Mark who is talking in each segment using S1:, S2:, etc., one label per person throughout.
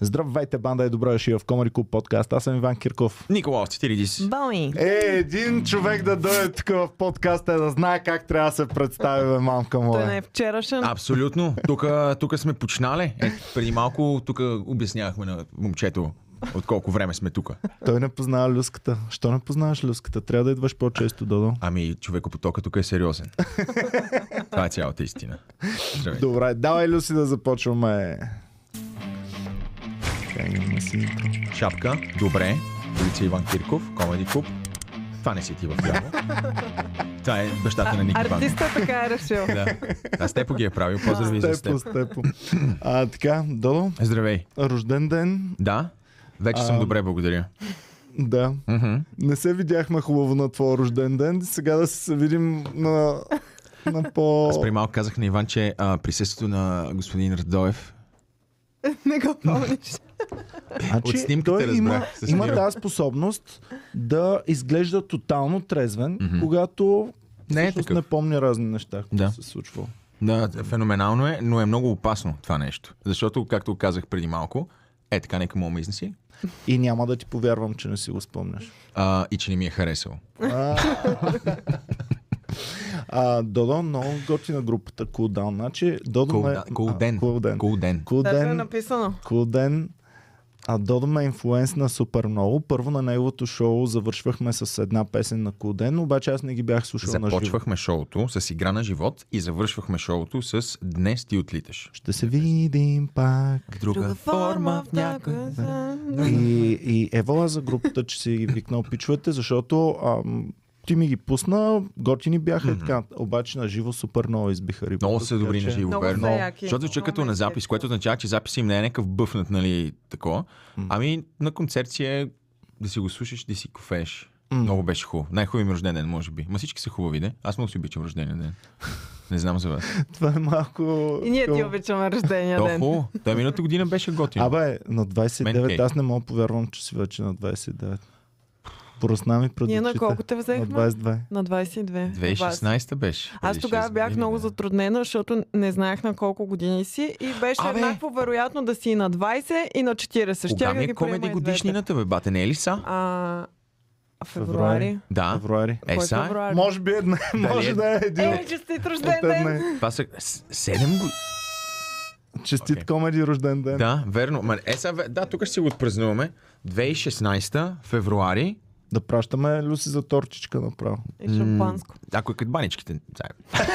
S1: Здравейте, банда е добро дошли в Комари Клуб подкаст. Аз съм Иван Кирков.
S2: Николаус, 40.
S3: Боми.
S1: Е, един човек да дойде тук в подкаста е да знае как трябва да се представи, бе, мамка
S3: Той не
S1: моя.
S3: е вчерашен.
S2: Абсолютно. Тук, тук сме починали. Е, преди малко тук обяснявахме на момчето от колко време сме тук.
S1: Той не познава люската. Що не познаваш люската? Трябва да идваш по-често, Додо.
S2: Ами, човекопотока тук е сериозен. Това е цялата истина. Здравей.
S1: Добре, давай, Люси, да започваме. Чакай, имаме си интро.
S2: Шапка, добре. Полиция Иван Кирков, Комеди Клуб. Това не си ти в Яво. Това е бащата на Ники Пан.
S3: Артиста така е решил.
S2: Да. Аз Степо ги е правил. Поздрави за
S1: Степо,
S2: Степо.
S1: степо. А, така, Додо,
S2: Здравей.
S1: рожден ден.
S2: Да? Вече съм добре, благодаря.
S1: Да.
S2: Мгм.
S1: Не се видяхме хубаво на твой рожден ден. Сега да се видим на, на по...
S2: Аз преди малко казах на Иван, че а, присъствието на господин Радоев
S3: Не го помниш.
S1: Значи,
S2: От снимката
S1: той
S2: разбрах,
S1: има,
S2: с
S1: има
S2: снимка.
S1: тази способност да изглежда тотално трезвен, mm-hmm. когато
S2: Не е
S1: всъщност
S2: такъв.
S1: не помни разни неща, които
S2: Да.
S1: се случва.
S2: Да, феноменално е, но е много опасно това нещо. Защото, както казах преди малко, е така, нека му ме изнеси.
S1: И няма да ти повярвам, че не си го спомняш.
S2: А, и че не ми е харесало.
S1: А, а, Додо, много готина групата Cooldown. Значи, Додо ме...
S2: Кол- кол ден.
S1: А, Cool Den.
S2: Кол ден.
S1: Cool
S3: Даже е
S1: Den,
S3: написано.
S1: Cool Den. А Додо ме инфлуенсна супер много. Първо на неговото шоу завършвахме с една песен на Куден, обаче аз не ги бях слушал на живо.
S2: Започвахме шоуто с игра на живот и завършвахме шоуто с Днес ти отлиташ.
S1: Ще се видим пак.
S3: Друга форма в някоя...
S1: И, и евала за групата, че си ги викнал пичовете, защото ам, ти ми ги пусна, готини бяха и така. Обаче на живо супер много избиха рибата.
S2: Много са
S1: така
S2: добри на
S1: че-
S2: живо,
S3: Много
S2: верно.
S3: са яки.
S2: Защото звучи
S3: Много е
S2: като на
S3: ме
S2: запис,
S3: харесва.
S2: което означава, че запис им не е някакъв бъфнат, нали, такова. Ами на концерт си е да си го слушаш, да си кофеш. Много беше хубаво. Най-хубавият ми рожден ден, може би. Ма всички са хубави, не? Аз много си обичам рождения ден. Не знам за вас.
S1: Това е малко...
S3: И ние ти обичаме рождения
S2: То е
S3: ден.
S2: хубаво. Той миналата година беше готин.
S1: Абе, на 29,
S2: Мен
S1: аз не мога повярвам, че си вече на 29. Поръсна ми пред
S3: Ние на
S1: очите.
S3: колко те
S1: На
S3: взехме?
S1: 22.
S3: На 22.
S2: 2016 беше.
S3: Аз
S2: Преди
S3: тогава
S2: шест
S1: Е,
S3: бях
S2: години,
S3: много
S2: да.
S3: затруднена, защото не знаех на колко години си и беше
S2: Абе!
S3: еднакво вероятно да си и на 20 и на 40.
S2: Кога
S3: Щях да
S2: ми е
S3: ги приема
S2: комеди
S3: и двете.
S2: годишнината, бе, бате, не е ли са?
S3: А,
S1: Февруари.
S3: февруари.
S2: Да.
S1: Февруари.
S2: Е,
S3: Кой
S2: са.
S3: февруари?
S1: Може би една, може
S2: е-
S1: да е един
S3: Е,
S1: от
S3: честит рожден
S1: от
S3: ден!
S1: една.
S2: Това са 7 години.
S1: Честит
S2: Окей.
S1: комеди рожден ден.
S2: Да, верно. Ма, е, са, да, тук ще си го отпразнуваме. 2016, февруари.
S1: Да пращаме Люси за торчичка направо.
S3: И шампанско.
S2: Ако е като баничките. Заедно.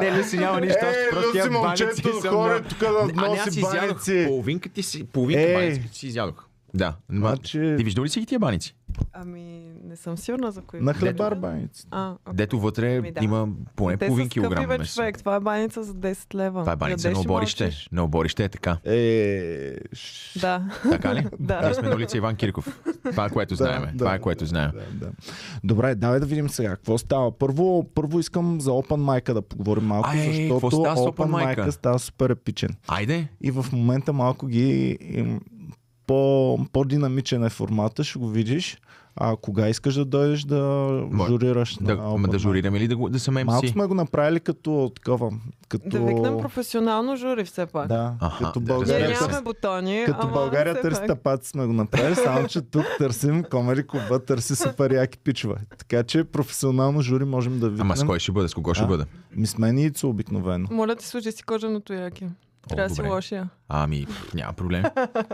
S2: Не, Люси няма нищо. още,
S1: Е,
S2: просто тия
S1: Люси, момчето,
S2: баници са
S1: хора
S2: много-
S1: тук да
S2: А, не, аз
S1: носи
S2: си изядох
S1: баници.
S2: половинка ти си, половинка
S1: Е.
S2: баници си изядох. Да. Ма-
S1: Значи-
S2: Ти виждал ли си ги тия баници?
S3: Ами, не съм сигурна за кои.
S1: На е.
S2: Дето-
S1: хлебар баници.
S3: А, окей.
S2: Дето вътре
S3: Ами да.
S2: има поне
S3: Те
S2: е половин
S3: са скъпи,
S2: килограм
S3: бе,
S2: месо.
S3: човек. Това е баница за 10 лева.
S2: Това е баница
S3: Ядеш
S2: на
S3: и
S2: оборище.
S3: мълчиш.
S2: На оборище е така.
S1: Е,
S3: Да.
S2: Така ли?
S3: Да.
S2: Ние сме на улица Иван Кирков. Това е което знаем. Това е което знаем.
S1: Да, да. Добре, давай да видим сега какво става. Първо, първо искам за Open Mic да поговорим малко,
S2: Ай,
S1: защото
S2: какво става с Open
S1: Open
S2: mic-а?
S1: Mic става супер епичен.
S2: Айде.
S1: И в момента малко ги им, по, по-динамичен е формата, ще го видиш. А кога искаш да дойдеш да
S2: Може.
S1: журираш
S2: Да,
S1: на
S2: ма
S1: Open
S2: да
S1: mic?
S2: журираме ли да, го, да съм
S1: Малко
S2: MC?
S1: сме го направили като такова. Като,
S3: Да викнем професионално жури все пак.
S1: да,
S2: Аха,
S1: като
S2: да,
S1: България.
S3: Ние
S2: разбира се.
S3: нямаме бутони.
S1: Като
S3: Е, ама
S1: България
S3: все
S1: търси
S3: пак.
S1: тапаци сме го направили, само че тук търсим Комери Куба, търси супер яки пичове. Така че професионално жури можем да видим.
S2: Ама с кой ще бъда? С кого ще
S1: А?
S2: бъда?
S1: Ми с мен и Ицо обикновено.
S3: Моля ти, служи си кожаното яки. Трябва да си
S2: добре.
S3: лошия.
S2: Ами, няма проблем.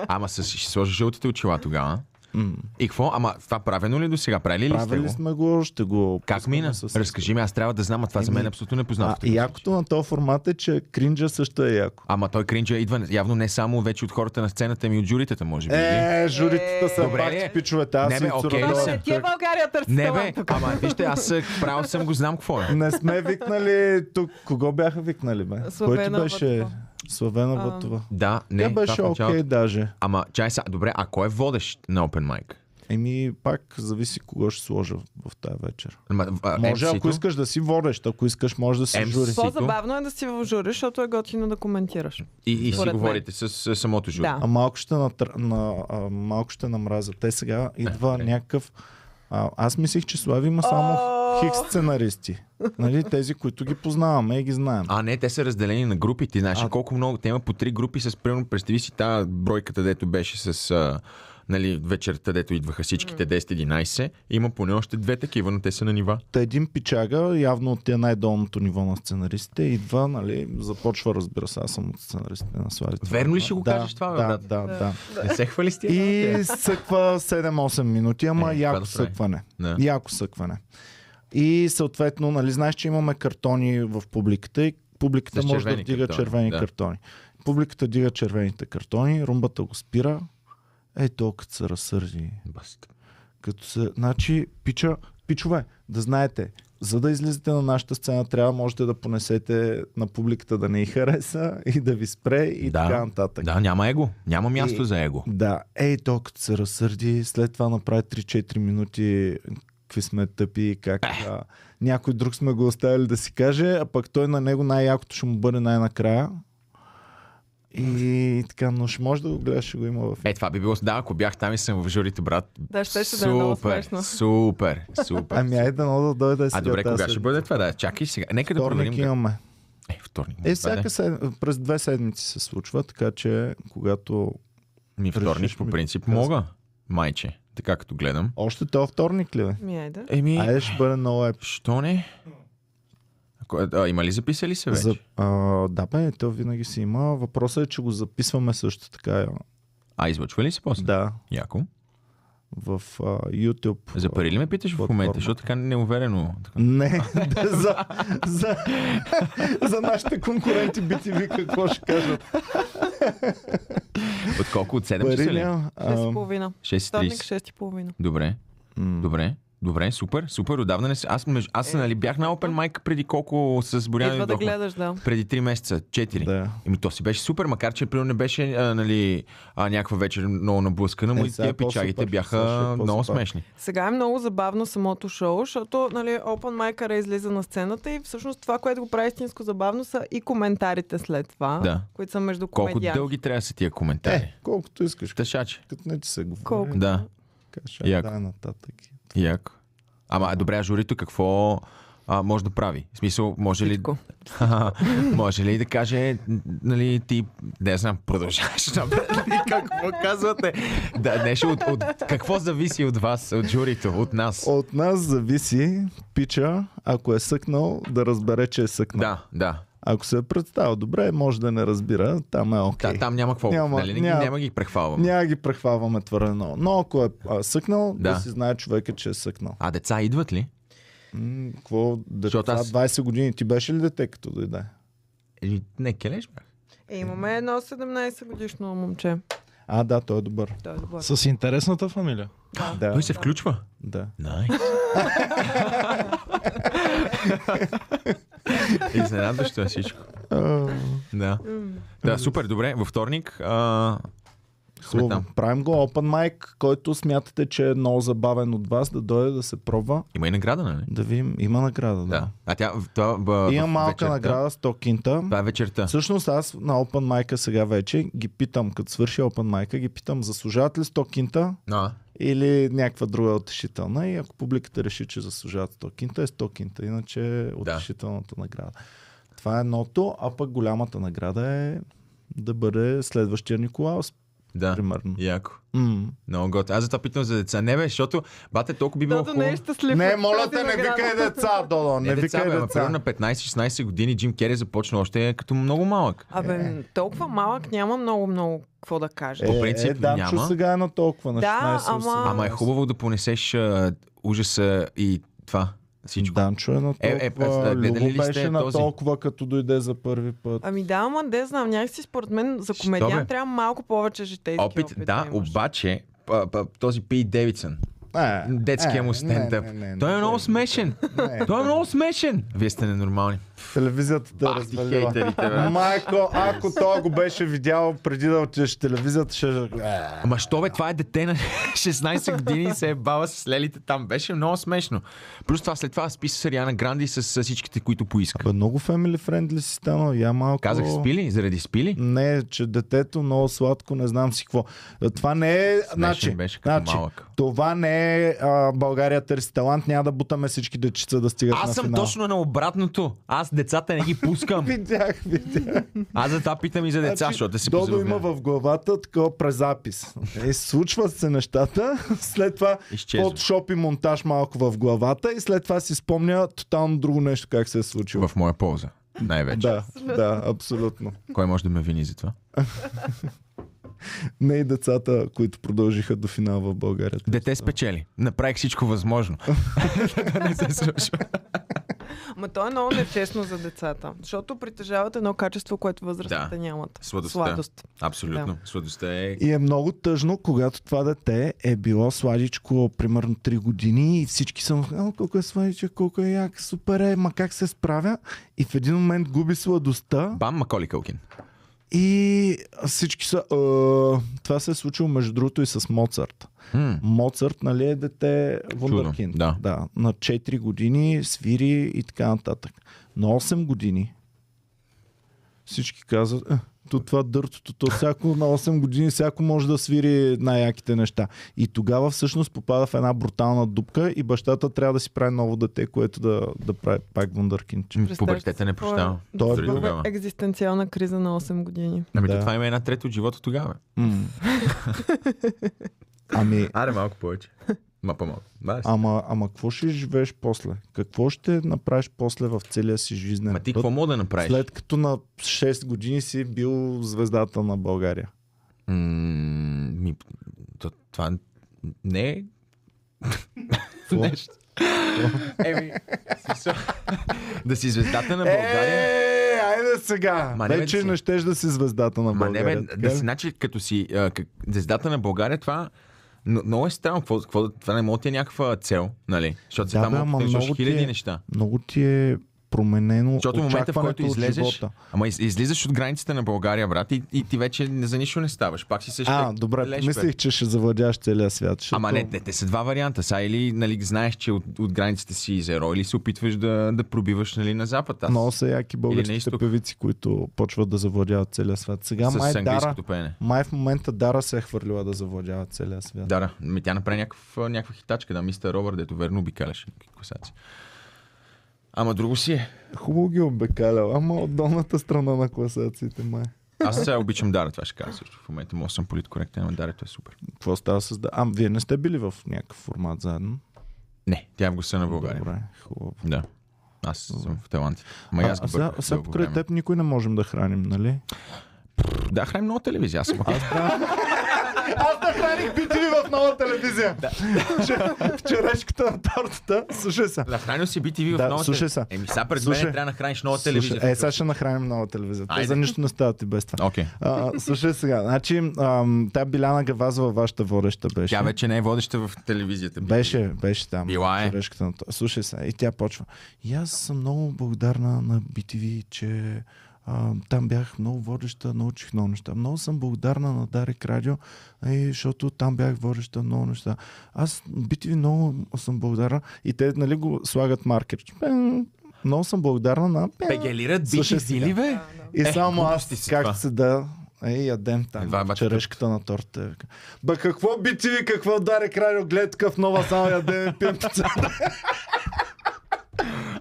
S2: Ама с, ще сложа жълтите очила тогава.
S1: М.
S2: И какво? Ама това правено ли до сега? Правили ли сте
S1: Правили
S2: го?
S1: сме го, ще го...
S2: Как
S1: пускаме
S2: мина?
S1: с-
S2: Разкажи ми, аз трябва да знам, а това за мен е
S1: Еми,
S2: абсолютно
S1: А,
S2: непознато.
S1: и якото на този формат е, че кринджа също е яко.
S2: Ама той кринджа идва явно не само вече от хората на сцената, ми от журитата, може би. или?
S1: Е, журитата са
S2: Добре,
S1: пак
S2: е.
S1: с пичовете. Аз
S2: Не, бе,
S1: и Ицо
S2: окей ли
S3: Това
S2: са?
S1: Радоев.
S3: не ти е България търси
S2: Не
S3: талант
S2: бе,
S3: тук.
S2: ама вижте, аз е, правил съм го, знам какво е.
S1: Не сме викнали тук. Кого бяха викнали, бе?
S3: Славена
S1: Който беше?
S3: Бътова.
S1: Славена
S3: А.
S1: Бътова.
S2: Да, не,
S1: Тя
S2: това
S1: Е, беше
S2: в началото.
S1: окей даже.
S2: Ама, чай са, добре, а кой е водещ на Open Mic?
S1: Еми, пак зависи кого ще сложа в тази вечер.
S2: Ама, а,
S1: Може,
S2: MC-то?
S1: ако искаш да си водещ, ако искаш, може да си
S2: MC.
S1: жури.
S2: Си го.
S3: По-забавно е да си в жури, защото е готино да коментираш.
S2: И, и си
S3: Според мен.
S2: говорите с, с самото жури.
S3: Да.
S1: А малко ще, натр... на... а, малко ще намразя. Те сега идва
S2: окей.
S1: някакъв... А, аз мислих, че Слави има само хикс сценаристи. Нали, тези, които ги познаваме и ги знаем.
S2: А, не, те са разделени на групи. Ти знаеш ли
S1: А-
S2: колко много. Те има по три групи с, примерно, представи си тази бройката, дето беше с. А, нали, вечерта, дето идваха всичките 10-11. Има поне още две такива, но те са на нива.
S1: Та един пичага, явно от тия най-долното ниво на сценаристите, идва, нали, започва, разбира се, аз съм от сценаристите на свалите.
S2: Верно ли ще го
S1: да,
S2: кажеш това, бе,
S1: да,
S2: брат?
S1: да, да.
S2: Не се хвали с тия
S1: И съква 7-8 минути, ама
S2: Е, това
S1: яко
S2: да прави.
S1: съкване.
S2: Да.
S1: Яко съкване. И съответно, нали, знаеш, че имаме картони в публиката и публиката
S2: С
S1: може да
S2: червени
S1: вдига
S2: картони,
S1: червени
S2: да.
S1: картони. Публиката дига червените картони, румбата го спира. Ей, то като се разсърди.
S2: Баста.
S1: Като се, значи, пича, пичове, да знаете, за да излизате на нашата сцена, трябва можете да понесете на публиката да не й хареса и да ви спре и
S2: Да.
S1: така нататък.
S2: Да, няма его. Няма място
S1: И-
S2: за его.
S1: Да, ей, то като се разсърди, след това направи 3-4 минути какви сме тъпи, как а, някой друг сме го оставили да си каже, а пък той на него най-якото ще му бъде най-накрая. И, така, но ще може да го гледаш, ще го има в...
S2: Е, това би било. Да, ако бях там и съм в журито, брат.
S3: Да, щеше да е много
S2: супер,
S3: смешно.
S2: супер, супер.
S1: Ами айде, но да дойде сега.
S2: а добре,
S1: тази
S2: кога ще
S1: седмица.
S2: бъде това? Да, чакай сега. Нека да проверим.
S1: Вторник
S2: как-
S1: имаме.
S2: Е, вторник.
S1: Е,
S2: Това да
S1: всяка сед... през две седмици се случва, така че когато...
S2: Ми вторник,
S1: Решиш
S2: по
S1: ми,
S2: принцип,
S1: да.
S2: мога. Майче, така като гледам. Ами,
S1: Още то вторник ли бе?
S3: Ми, айде.
S2: Еми,
S1: Айде, ще бъде много еп.
S2: що не? Ако- А, има ли записали се вече?
S1: За, а, да бе, то винаги си има. Въпросът е, че го записваме също така. е,
S2: А, излъчва ли се после?
S1: Да,
S2: Яко.
S1: в а, YouTube.
S2: За пари ли ме питаш в
S1: Платформа.
S2: момента? Защото така неуверено. Така.
S1: Не, да, за, за, за нашите конкуренти BTV какво ще кажат.
S2: От колко? От 7 часа
S1: Пари
S2: Е, ли?
S1: няма. А,
S3: 6,5.
S2: 6.30.
S3: Вторник 6,5.
S2: Добре,
S1: м,
S2: добре. Добре, супер, супер, отдавна не се. Аз, меж... аз
S3: Е,
S2: нали, бях на Open Mic преди колко с Боряна
S3: Идва да
S2: дойдохме?
S3: гледаш, да.
S2: Преди 3 месеца, 4.
S1: Да.
S2: Еми то си беше супер, макар че примерно не беше а, нали, а, някаква вечер много наблъскана, но
S1: Е,
S2: и
S1: сега
S2: тия
S1: е
S2: пичагите
S1: по-супер,
S2: бяха
S1: сега ще е
S2: много
S1: по-супер.
S2: смешни.
S3: Сега е много забавно самото шоу, защото нали, Open Micера излиза на сцената и всъщност това, което го прави истинско забавно са и коментарите след това,
S2: Да.
S3: които са между
S2: Колко
S3: комедианти.
S2: дълги трябва да са тия коментари?
S1: Е, колкото искаш.
S2: Тъшаче.
S1: Като не ти се говори.
S3: Колко?
S2: Да,
S1: Кажа,
S2: Яко.
S1: да, нататък.
S2: яко. Ама а, добре, а журито какво а, може да прави? В смисъл, може ли,
S3: Всичко.
S2: може ли да каже, н- нали, ти, не знам, продължаваш напред ли, какво казвате? Да, нещо от, от, какво зависи от вас, от журито, от нас?
S1: От нас зависи, пича, ако е съкнал, да разбере, че е съкнал.
S2: Да, да.
S1: Ако се е представил добре, може да не разбира, там е окей.
S2: Та, там няма какво.
S1: Няма,
S2: нали? Няма,
S1: няма.
S2: няма ги прехвалвам.
S1: Няма ги прехваваме твърде много. Но ако е а, съкнал, да.
S2: Да.
S1: да си знае човека, че е съкнал.
S2: А деца идват ли?
S1: М, Какво деца,
S2: Защото аз-
S1: 20 години, ти беше ли дете като дойде?
S2: Или не, келеш бях.
S3: Е, имаме едно 17 годишно момче.
S1: А, да, той е добър.
S3: Той е добър.
S4: С интересната фамилия.
S1: Да,
S2: Той се включва.
S1: да.
S2: Най. Изненадващо е всичко.
S1: А,
S2: Да. Да, супер, добре. Във вторник. А...
S1: хубаво.
S2: там.
S1: Правим го Open Mic, който смятате, че е много забавен от вас, да дойде да се пробва,
S2: Има и награда, нали?
S1: да видим. Има награда, да.
S2: Да. А тя. в- Това, б,
S1: Има
S2: в
S1: малка
S2: вечерта-
S1: награда, 100 кинта.
S2: Това е вечерта.
S1: Всъщност аз на Open Mic сега вече ги питам, като свърши Open Mic, ги питам, заслужават ли 100 кинта
S2: А,
S1: или някаква друга отешителна. И ако публиката реши, че заслужават 100 кинта, е 100 кинта. Иначе е отешителната награда. Това е едното, а пък голямата награда е да бъде следващия Николаус,
S2: да.
S1: примерно.
S2: Яко.
S1: М.
S2: Много гот. Аз затова питам за деца. Не бе, защото бате толкова би било
S3: Тото не е
S2: хубаво.
S3: щастлив.
S1: Не,
S3: от
S1: моля
S3: тази
S1: те, не
S3: награда.
S1: викай деца, Додо, не,
S2: Е, деца,
S1: викай
S2: бе, ама
S1: деца.
S2: примерно на 15-16 години Джим Кери започна още като много малък.
S3: Абе, толкова малък няма много-много какво да кажа.
S2: Е, по принцип
S1: Е. е, Данчо
S2: няма.
S1: сега е на толкова, на 16
S3: Да, ама-
S2: Ама е хубаво да понесеш а, ужаса и това. Всичко.
S1: Данчо е на
S2: Е, е,
S1: толкова,
S2: аз, да, гледали ли
S1: Любо
S2: сте
S1: беше на
S2: този?
S1: толкова, като дойде за първи път.
S3: Ами да, ама де знам, някакси според мен за
S2: Що, бе?
S3: комедиан трябва малко повече житейски
S2: е. опит, да,
S3: имаш.
S2: обаче па, па, този Пит Дейвидсън,
S1: Е,
S2: детския
S1: е,
S2: му
S1: не,
S2: стендъп,
S1: не, не, не,
S2: той е
S1: не,
S2: много
S1: не,
S2: смешен.
S1: не.
S2: Той е много смешен. Вие сте ненормални.
S1: Телевизията те е
S2: Бах ти
S1: развалила.
S2: хейтерите, бе.
S1: Майко, ако той го беше видял преди да отидеш в телевизията, ще...
S2: Ама що бе, това е дете на 16 години и се е бава с лелите там. Беше много смешно. Плюс това след това спи с Ариана Гранди и с, с всичките, които поиска.
S1: Бе, много family friendly си станал, я малко...
S2: Казах спили, заради спили.
S1: Не, че детето много сладко, не знам си какво. Това не е... значи,
S2: беше като
S1: значи,
S2: малък.
S1: Това не е а, България търси талант, няма да бутаме всички дечица да стигат на
S2: Аз съм
S1: финал.
S2: точно на обратното. Аз децата не ги пускам.
S1: Видях, видях.
S2: Аз за това питам и за деца, Значи, защото те си
S1: Додо
S2: позабавлявам.
S1: Значи, има в главата такова презапис. Е, случват се нещата, след това
S2: Изчезва.
S1: фотошоп и монтаж малко в главата и след това си спомня тотално друго нещо как се е случило.
S2: В моя полза. Най-вече.
S1: Да, да, абсолютно.
S2: Кой може да ме вини за това?
S1: Не и децата, които продължиха до финала в България.
S2: Дете спечели. Направих всичко възможно. да не се случва.
S3: Ма то е много нечестно за децата, защото притежават едно качество, което възрастните
S2: Да.
S3: нямат.
S2: Сладостта.
S3: Сладост.
S2: Абсолютно. Сладостта е...
S1: И е много тъжно, когато това дете е било сладичко примерно 3 години и всички са му «А, колко е сладичко, колко е як, супер е, ма как се справя? И в един момент губи сладостта
S2: Бам Маколи Кълкин.
S1: и всички са... «А, това се е случило между другото и с Моцарт.
S2: М.
S1: Моцарт, нали е дете Вундеркин.
S2: да.
S1: да. На 4 години свири и така нататък. На 8 години всички казват, «Е, то това дъртото, то всяко на 8 години всяко може да свири най-яките неща. И тогава всъщност попада в една брутална дупка и бащата трябва да си прави ново дете, което да, да прави пак вундъркинче.
S2: М,
S3: Представяш
S2: Пубертета не
S3: си какво е
S2: прощава.
S3: да
S1: Той е
S3: си
S1: бил-
S3: в Екзистенциална криза на 8 години.
S2: Ами
S1: Да.
S2: то това има една трета от живота тогава.
S1: М. Ами,
S2: Аре малко повече. Ма по-малко. Да, а,
S1: ама, ама какво ще живееш после? Какво ще направиш после в целия си жизнен
S2: Ма ти
S1: път?
S2: какво мога да направиш?
S1: След като на 6 години си бил звездата на България.
S2: М, ми, то, това не е... Нещо. Еми, смисъл, да си звездата на България.
S1: Е, айде сега!
S2: Ма не, бе,
S1: Вече
S2: да си-
S1: не щеш да си звездата на
S2: Ма не,
S1: България.
S2: бе,
S1: така
S2: да
S1: ли?
S2: си, значи, като си а, как, звездата на България, това но, много е странно. Какво, какво, това не мога да ти е някаква цел, нали? Защото
S1: Да,
S2: да,
S1: бе,
S2: там
S1: ама
S2: мога да
S1: много ти
S2: хиляди
S1: е.
S2: неща.
S1: Много ти е променено
S2: Защото в момента, в
S1: очакването
S2: който
S1: от
S2: излезеш,
S1: живота.
S2: ама из, излизаш от границите на България, брат, и, и ти вече не- за нищо не ставаш. Пак си се
S1: А, добре,
S2: леш, бе.
S1: мислих, че ще завладяш целия свят. защото-
S2: Ама не, те, те са два варианта. Са или нали, знаеш, че от, от границите си зеро, или се опитваш да, да пробиваш нали, на запад. Аз
S1: Много са яки българските
S2: изток.
S1: певици, които почват да завладяват целия свят. Сега
S2: с
S1: май е Дара,
S2: английското пеене.
S1: май в момента Дара се е хвърлила да завладява целия свят.
S2: Да, да. Ми, тя направи някаква, някаква хитачка, да, мистер Робърт, дето верно обикаляше косаци. Ама друго си е.
S1: Хубаво ги обекалял, ама от долната страна на класаците май.
S2: Аз сега обичам Дара, това ще кажа също. В момента мога да съм политкоректен, ама Дара, той е супер.
S1: Какво става с... Да... А, вие не сте били в някакъв формат заедно?
S2: Не, тя е в гласа на България.
S1: Добре, хубаво.
S2: Да. Аз съм в Таланти. Ма и
S1: А,
S2: аз
S1: а
S2: го
S1: сега,
S2: бърках
S1: сега
S2: дълго
S1: покрай
S2: време.
S1: теб никой не можем да храним, нали?
S2: Да, храним много телевизия. Аз съм окей.
S1: Аз да храних BTV в нова телевизия. Вчерашката на тортата. Слушай се.
S2: Да, хранил си BTV в
S1: Да,
S2: нова
S1: слушай
S2: телевизия.
S1: са.
S2: Еми, сега пред
S1: Слушай.
S2: мен трябва да храниш нова
S1: Слушай,
S2: телевизия.
S1: е, сега ще нахраним нова телевизия. Те
S2: Айде.
S1: за нищо не стават и без това.
S2: Окей.
S1: А, слушай сега, значи ам, тя Биляна Гавазова, вашата водеща беше.
S2: Тя вече не е водеща в телевизията.
S1: Беше, беше там.
S2: Била е.
S1: Човешката на то- Слушай се, и тя почва. И аз съм много благодарна на BTV, че а, там бях много водеща, научих много неща. Много съм благодарна на Дарик Радио, и, защото там бях водеща много неща. Аз BTV много съм благодарна и те нали, го слагат маркер. Пен. Много съм благодарна на... пен.
S2: Пегелират
S1: Слушай
S2: BTV
S1: сега.
S2: ли, бе?
S1: И само
S2: глупости
S1: аз,
S2: Е, си това.
S1: както се да... Ей, ядем
S2: Едва
S1: там.
S2: бачи
S1: Черешката на торта. Ба какво би ти ви, какво даре крайо глед такъв нова само ядем и пием пица.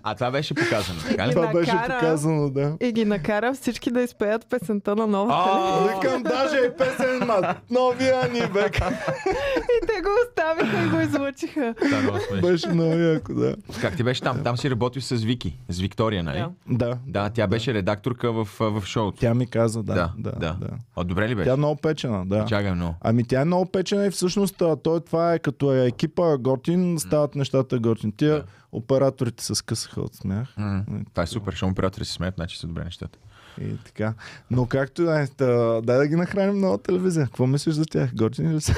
S2: А това беше показано, така ли?
S1: Това беше
S3: накара.
S1: показано, да.
S3: И ги накара всички да изпеят песента на новата
S2: А,
S3: телевизия.
S1: Викам даже и песен на новия ни век.
S3: И те го оставиха и го излъчиха.
S2: Да, е много смешно.
S1: Беше много яко, да.
S2: Как ти беше там? Там си работил с Вики, с Виктория, нали?
S3: Да.
S1: Да.
S2: Да, тя беше редакторка в, в шоуто.
S1: Тя ми каза, да. Да, да,
S2: А, добре ли
S1: Тя е
S2: беше?
S1: много печена, да.
S2: Чакай много.
S1: Ами тя е много печена и всъщност а, той, това е като е екипа готин, стават нещата готин. Тия
S2: Да.
S1: операторите се скъсаха от смях.
S2: М, Това е супер, защото оператори се смеят, значи са добре нещата.
S1: И така. Но както и да е, та, дай да ги нахраним нова телевизия. Какво мислиш за тях? Готини ли са?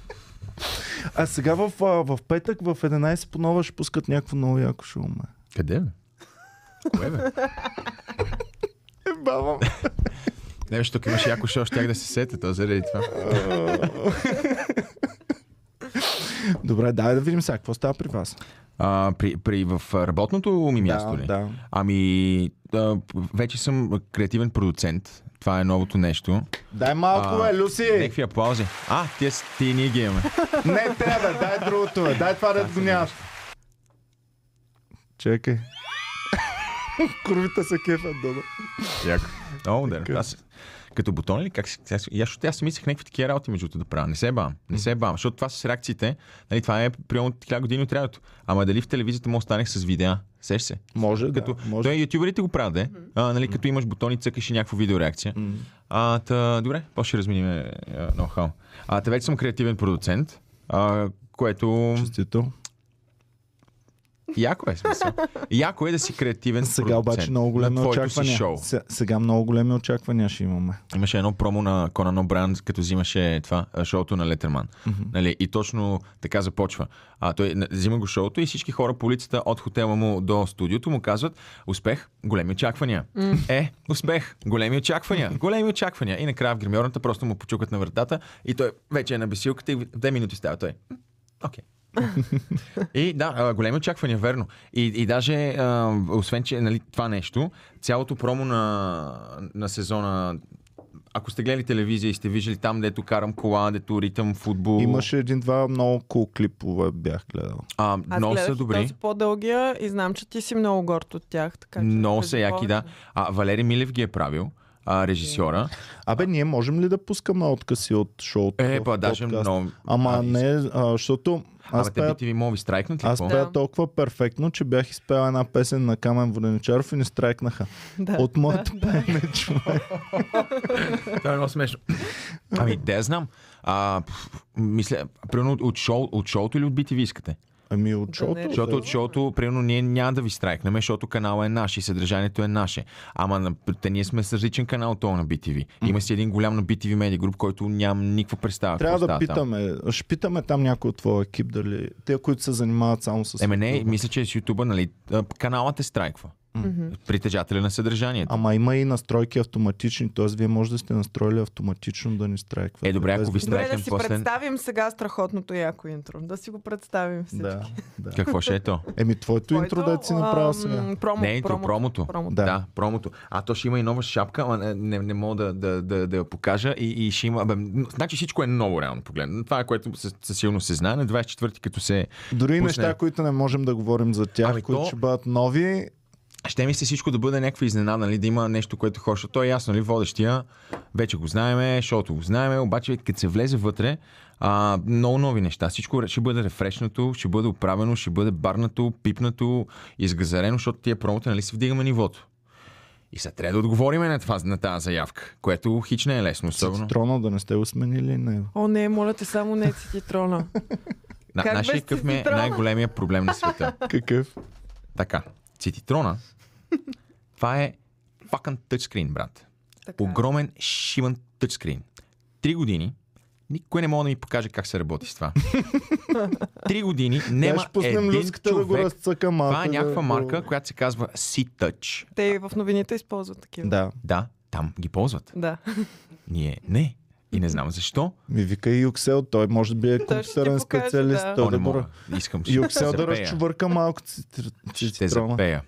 S1: а сега в, а, в петък в 11 по нова ще пускат някакво много яко шоу. ме.
S2: Къде? бе? Кое бе?
S1: Баба.
S2: Не, виж, тук имаше яко шоу, щях да се сетя, то заради това.
S1: Добре, дай да видим сега какво става при вас.
S2: А, при, при, в работното ми място
S1: да,
S2: ли?
S1: да.
S2: Ами, а, вече съм креативен продуцент. Това е новото нещо.
S1: Дай малко,
S2: А,
S1: бе, Люси!
S2: Някакви аплаузи. А, ти, ти и ние ги имаме.
S1: Не, трябва, бе, дай другото, бе. Дай това да го нямаш. Чакай. Курвите се кефят, добре.
S2: Яко. Много да.
S1: Така.
S2: Аз, като бутон ли? Как се, аз, аз, защото аз си мислех някакви такива работи, между другото, да правя. Не се бавам. Не се бавам. Защото това с реакциите, нали, това е примерно хиляда години от радиото. Ама дали в телевизията му останах с видеа? Сеш се?
S1: Може, да. е
S2: Като,
S1: може.
S2: Той ютуберите го правят, де. А, нали, като имаш бутони, цъкаш и някаква видеореакция. А, та, добре, после ще разминим е, е, ноу-хау. А, та вече съм креативен продуцент, а, което
S1: Честито.
S2: яко е смисъл. Яко е да си креативен
S1: Сега
S2: продуцент
S1: обаче много големи
S2: на твоето си
S1: очаквания.
S2: шоу.
S1: Се- Сега много големи очаквания ще имаме.
S2: Имаше едно промо на Конан Обран, като взимаше това а, шоуто на Летерман. Mm-hmm. Нали, и точно така започва. А, той на- взима го шоуто и всички хора по улицата от хотела му до студиото му казват успех, големи очаквания. Mm. Е, успех, големи очаквания, големи очаквания. И накрая в гримьорната просто му почукат на вратата и той вече е на бесилката и в две минути става той. «М, Окей. И да, а, големи очаквания, верно. И, и даже, а, освен, че нали, това нещо, цялото промо на, на сезона, ако сте гледали телевизия и сте виждали там, дето карам кола, дето ритъм футбол,
S1: Имаше един-два много кул клипове, бях гледал.
S2: а,
S3: Аз
S2: много
S3: гледах
S2: са
S3: и
S2: добри.
S3: Този по-дългия и знам, че ти си много горд от тях. Така, че
S2: Много
S3: кажи
S2: са яки, да.
S3: повече.
S2: А, Валери Милев ги е правил, а, режисьора.
S1: Абе, ние можем ли да пускаме откази от шоуто?
S2: Е,
S1: в
S2: па, даже
S1: подкаст?
S2: много.
S1: Ама
S2: а,
S1: не, а, защото аз
S2: Аз Абе, те
S1: пея,
S2: би ви мови страйкнат ли?
S1: аз
S2: какво?
S1: пея
S3: Да.
S1: толкова перфектно, че бях изпел една песен на Камен Воденичаров и не страйкнаха.
S3: Да.
S1: От моето пеене, човек.
S2: Това е много смешно. Ами, те я знам. А, пф, мисля, примерно от, шоу, от шоуто или от BTV искате?
S1: Ами от шоуто.
S3: не е
S2: Защото от шоуто, примерно, ние няма да ви страйкнем, защото канала е наш и съдържанието е наше. Ама на, те ние сме с различен канал от този на BTV. Има си един голям на BTV Media Group, който нямам никаква представа. какво
S1: Трябва да
S2: става там.
S1: питаме. Ще питаме там някой от твоя екип, дали те, които се занимават само с...
S2: Еме Е, не,
S1: футбол.
S2: мисля, че с YouTube, нали, а, каналът е страйква. Притежателя на съдържанието.
S1: Ама има и настройки автоматични, т.е. вие може да сте настроили автоматично да ни страйква.
S2: Е, добре, ако ви
S3: Добре, да
S2: Страхен
S3: си
S2: после-
S3: представим сега страхотното яко интро. Да си го представим всички.
S1: Да, да.
S2: Какво ще е то?
S1: Еми, твоето интро да си направил сега.
S3: ам, Промо,
S2: Не, интро, промото.
S3: промото. промото.
S1: Да.
S2: Да. да, промото. А то ще има и нова шапка, ама не, не, не мога да, да, да, да я покажа. И, и ще има. Бе, м, значи всичко е ново, реално погледно. Това е което със със силно се знае. На 24-ти, като се.
S1: Дори и
S2: пусне-
S1: неща, които не можем да говорим за тях,
S2: Ами
S1: които
S2: то-
S1: ще бъдат нови.
S2: Ще ми се всичко да бъде някаква изненада, нали, да има нещо, което хора. защото То е ясно, нали, водещия. Вече го знаеме, шоуто го знаеме, обаче като се влезе вътре, а, много нови неща. Всичко ще бъде рефрешнато, ще бъде оправено, ще бъде барнато, пипнато, изгазарено, защото тия промота, нали, си вдигаме нивото. И сега трябва да отговориме на, това, на тази заявка, което хич не е лесно, особено.
S1: Цитрона да не сте го сменили него.
S3: О, не, моля те, само не цититрона.
S2: На,
S3: Как
S2: нашия
S3: без
S2: къв ми е
S3: цититрона?
S2: най-големия проблем на света.
S1: Какъв?
S2: така, цититрона, това е fucking тъчскрин, брат.
S3: Така.
S2: Огромен шиван тъчскрин. Три години никой не мога да ми покаже как се работи с това. Три години
S1: Няма
S2: няма
S1: ще пуснем
S2: един
S1: люската да го
S2: човек.
S1: разцъка малко.
S2: това е някаква
S1: да-
S2: марка, която се казва C-Touch.
S3: Те и в новините използват такива.
S1: Да.
S2: Да, там ги ползват.
S3: Да.
S2: Ние не. И не знам защо.
S1: Ми вика и Юксел, той може би е компютърен
S3: ти покаже,
S1: специалист.
S3: да.
S1: Той
S2: О, не
S1: да го...
S2: мога. Искам ще
S1: Юксел да
S2: запея.
S1: разчувърка малко
S2: Ще
S1: цитрона.
S2: запея.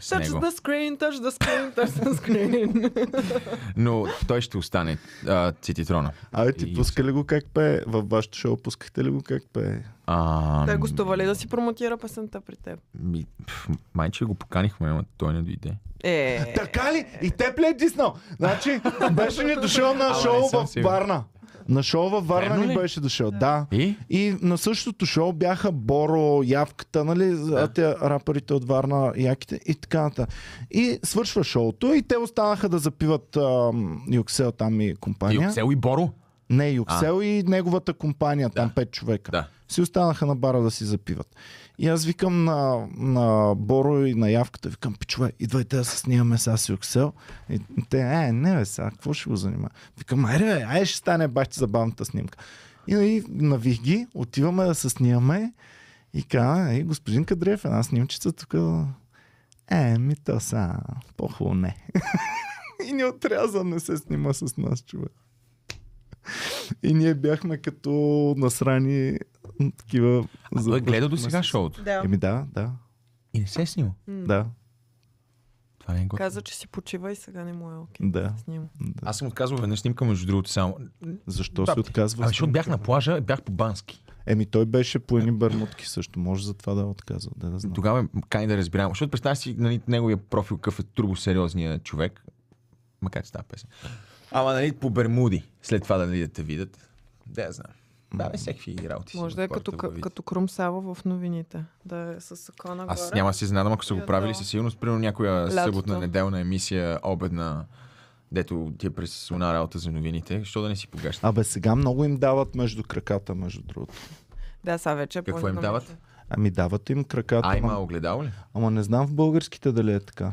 S2: С
S3: Touch
S2: него.
S3: the screen, touch the screen, touch the screen.
S2: Но той ще остане а, цититрона.
S1: Абе, ти
S2: И
S1: пуска ли го как пее? Във вашето шоу пускахте ли го как пее?
S2: А,
S3: Той гостува ли да си промотира песента при теб?
S2: Ми, пф, майче го поканихме, но той не дойде.
S3: Е,
S1: Така ли? И те ли е диснал? Значи, беше ни дошъл на
S2: Ама не
S1: шоу
S2: съм
S1: в
S2: сигурен.
S1: Варна. На шоу във Варна
S2: Верно
S1: ни
S2: ли?
S1: беше дошъл, да.
S2: И?
S1: И на същото шоу бяха Боро, Явката, нали, да. те рапърите от Варна, Яките и така нататък. И свършва шоуто и те останаха да запиват ам, Юксел там и компания.
S2: Юксел и Боро?
S1: Не, Юксел и неговата компания, там пет човека.
S2: Да.
S1: Си останаха на бара да си запиват. И аз викам на, на Боро и на Явката, викам, пичове, идвайте да се снимаме сега с Юксел. И те, е, не бе сега, какво ще го занима? Викам, айде, бе, айде ще стане бащи забавната снимка. И, и навих ги, отиваме да се снимаме и каза, е, господин Кадреев, една снимчица тук. Е, ми то са, по-хубаво не. и ни отряза, не се снима с нас, човек. И ние бяхме като насрани такива...
S2: А той гледа до сега шоуто.
S3: Да.
S1: Еми да, да,
S2: И не се е снимал.
S1: да,
S2: Това не е го.
S3: Каза, че си почива и сега не му е окей.
S1: да.
S3: С него.
S2: Аз съм отказвал веднъж снимка, между другото, само.
S1: Защо
S2: Да,
S1: се отказва?
S2: А, защото бях на плажа, бях по бански.
S1: Еми той беше по едни бърмутки също. Може за това да отказва, да да знам.
S2: Тогава кай да разбирам. Защото представя си нали, неговия профил, какъв е турбосериозния човек. Макар че става песен. Ама нали, по Бермуди, след това нали, да те видят. Да, я знам. Да, бе, всякакви работи. си
S3: Може
S2: имат
S3: да е
S2: хората
S3: като,
S2: във
S3: к-
S2: вид.
S3: като Крум Сава в новините. Да е с сако нагоре.
S2: Аз няма да се изненадам, ако са го
S3: Я
S2: правили
S3: да.
S2: със сигурност, примерно някоя
S3: Лятото.
S2: съботна, неделна емисия, обедна, дето ти е през една работа за новините, що да не си погаща.
S1: Абе сега много им дават между краката, между другото.
S3: Да, сега вече е
S2: Какво им
S3: по-динамично.
S2: дават?
S1: Ами дават им краката.
S2: А, има
S1: ама,
S2: огледало ли?
S1: ама не знам в българските дали е така.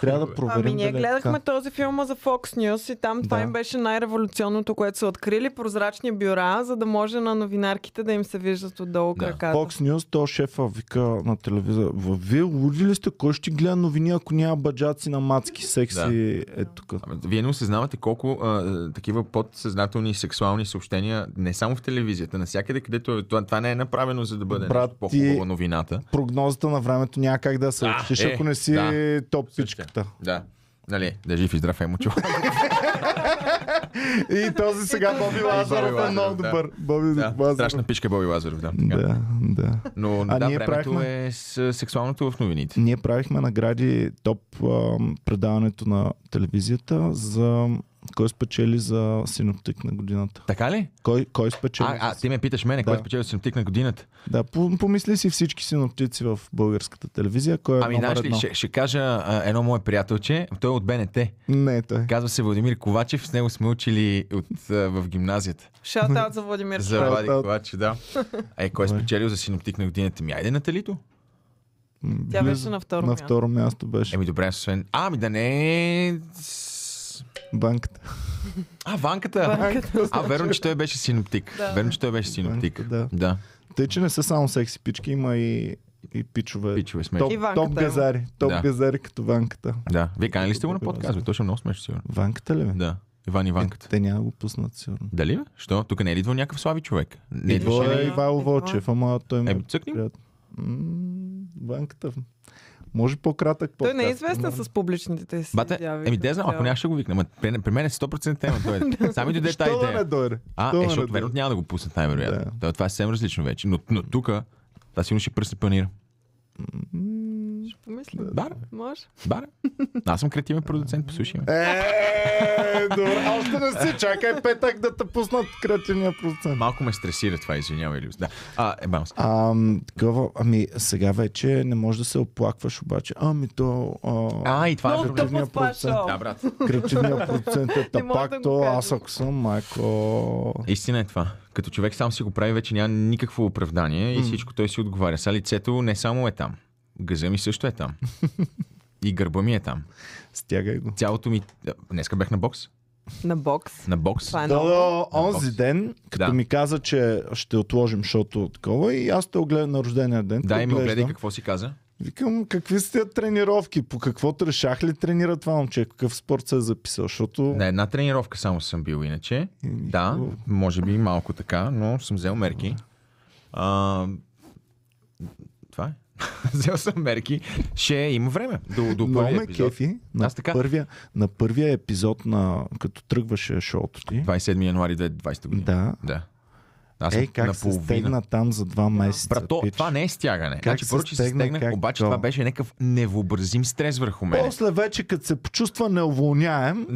S1: Трябва да проверим
S3: Ами ние
S1: дали е
S3: гледахме
S1: така.
S3: този филм за Fox News и там това
S1: Да.
S3: им беше най-революционното, което са открили. Прозрачни бюра, за да може на новинарките да им се виждат отдолу
S2: Да.
S3: краката.
S1: Fox News, то шефа вика на телевизора. «Ва, Вие луди ли сте? Кой ще ги гледа новини, ако няма баджаци на мацки секси? Е тук.
S2: Ама, Вие не осъзнавате колко а, такива подсъзнателни сексуални съобщения, не само в телевизията, навсякъде, където е, това, това не е направено, за да бъде
S1: Брат,
S2: нещо
S1: ти-
S2: по-хубава новината.
S1: Прогнозата на времето няма как да се
S2: Да,
S1: учиш,
S2: е,
S1: ако не си
S2: да.
S1: топ пичката.
S2: Да. Нали, да е жив и здрав е мучо.
S1: И този сега Боби Лазаров е
S2: е. Лазаров,
S1: много
S2: да.
S1: добър. Боби
S2: да,
S1: Лазаров.
S2: страшна пичка Боби Лазаров, да. така.
S1: Да, да.
S2: Но
S1: А
S2: да,
S1: ние
S2: времето
S1: правихме-
S2: е с сексуалното в новините.
S1: Ние правихме награди топ ам, предаването на телевизията за кой спечели за синоптик на годината.
S2: Така ли?
S1: Кой, кой спечели?
S2: А, а, ти ме питаш мене, кой
S1: Да.
S2: спечели синоптик на годината?
S1: Да, по- помисли си всички синоптици в българската телевизия. Кой е
S2: Ами,
S1: номер
S2: знаеш ли,
S1: едно?
S2: ще, ще кажа а, едно мое приятелче, той е от БНТ.
S1: Не, той. е.
S2: Казва се Владимир Ковачев, с него сме учили от, а, в гимназията.
S3: Шаут за Владимир
S2: За
S3: Ковачев.
S2: Влади Ковачев, да. Ай, кой е спечелил за синоптик на годината? Ми, айде Наталито.
S1: М,
S3: Тя
S1: близо-
S3: беше на второ
S1: на
S3: място.
S1: второ място беше
S2: Еми, добре, освен... А, ами да не е... с-
S1: банката.
S2: А, Ванката! А, верно, че той беше синоптик.
S3: Да.
S2: Верно, че той беше синоптик.
S1: Ванка, да.
S2: Да,
S1: Тъй, че не са само секси пички, има и, и пичове.
S2: пичове
S1: Топ,
S2: смешно.
S3: И ванката
S1: топ
S3: има.
S1: газари. Топ
S2: Да.
S1: газари като ванката.
S2: Да. Вие канали ли сте го
S1: е
S2: на подкаст? бе? Точно много смешно, сигурно.
S1: Ванката ли? бе?
S2: Да. Иван и
S1: Е,
S2: Ванката.
S1: Те няма да го пуснат сигурно.
S2: Дали бе? Що? Тук не е ли идвал някакъв слаби човек? Не
S1: Идва
S2: идваше
S1: е
S2: ли?
S1: Ивайло
S3: Идва.
S1: Вълчев, ама той ме
S2: Е, цъкни.
S1: прият. М, Ванката. Може по-кратък
S3: Той
S1: подкаст.
S3: не е известен
S1: примерно.
S3: с публичните си
S2: Бате,
S3: изяви.
S2: еми да знам, ако няма ще го викна. Ама При, при мен е 100% тема. Той. е. Сами дойде тази
S1: Що да не
S2: идея.
S1: дойде?
S2: А,
S1: Що да
S2: е,
S1: не
S2: защото
S1: дойде?
S2: верно няма да го пуснат най-вероятно. Да. Това е съвсем различно вече. Но, но тук, това сигурно ще пръсне панира.
S3: Ще помисля.
S2: Бар,
S3: Може.
S2: бар. Аз съм креативен продуцент, послушай ме.
S1: Е, добре. Още не си. Чакай петък да те пуснат креативния процент.
S2: Е, Малко ме стресира това, извинявай, Илюс. Да. А, е, баунс.
S1: А, такова, ами сега вече не можеш да се оплакваш обаче. Ами то... А,
S2: А, и това е
S3: Много
S2: проблем.
S1: проблемният
S3: тъпо това
S1: процент.
S3: шоу.
S2: Да, брат.
S1: Креативният процент е
S3: Не мога
S1: тапак,
S3: да го
S1: то
S3: кажа.
S1: аз ако съм майко...
S2: Истина е това. Като човек сам си го прави, вече няма никакво оправдание и всичко той си отговаря. Са лицето не само е там. Гъза ми също е там. И гърба ми е там.
S1: Стягай го.
S2: Цялото ми... Днеска бях на бокс.
S3: На бокс.
S2: На бокс.
S3: Това е много.
S1: Додо, онзи
S2: бокс.
S1: ден, като
S2: Да.
S1: ми каза, че ще отложим шото такова и аз те огледам на рождения ден.
S2: Да,
S1: те
S2: и ми огледай
S1: оглеждам.
S2: какво си каза.
S1: Викам, какви са тия тренировки? По какво решах ли тренира това момче? Какъв спорт се е записал? Защото...
S2: На една тренировка само съм бил иначе.
S1: Еми,
S2: Да,
S1: хубаво.
S2: може би малко така, но съм взел мерки. А, това е. взел съм мерки. Ще има време до, до
S1: Много
S2: първия
S1: ме
S2: епизод.
S1: кефи. На,
S2: Аз така-
S1: първия, на първия епизод, на, като тръгваше шоуто ти,
S2: 27 януари 2020 година.
S1: да,
S2: Да. Аз
S1: Ей, как се стегна там за два месеца.
S2: Брат, то,
S1: пич.
S2: това не е стягане. Как значи,
S1: се
S2: първо, че се
S1: стегна,
S2: стегнах,
S1: как
S2: обаче
S1: то?
S2: това беше някакъв невъобразим стрес върху мен.
S1: После вече, като се почувства неуволняем,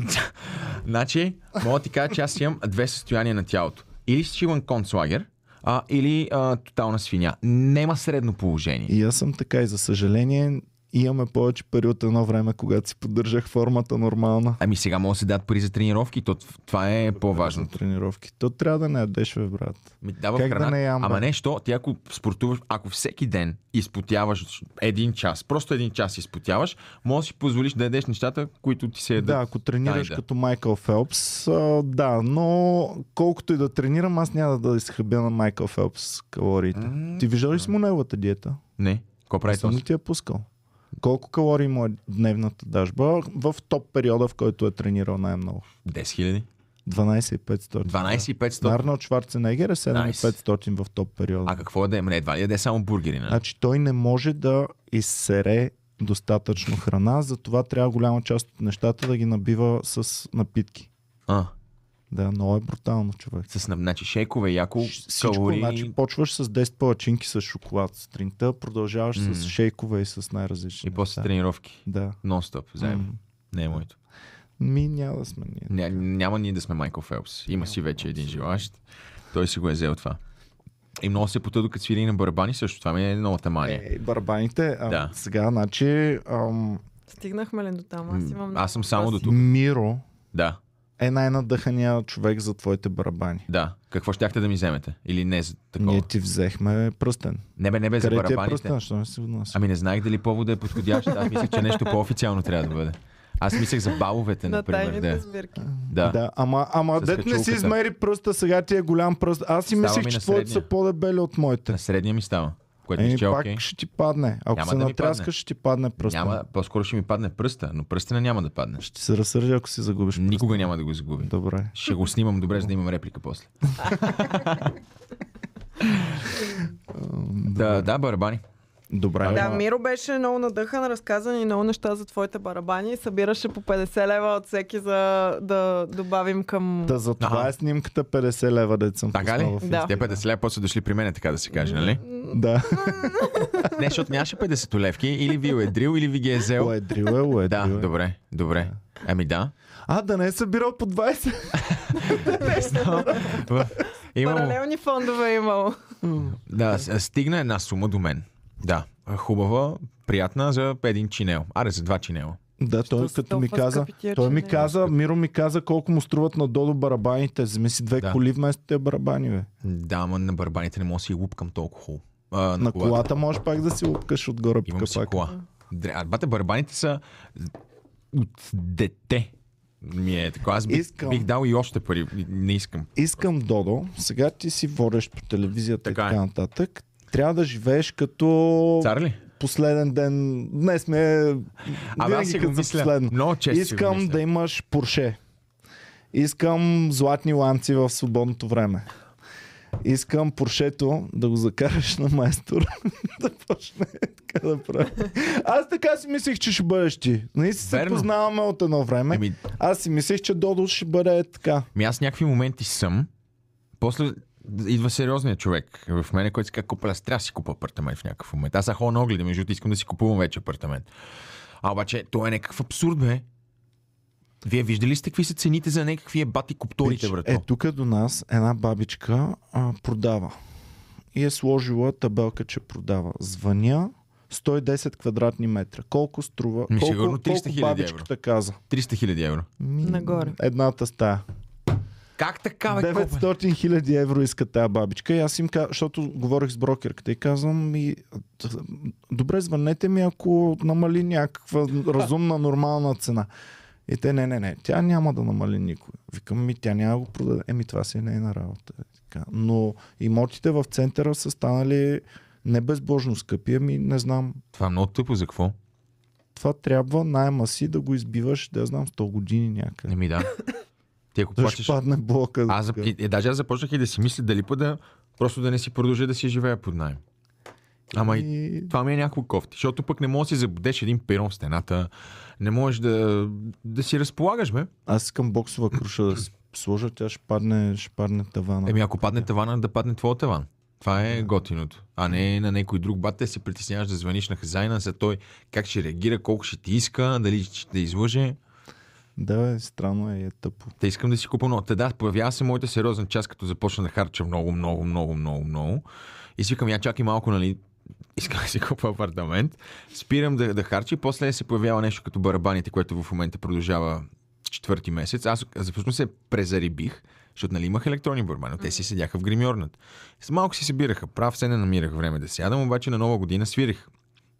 S2: Значи, мога да ти кажа, че аз имам две състояния на тялото. Или си имам концлагер, а, или а, тотална свиня. Нема средно положение.
S1: и аз съм така и за съжаление, имаме повече пари от едно време, когато си поддържах формата нормална.
S2: Ами сега мога да се дадат пари за тренировки, то т- това е
S1: За
S2: по-важното.
S1: тренировки. То трябва да не ядеш, бе, брат.
S2: Ми дава
S1: Как да
S2: храна.
S1: не ям, бе?
S2: Ама нещо, ти ако спортуваш, ако всеки ден изпотяваш един час, просто един час изпотяваш, можеш да си позволиш да ядеш нещата, които ти се
S1: Да,
S2: ядат.
S1: ако тренираш
S2: Ай, Е, да.
S1: като Майкъл Фелпс, а, да, но колкото и да тренирам, аз няма да изхъбя на Майкъл Фелпс калориите. Ти виждал ли си му неговата диета?
S2: Не. Какво прави
S1: Аз съм
S2: този?
S1: ли ти я пускал? Колко калории му е дневната дажба в топ периода, в който е тренирал най-много?
S2: 10 хиляди.
S1: 12500.
S2: 12,500.
S1: Арнолд Шварценегер е 7500 в топ периода.
S2: А какво да е? Не, едва ли да е само бургери, нали?
S1: Значи той не може да изсере достатъчно храна, затова трябва голяма част от нещата да ги набива с напитки.
S2: А,
S1: Да, много е брутално, човек.
S2: с нап- значи, шейкове, яко,
S1: Всичко,
S2: калории.
S1: значи почваш с 10 палачинки с шоколад сутринта, продължаваш
S2: М.
S1: с шейкове и с най-различни
S2: И после
S1: неща.
S2: тренировки.
S1: Да.
S2: Нон-стоп, заедно.
S1: М.
S2: Не е моето.
S1: Ми няма да сме ние.
S2: Ня, няма ние да сме Майкъл Фелпс. Има си вече един желащ. Той си го е взел това. И много се потъл, като свири на барабани, също това ми е новата мания.
S1: Е, барабаните, а,
S2: Да.
S1: сега, значи, ам,
S3: Стигнахме ли до там? Аз
S2: М,
S3: имам...
S2: аз съм
S3: много
S2: само до
S3: въпроси.
S2: тук.
S1: Миро
S2: Да,
S1: е най-надъхания човек за твоите барабани.
S2: да. Какво щяхте да ми вземете? Или не за
S1: Ние
S2: такова?
S1: ти взехме пръстен.
S2: Не бе, не бе за
S1: Къде ти е
S2: барабаните.
S1: пръстен? Що не си го носи?
S2: Ами не знаех дали повода е подходящ. Аз мислех, че нещо по-официално трябва да бъде. Аз мислех за баловете,
S3: На
S2: например.
S3: тайните
S2: Да.
S3: сбирки.
S2: да.
S1: Да, ама, ама
S2: С
S1: дет не си
S2: качулката.
S1: измери пръста, сега ти е голям пръст. Аз си
S2: Става
S1: мислих,
S2: ми
S1: че
S2: на
S1: твоите са
S2: средния.
S1: по-дебели от моите.
S2: На средния ми става. Което
S1: Еми,
S2: мисля, че е
S1: Ами пак
S2: окей.
S1: ще ти падне. Ако
S2: Няма
S1: се
S2: да ми
S1: натряска,
S2: падне.
S1: ще ти падне пръста.
S2: Няма, по-скоро ще ми падне пръста, но пръстена няма да падне.
S1: Ще се разсържа, ако си загубиш пръста.
S2: Никога няма да го загубя.
S1: Добре.
S2: Ще го снимам добре, за да имам реплика после. да, да, барабани.
S1: Добре.
S3: Да,
S1: ама-
S3: Миро беше много надъхан, разказа ни много неща за твоите барабани и събираше по 50 лева от всеки за да добавим към...
S1: Та за това
S2: Аха.
S1: е снимката 50 лева, дет съм
S2: Така ли?
S1: пуснал в
S3: Да.
S2: Те 50 лева после дошли при мен, така да се каже, нали?
S1: Инст- Да.
S2: Не, защото нямаше 50 левки. Или ви е дрил, или ви ги е взел.
S1: Уедрил е, уедрил
S2: Да,
S1: е.
S2: добре, добре. Ами да.
S1: А, да не е събирал по 20.
S2: Имам,
S3: Паралелни фондове е имало.
S2: да, с- стигна една сума до мен. Да, хубава, приятна за един чинел. Аре, за два чинела.
S1: Да, той
S3: са
S1: като ми
S3: толкова
S1: каза,
S3: скъпи тия
S1: той ми
S3: чинели?
S1: каза, Миро ми каза колко му струват на Додо барабаните. Вземи си две
S2: Да.
S1: коли вместо те барабани, бе.
S2: Да, ма на барбаните не мога да си лупкам толкова хубаво. А, на,
S1: На колата можеш пак да си лупкаш отгоре по
S2: Имам си
S1: капака.
S2: кола. Дре- А бате, барабаните са от дете. Ми е така. Аз бих,
S1: Искам.
S2: бих дал и още пари. Не искам.
S1: Искам Додо, сега ти си водещ по телевизията
S2: Така
S1: и
S2: е.
S1: така нататък. Трябва да живееш като
S2: Цар ли?
S1: последен ден. Днес ми е
S2: Абе, аз
S1: винаги
S2: си го
S1: като за
S2: мисля.
S1: последно.
S2: Много често си го
S1: Искам
S2: мисля.
S1: да имаш Порше. Искам златни ланци в свободното време. Искам Поршето да го закараш на майстор да почне така да прави. Аз така си мислих, че ще бъдеш ти. Ние си се
S2: Верно.
S1: познаваме от едно време.
S2: Ами,
S1: Аз си мислих, че Додо ще бъде е така.
S2: ми аз някакви моменти съм. После идва сериозният човек в мене, който си казва, купа, аз трябва да си купа апартамент в някакъв момент. Аз са хора на огледа, между другото, искам да си купувам вече апартамент. А обаче, то е някакъв абсурд, бе. Вие виждали ли сте какви са цените за някакви ебати купторите,
S1: Пич,
S2: брато?
S1: Е, тук до нас една бабичка а, продава. И е сложила табелка, че продава. Звъня 110 квадратни метра. Колко струва?
S2: Ми,
S1: колко,
S2: сигурно 300
S1: колко
S2: 000 евро.
S1: бабичката каза?
S2: 300 000 евро.
S1: Ми,
S3: Нагоре.
S1: Едната стая.
S2: Как така, бе? какво, бе?
S1: 900 хиляди евро иска тази бабичка. И аз им казвам, защото говорих с брокерката и казвам ми, добре, звънете ми, ако намали някаква разумна, нормална цена. И те, не, не, не, тя няма да намали никой. Викам ми, тя няма да го продаде. Еми, това си е нейна работа. И така. Но имотите в центъра са станали не безбожно скъпи, ами не знам.
S2: Това е много тъпо, за какво?
S1: Това трябва найма си да го избиваш, да я знам, 100 години някъде.
S2: Не ми да. Ти ако
S1: Да ще
S2: плачеш...
S1: падне блока.
S2: Аз, зап- и, и, даже аз започнах и да си мисля дали път да просто да не си продължа да си живея под найем. Ама и
S1: И-
S2: това ми е някакво кофти, защото пък не можеш да си забудеш един перон в стената, не можеш да, да си разполагаш, бе.
S1: Аз искам боксова круша да с- сложа, тя ще падне, ще падне тавана.
S2: Еми ако падне тавана, да падне твоя таван. Това е готиното. А не на някой друг бат, те се притесняваш да звъниш на хазайна за той как ще реагира, колко ще ти иска, дали ще те излъже.
S1: Да, бе, странно е, и е тъпо.
S2: Те искам да си купа много. Те да, появява се моята сериозна част, като започна да харча много, много, много, много, много. И си викам, я чакай малко, нали, искам да си купа апартамент. Спирам да, да харча и после се появява нещо като барабаните, което в момента продължава четвърти месец. Аз аз всъщност се презарибих, защото нали имах електронни барабани, но те си седяха в гримьорната. С малко си събираха прав, се не намирах време да сядам, обаче на нова година свирих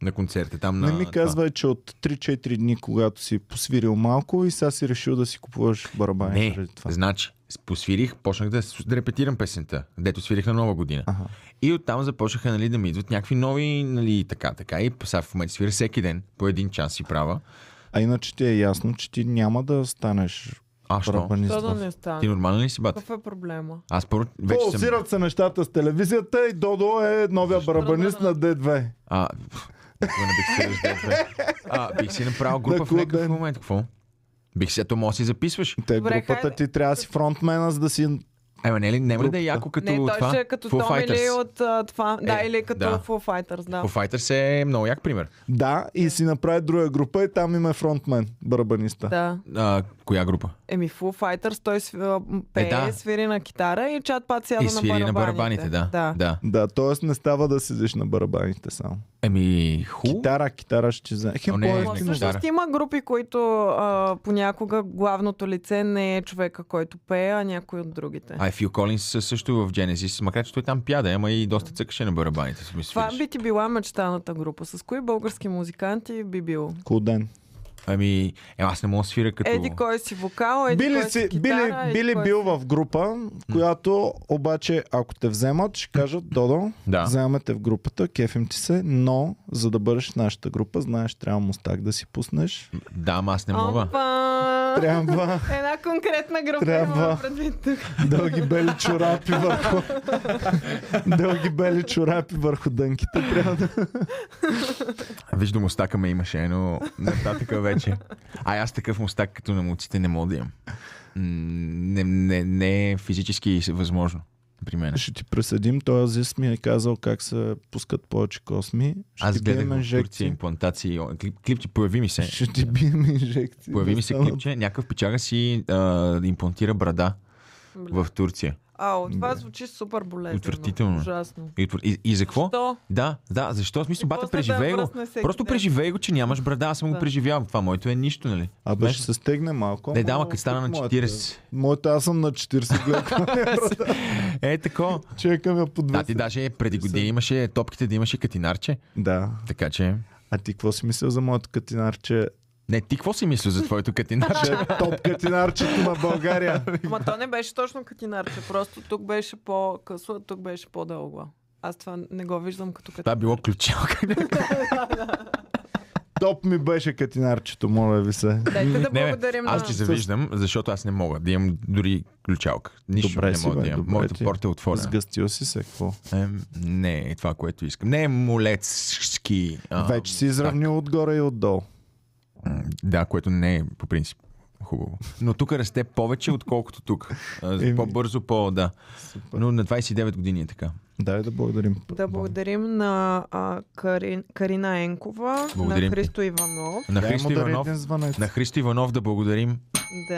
S2: на концерта там на...
S1: Не ми
S2: това.
S1: казвай, че от 3-4 дни, когато си посвирил малко и сега си решил да си купуваш барабани
S2: Не,
S1: преди това.
S2: значи, посвирих, почнах да, с- да репетирам песента, дето свирих на нова година.
S1: Аха.
S2: И оттам започнаха нали, да ми идват някакви нови, нали, така, така. И сега в момента свиря всеки ден, по един час си права.
S1: А иначе ти е ясно, че ти няма да станеш
S2: А, що?
S1: рапанист.
S3: Що да
S1: в-
S3: не
S2: Ти
S3: стане?
S2: нормален ли си, бат?
S3: Какъв е проблема?
S2: Аз първо вече съм...
S1: Ползират се нещата с телевизията и Додо е новия барабанист на D2.
S2: А, пф, никога не бих се разделял. А, бих си направил група
S1: На
S2: в
S1: клуб
S2: някакъв
S1: ден.
S2: момент. Какво? Бих си, а то може да си записваш.
S1: Те
S3: Добре,
S1: групата
S3: хайде.
S1: ти трябва да си фронтмена, за да си...
S2: Ема не, ли- няма ли да
S1: Групата.
S2: е яко като
S3: не, той
S2: това?
S3: ще е като
S2: Foo
S3: Том или
S2: Fighters.
S3: от а, това. да,
S2: Е,
S3: или като
S2: да.
S3: Foo Fighters, да.
S2: Foo Fighters е много як пример.
S1: Да,
S3: Е.
S1: и си направи друга група и там има фронтмен, барабаниста.
S3: Да.
S2: А, коя група?
S3: Еми, Foo Fighters, той св... пее,
S2: Е, да.
S3: свири на китара и чат пат сяда
S2: И свири на барабаните, да.
S3: да.
S2: да.
S1: Да, т.е. не става да седиш на барабаните само.
S2: Еми, ху.
S1: Китара, китара ще ти вземе. Хе,
S2: О, не,
S1: по-евтино.
S3: Но
S2: не,
S3: всъщност
S2: китара.
S3: има групи, които а, понякога главното лице не е човека, който пее, а някой от другите.
S2: А и Фил Колинс също в Genesis, макар че той там пяда, ама и доста цъкаше на барабаните. в смисъл,
S3: Това
S2: свириш.
S3: би ти била мечтаната група. С кои български музиканти би бил?
S1: Куден.
S2: Ами, е, аз не мога да свира като...
S3: Еди кой си вокал, еди
S1: Били,
S3: кой
S1: си,
S3: си
S1: били,
S3: китара, еди
S1: били
S3: кой
S1: бил
S3: си-
S1: в група, която обаче, ако те вземат, ще кажат, Додо,
S2: Да.
S1: вземаме те в групата, кефим ти се, но за да бъдеш в нашата група, знаеш, трябва мустак да си пуснеш.
S2: Да, ама аз не мога.
S3: Опа!
S1: Трябва
S3: Една конкретна група
S1: Трябва.
S3: имам предвид тук.
S1: дълги бели чорапи върху... дълги бели чорапи върху дънките. Трябва да...
S2: Вижда мустака ме имаше, но нататък вече. А аз такъв мустак като на муците не мога да имам. М, Не, не, не е физически възможно при мен.
S1: Ще ти присъдим, той Азис ми е казал как се пускат повече косми. Ще
S2: Аз
S1: ти бием
S2: гледах в Турция
S1: инжекции.
S2: имплантации. о, Клип, клипче, появи ми се.
S1: Ще ти бием инжекции.
S2: Появи
S1: да
S2: ми се
S1: станат.
S2: клипче. Някакъв печага си а, имплантира брада в Турция.
S3: А, от това звучи супер болезнено.
S2: Отвратително е.
S3: Ужасно.
S2: И, отвор- и, и за какво?
S3: Що?
S2: Да, да, защо? В смисъл,
S3: И
S2: бата,
S3: после да
S2: преживей го.
S3: връсне всеки
S2: Просто
S3: ден.
S2: преживей го, че нямаш брада. Аз съм го
S3: Да.
S2: преживял. Това моето е нищо, нали?
S1: Абе, ще се стегне малко.
S2: Не,
S1: ама
S2: да, ма като стана на
S1: моята-
S2: 40.
S1: Моята, аз съм на 40 гледа.
S2: Е, тако.
S1: Чекам я по 20.
S2: Да, ти даже преди години имаше топките да имаше катинарче.
S1: Да.
S2: Така че.
S1: А ти какво си мислил за моето катинарче?
S2: Не, ти какво си мислил за твоето катинарче?
S1: Че е топ катинарчето на България.
S3: Ама то не беше точно катинарче, просто тук беше по-късо, а тук беше по-дълго. Аз това не го виждам като
S2: Това е
S3: катинарче.
S2: било ключалка.
S1: Топ ми беше катинарчето, моля ви се.
S3: Дайте да
S2: Не, бе,
S3: благодарим
S2: аз ти
S3: на...
S2: завиждам, защото аз не мога да имам дори ключалка. Нищо
S1: Добре
S2: не
S1: си,
S2: мога
S1: бе,
S2: да имам.
S1: добре
S2: Моята
S1: ти.
S2: порта е отворена.
S1: Сгъстил си се, какво?
S2: Ем, не е това, което искам. Не е молецки. а,
S1: Вече си изравнил отгоре и отдолу.
S2: м, Да, което не е по принцип хубаво. Но тук расте повече, отколкото тук. А,
S1: Еми.
S2: По-бързо, по... Да. Но на 29 години е така.
S1: Дай да благодарим.
S3: Да благодарим на а, Карин, Карина Енкова,
S2: Благодарим.
S3: на Христо Иванов.
S2: На
S1: Дай
S2: Христо
S1: му да
S2: Иванов,
S1: един звънец.
S2: на Христо Иванов да благодарим.
S3: Да.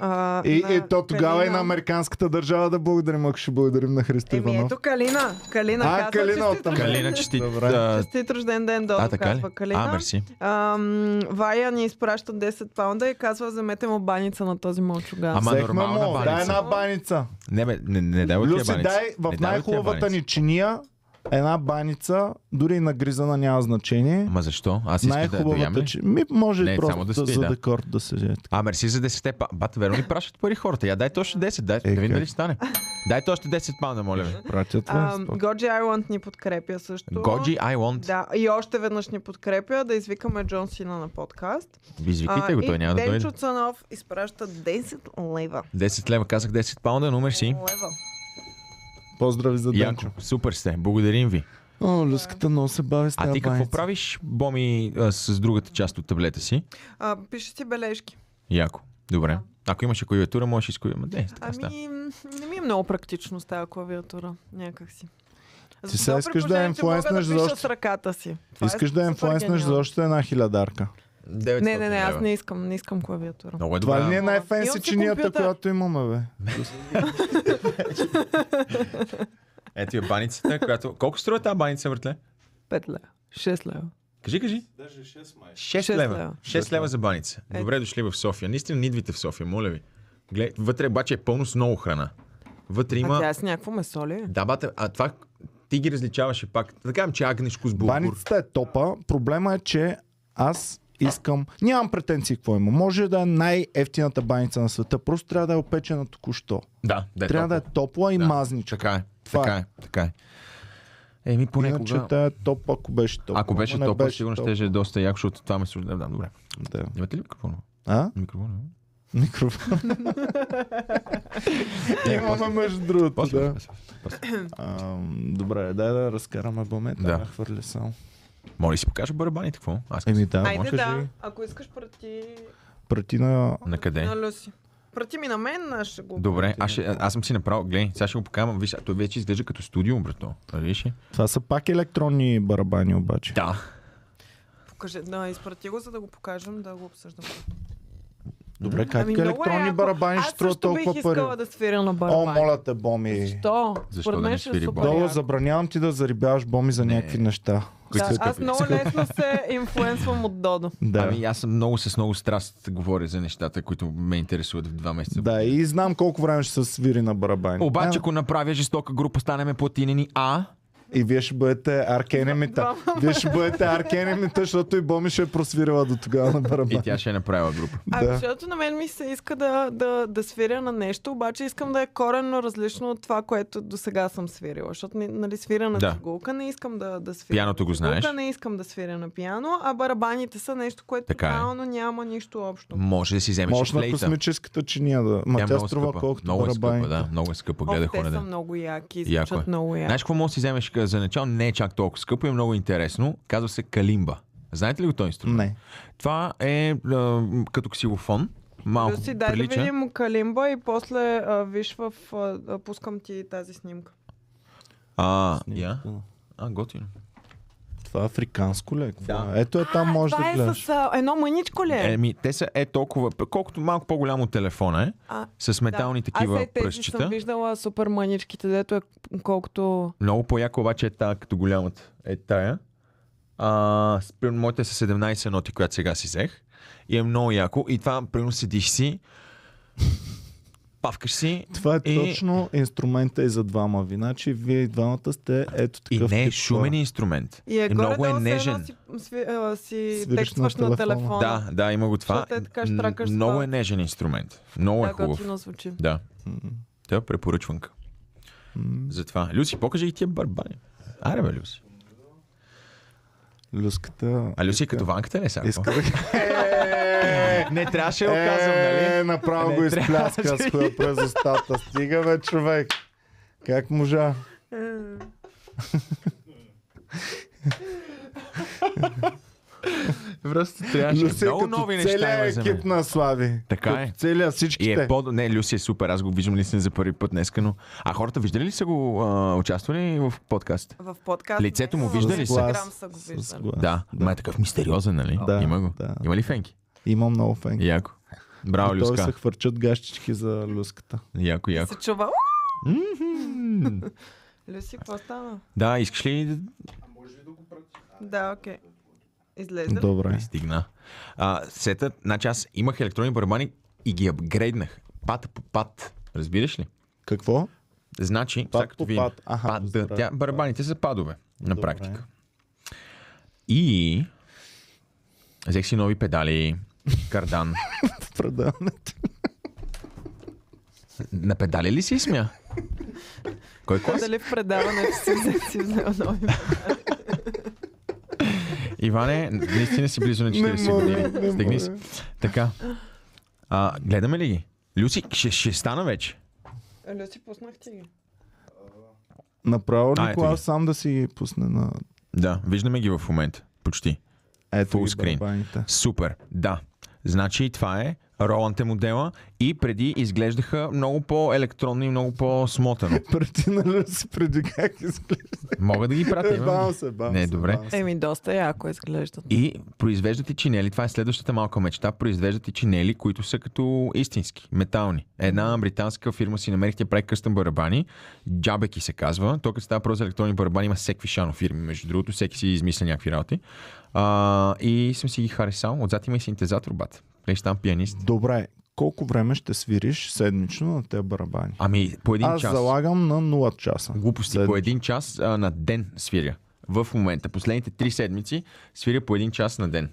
S3: А,
S1: И,
S3: на
S1: и то тогава и
S3: Калина.
S1: на американската държава да благодарим, ако ще благодарим на Христо
S3: Еми
S1: Иванов.
S3: ето Калина. Калина
S1: А,
S3: казва,
S1: Калина
S3: честит
S1: оттам.
S3: рожден-
S2: Калина, честит.
S1: Добре.
S2: а,
S3: Честит рожден ден, Додо
S2: А, така ли?
S3: казва Калина.
S2: А, мерси.
S3: Ам, Вая ни изпраща 10 паунда и казва, замете му баница на този мълчуган.
S2: Ама
S1: Взехме
S2: нормална
S1: му, дай
S2: баница.
S1: една баница.
S2: Не, бе, не, не дай от тия
S1: Люси,
S2: баница.
S1: дай в
S2: не дай от тия
S1: най-хубавата
S2: баница.
S1: ни чиния една баница, дори и нагризана няма значение.
S2: Ма защо? Аз искам да, да
S1: Най-хубавата
S2: яме.
S1: чи... Ми може
S2: Не,
S1: не, просто
S2: само
S1: да
S2: да
S1: стои,
S2: стои,
S1: за
S2: да.
S1: декор да се жете.
S2: А, мерси за 10-те па. Бат, верно ли пращат пари хората? Я дай още 10, дай, да видим
S1: Е, как?
S2: дали ще стане. Дайте още 10 паунда, моля ви.
S1: Пратят
S2: е
S3: Ам,
S1: ли?
S3: Годжи Айланд ни подкрепя също.
S2: Годжи, I want.
S3: Да, и още веднъж ни подкрепя да извикаме Джон Сина на подкаст.
S2: Извикайте го, той
S3: и
S2: няма да дойде.
S3: Денчо Цанов изпраща 10 лева.
S2: 10 лева, казах 10 паунда, но мерси.
S3: Лева.
S1: Поздрави за Денчо.
S2: Янко, супер сте, благодарим ви.
S1: О, люската много се бави с
S2: А ти
S1: тази
S2: какво
S1: баница.
S2: правиш, Боми, а, с другата част от таблета си?
S3: А, пише си бележки.
S2: Яко. Добре. Ако имаш клавиатура, можеш и Ама не, така става.
S3: Ами, м, не ми е много практично с тази клавиатура, някакси.
S1: Ти сега искаш да инфлуенснеш за
S3: за
S1: още-
S3: с ръката си. Това е
S1: Искаш да
S3: супер
S1: инфлуенснеш за
S3: гениално.
S1: още една хилядарка.
S2: 900
S3: Не, не, не, аз
S2: лева.
S3: не искам, не искам клавиатура.
S2: Много е добра.
S1: Това ли е
S3: Имам
S1: най-фенси
S3: си
S1: чинията,
S3: компютър.
S1: която имаме, бе?
S2: Ето е баницата, която... Колко струва тази баница, братле?
S3: 5 лева. 6 лева.
S2: Кажи, кажи. Даже 6
S3: Шест
S2: лева. 6 лева.
S3: лева.
S2: 6 лева за баница.
S3: Е.
S2: Добре дошли в София. Наистина не идвайте в София, моля ви. Глед... Вътре обаче е пълно с много храна. Вътре
S3: А
S2: има...
S3: тя с някакво месо ли? е?
S2: Да, бата, а това ти ги различаваше пак. Да кажем, че агнешко с булгур.
S1: Баницата е топа. Проблема е, че аз искам. Нямам претенции какво има. Може да е най-ефтината баница на света. Просто трябва да е опечена току-що.
S2: Да, да е
S1: трябва да
S2: толкова.
S1: е топла и
S2: Да.
S1: мазничка.
S2: Така е,
S1: Това
S2: така е, така е. Еми, понякога...
S1: Иначе тая топ, ако беше топ.
S2: Ако беше
S1: Ама не
S2: топъл, сигурно
S1: топла.
S2: ще е доста яко, защото това ме служда. Да, е. добре.
S1: Да.
S2: Имате ли микрофон?
S1: А?
S2: Микрофон, а?
S1: Микрофон. Имаме между другото,
S2: Е, После,
S1: да.
S2: после, после.
S1: Ам, Добре, дай да разкараме момента.
S2: Да.
S1: Да. Хвърля само.
S2: Моля ли си покажа барабаните, какво? Аз
S1: Еми
S2: Еми...
S1: да,
S3: Айде
S1: можеш
S3: да,
S1: ли?
S3: ако искаш прати
S1: Прати на...
S2: На къде?
S3: на Люси. Прати ми на мен, аз ще го...
S2: Е. Добре, аз, ще, аз съм си направил, гледай, сега ще го покажа, виж, а той вече изглежда като студио, брато. Нали Виж? ли?
S1: Това са пак електронни барабани обаче.
S2: Да.
S3: Покажи, да, изпрати го, за да го покажем, да го обсъждам.
S1: Добре, как
S3: Ами, много е
S1: електронни
S3: яко.
S1: барабани
S3: аз
S1: ще струват
S3: също бих
S1: толкова пари?
S3: искала да свиря на
S1: О,
S3: барабани.
S1: моля те, Боми.
S3: То,
S2: Защо
S3: според
S2: да не
S3: мен ще е
S2: свири
S3: супер
S2: барабани?
S1: Долу
S3: яко.
S1: забранявам ти да зарибяваш Боми за
S2: Не.
S1: някакви неща.
S2: Които
S3: Да,
S2: са
S3: аз
S2: скъпи.
S3: много лесно се инфлуенсвам от Додо.
S1: Да.
S2: Ами аз съм много с много страст говоря за нещата, които ме интересуват в два месеца.
S1: Да, и знам колко време ще се свири на барабани. А,
S2: Обаче, ако направя жестока група, станеме платинени, а?
S1: И вие ще бъдете аркенемита. Вие ще бъдете аркенемита, защото и Боми ще е просвирила до тогава на
S2: И
S1: барабани.
S2: тя ще е направила група.
S3: Ами,
S1: Да.
S3: защото на мен ми се иска да, да, да свиря на нещо, обаче искам да е коренно различно от това, което до сега съм свирила. Защото ни- нали, свиря на
S2: Да.
S3: цигулка, не искам да, да свиря.
S2: Пианото го знаеш.
S3: Цигулка, не искам да свиря на пиано, а барабаните са нещо, което
S2: Така е.
S3: тотално няма нищо общо.
S2: Може да си вземеш
S1: Може
S2: и
S1: на
S2: флейта.
S1: космическата чиния да... Ма
S2: е
S1: тя
S2: много
S1: струва
S2: скъпа.
S1: колкото
S2: Много е скъпа,
S1: барабани.
S2: да. Много е скъпа.
S3: Ох,
S2: Гледах
S3: те
S2: хора.
S3: са
S2: да.
S3: много яки,
S2: Яко е.
S3: звучат много яки.
S2: Знаеш какво може да си вземеш ка- за начало? Не е чак толкова скъпо и е много интересно. Казва се калимба. Знаете ли го този инструмент?
S1: Не.
S2: Това е а, като ксилофон. Малко
S3: Люси, дай да
S2: прилича.
S3: видим Калимба и после а, виж в... А, а, пускам ти тази снимка.
S2: А, я. А, готино.
S1: Това е африканско ли? е? Какво
S2: Да.
S1: е? Ето е там може
S3: това
S1: да
S3: е
S1: гледаш.
S3: с а, едно мъничко ли е?
S2: Еми, те са е толкова, колкото малко по-голямо от телефона е,
S3: а,
S2: с метални
S3: Аз
S2: такива
S3: е, тези
S2: пръстчета.
S3: съм виждала супер маничките, дето е колкото...
S2: Много по-яко обаче е тая, като голямата. Е тая. А, с- примерно, моята е с 17 ноти, която сега си взех. И е много яко. И това, примерно, седиш си, павкаш си
S1: Това е
S2: И-
S1: точно инструмента и за двама ви. Значи вие и двамата сте ето
S2: и
S1: такъв
S2: не е
S1: тип
S2: шумен
S1: хора.
S2: инструмент.
S3: И е
S2: много е
S3: горе-долу все едно
S2: нежен.
S3: Си, сви, а, си
S1: Свириш
S3: текстваш
S1: на
S3: на
S1: телефона.
S3: телефона.
S2: Да, да, има го това.
S3: Защото е така,
S2: Н-
S3: штракаш с
S2: много
S3: това.
S2: е нежен инструмент. Много е
S3: да
S2: хубав.
S3: готино звучи.
S2: Да. Тя е препоръчванка. Затова. Люси, покажи и тия барбани. Аре бе, Люси.
S1: Люската...
S2: А Люси е като ванката не сега? Е,
S1: Иска да...
S2: Не, трябваше да го казвам,
S1: Е,
S2: нали?
S1: направо
S2: Не
S1: го
S2: трябва.
S1: изпляска с хуя през устата. Стига бе, човек. Как можа? Е.
S2: Просто трябваше.
S1: Люси е
S2: Много
S1: като
S2: нови неща има
S1: целият
S2: за
S1: екип
S2: мен.
S1: на Слави.
S2: Така
S1: Като
S2: е.
S1: Целият
S2: И
S1: всичките.
S2: е по... Не, Люси е супер, аз го виждам листен за първи път днеска, но... А хората виждали ли са го а, участвали в подкаст?
S3: В подкаст.
S2: Лицето му
S3: в
S2: виждали ли са?
S3: Инстаграм са го
S1: С
S3: виждали.
S1: глас.
S2: Да, да. Ма е такъв мистериозен, нали?
S1: Да,
S2: Има го.
S1: да.
S2: Има ли фенки?
S1: Има много фенки.
S2: Яко. Браво,
S1: И Той се
S2: е Люска.
S1: хвърчат гащички за люската.
S2: Яко, яко.
S3: Се чува. Люси, какво става?
S2: Да, искаш ли да
S3: Да, окей. Излезе. ли?
S1: Добре.
S2: Стигна. А, сета, значи аз имах електронни барабани и ги апгрейднах. Пат по пат. Разбираш ли?
S1: Какво?
S2: Значи,
S1: Пат
S2: сега като
S1: по
S2: видим-
S1: пат. Аха,
S2: пат, да,
S1: разбрах.
S2: тя, барабаните са падове, на
S1: Добре.
S2: практика. И взех си нови педали, кардан.
S1: В предаването.
S2: на педали ли си смя? Кой
S3: Та
S2: клас?
S3: Дали в предаването си взе- си взел нови?
S2: Иване, наистина си близо на 40 години. Стегни си. Така. А, гледаме ли ги? Люси, ще, ще стана вече.
S3: Люси, пуснах ти ги.
S1: Направо
S2: А, ето
S1: Николай
S2: ги.
S1: сам да си ги пусне на...
S2: Да, виждаме ги в момента. Почти.
S1: Ето
S2: Full
S1: ги
S2: screen.
S1: барабаните.
S2: Супер, да. Значи това е Роланд е модела и преди изглеждаха много по-електронно и много по-смотано.
S1: Преди на Люси, преди как изглежда.
S2: Мога да ги пратя.
S1: Е,
S2: имам
S1: бавам
S2: ги.
S1: се, бавам
S2: Не,
S1: се,
S2: добре.
S1: бавам се.
S3: Еми, доста яко изглеждат.
S2: И произвеждат и чинели. Това е следващата малка мечта. Произвеждат и чинели, които са като истински, метални. Една британска фирма си намерих, тя прави къстъм барабани. Джабеки се казва. То като става просто за електронни барабани, има всеки шано фирми. Между другото, всеки си измисля някакви работи. А, и съм си ги харесал. Отзад има и синтезатор, бат. Леш там пианист.
S1: Добре, колко време ще свириш седмично на тези барабани?
S2: Ами, по един
S1: Аз
S2: час.
S1: залагам на 0 часа.
S2: Глупости.
S1: След-
S2: По един час а, на ден свиря. В момента. Последните три седмици свиря по един час на ден.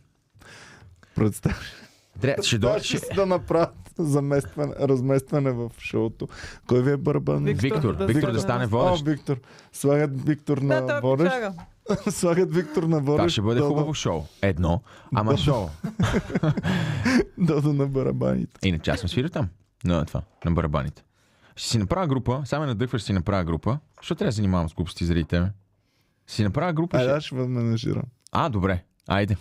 S1: Представяш
S2: Трябва, ще дойде.
S1: ли
S2: Ще...
S1: си да направят заместване, разместване в шоуто. Кой ви е барабан?
S3: Виктор.
S2: Виктор,
S3: Да
S2: Виктор
S1: стане.
S2: да стане
S1: О,
S2: водещ.
S1: Виктор. Слагат Виктор
S3: Да,
S1: на
S3: той
S1: водещ.
S3: пичага.
S1: Слагат Виктор на водещ.
S2: Това ще бъде
S1: Додо-
S2: хубаво шоу. Едно. Ама
S1: Да.
S2: шоу.
S1: Додо на барабаните.
S2: Иначе аз съм свирил там. Но е това, на барабаните. Ще си направя група, само надъхваш ще си направя група. Защо трябва да се занимавам с глупости заради тебе? Ще си направя група.
S1: Айде,
S2: ще...
S1: аз ще ме менажирам.
S2: А, добре. Айде.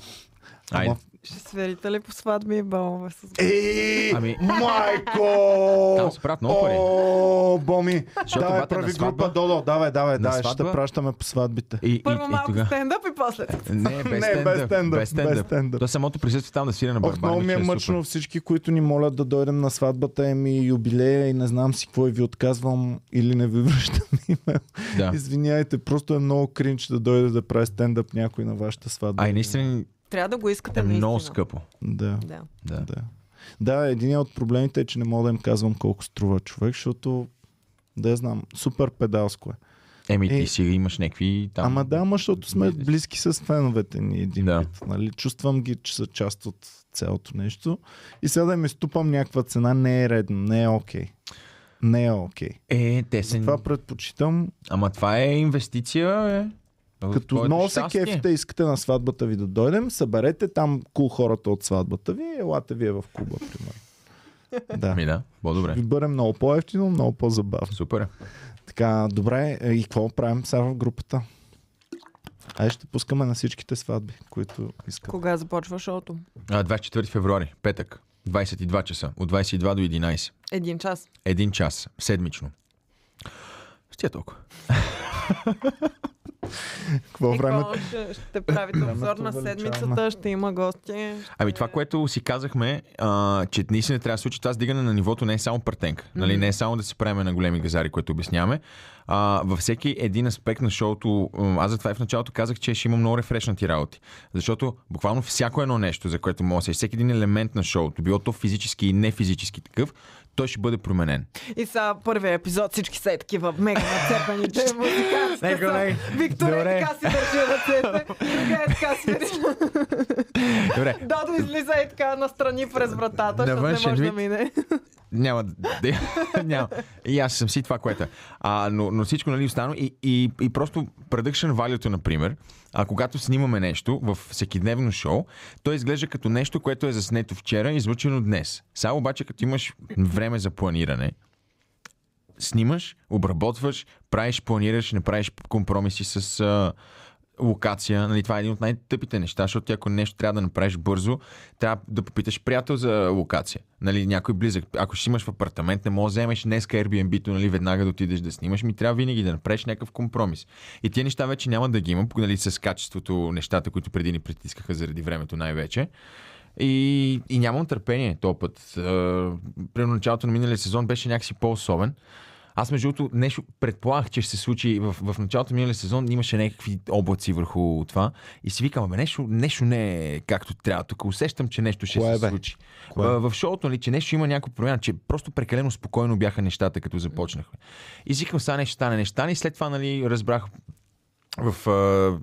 S2: Айде.
S1: Ама-
S3: Ще сверите ли по сватби и балове с...
S1: Ей,
S2: Ами-
S1: майко!
S2: Там се правят много пари.
S1: О, боми!
S2: Защото
S1: давай,
S2: бате на
S1: прави
S2: сватба-
S1: група, Додо. Давай, давай,
S2: На
S1: давай, ще те
S2: сватба-
S1: пращаме по сватбите.
S2: И, и,
S3: Първо
S2: и
S3: малко
S2: тога.
S3: стендъп и после.
S2: Не, без
S1: Не, без
S2: стендъп.
S1: стендъп, без
S2: Без стендъп.
S1: стендъп.
S2: То самото присъствие там да свиря на
S1: Ох,
S2: барабаните.
S1: много ми е
S2: ще супер.
S1: мъчно всички, които ни молят да дойдем на сватбата им и юбилея и не знам си какво и ви отказвам или не ви връщам имейл.
S2: Да.
S1: Извиняйте, просто е много кринч да дойде да прави стендъп някой на вашата сватба.
S2: А и наистина
S3: Трябва да го искате
S2: е
S3: наистина.
S2: много скъпо.
S1: Да,
S3: Да.
S2: Да.
S1: да. Да, един от проблемите е, че не мога да им казвам колко струва човек, защото да я знам, супер педалско е.
S2: Еми,
S1: Е.
S2: ти си имаш някакви там.
S1: Ама да, ама защото сме
S2: бизнес.
S1: близки с феновете ни един
S2: Да.
S1: вид. Нали? Чувствам ги, че са част от цялото нещо. И сега да ми ступам някаква цена не е редно, не е окей. Не е окей.
S2: Е, те са.
S1: Затова предпочитам,
S2: Ама това е инвестиция, е. В
S1: като
S2: твоето
S1: много се
S2: щастие.
S1: кефите, искате на сватбата ви да дойдем, съберете там кул хората от сватбата ви, елате вие в клуба, примерно. Да.
S2: Ми Ами да, по-добре.
S1: Ви бъде много по-ефтино, много по-забавно.
S2: Супер. е.
S1: Така, добре, е, и какво правим сега в групата? Ай ще пускаме на всичките сватби, които искат.
S3: Кога започва шоуто?
S2: А, 24 февруари, петък, 22 часа, от 22 до 11.
S3: Един час.
S2: Един час, седмично. Стия толкова.
S1: Какво
S3: и
S1: време
S3: Е, какво ще, ще правите обзор
S1: Времето
S3: на
S1: увеличаваме.
S3: седмицата, ще има гости.
S2: Ами това, което си казахме, а, че наистина трябва да се случи, това сдигане на нивото не е само партенка. Нали? Не е само да се правиме на големи газари, което обясняваме. А, във всеки един аспект на шоуто, м, аз затова и в началото казах, че ще има много рефрешнати работи. Защото буквално всяко едно нещо, за което може да се всеки един елемент на шоуто, било то физически и не физически такъв, той ще бъде променен.
S3: И сега първия епизод всички са е такива мега нацепани, че
S1: Е,
S3: музикантите
S2: Него,
S3: са.
S2: него.
S3: Виктор е
S2: Добре.
S3: така си държи ръцете, другия е така си държи.
S2: Добре,
S3: Додо излиза и така настрани през
S2: На
S3: вратата, защото не
S2: външен
S3: може да
S2: вид.
S3: мине.
S2: Няма. да- няма. И аз съм си това, което. е. А, но, но всичко нали, останало. И, и, и просто продъкшен валюто, например, а когато снимаме нещо в всекидневно шоу, то изглежда като нещо, което е заснето вчера и излучено днес. Само обаче, като имаш време за планиране, снимаш, обработваш, правиш, планираш, не правиш компромиси с а, локация. Нали, това е един от най-тъпите неща, защото ти ако нещо трябва да направиш бързо, трябва да попиташ приятел за локация. Нали, някой близък. Ако ще имаш в апартамент, не можеш да вземеш днеска Airbnb-то, нали, веднага да отидеш да снимаш, ми трябва винаги да направиш някакъв компромис. И тия неща вече няма да ги има, нали, с качеството, нещата, които преди ни притискаха заради времето най-вече. И, и нямам търпение този път. Е, Примерно началото на миналия сезон беше някакси по-особен. Аз, между другото, нещо предполагах, че ще се случи в, в началото на миналия сезон. Имаше някакви облаци върху това. И си викам, бе, нещо, нещо не е както трябва. Тук усещам, че нещо ще
S1: Кое,
S2: се
S1: бе?
S2: случи.
S1: Кое?
S2: А, В шоуто, нали, че нещо има някаква промяна, че просто прекалено спокойно бяха нещата, като започнахме. И си викам, сега нещо стане, нещо стане. И след това, нали, разбрах в, а,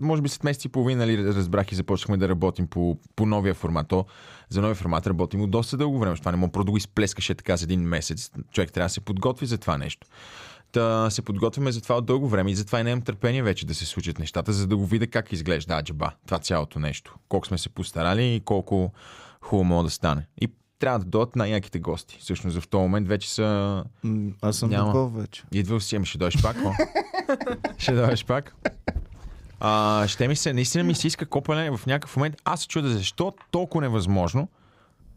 S2: може би след месец и половина нали, разбрах и започнахме да работим по, по новия формат. То, за новия формат работим от доста дълго време. защото Това не мога просто да го изплескаше така за един месец. Човек трябва да се подготви за това нещо. Та се подготвяме за това от дълго време и затова и нямам търпение вече да се случат нещата, за да го видя как изглежда аджаба, това цялото нещо. Колко сме се постарали и колко хубаво мога да стане. И трябва да дойдат най-яките гости. Всъщност в този момент вече са...
S1: М, Аз съм
S2: Няма.
S1: такъв вече.
S2: Идвал си, ами ще дойдеш пак, мо. ще дойдеш пак. А, ще ми се, наистина ми се иска копане в някакъв момент. Аз се чудя защо толкова невъзможно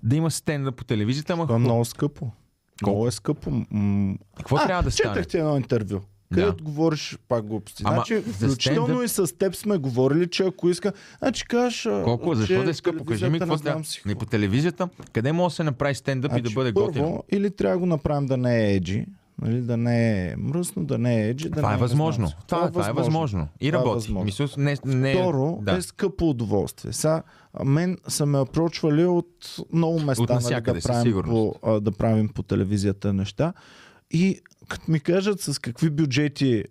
S2: да има стенда по телевизията, ама
S1: Това е много скъпо. Много е скъпо. М,
S2: какво трябва да стане?
S1: Четах ти едно интервю. Където да. говориш пак глупости.
S2: Ама
S1: значи,
S2: за
S1: включително
S2: стендъп-
S1: и с теб сме говорили, че ако иска... Значи кажеш... а,
S2: Колко,
S1: че
S2: защо да е скъпо? Кажи ми
S1: телевизията
S2: какво
S1: не знам
S2: трябва.
S1: си
S2: Не по телевизията, къде може да се направи стендъп и да
S1: Значи,
S2: бъде
S1: първо,
S2: готино?
S1: Или трябва да го направим да не е еджи, нали, да не е мръсно, да не е еджи. Да
S2: Това
S1: не
S2: е възможно.
S1: не знам си.
S2: Това, това е възможно. И
S1: Това е
S2: работи.
S1: възможно.
S2: Мисъл, не, не,
S1: Второ, да.
S2: да.
S1: е скъпо удоволствие. Са, а, мен са ме опрочвали от много места
S2: От навсякъде,
S1: нали, да,
S2: със
S1: правим по,
S2: сигурност.
S1: а, да правим по телевизията неща. И като ми кажат с какви бюджети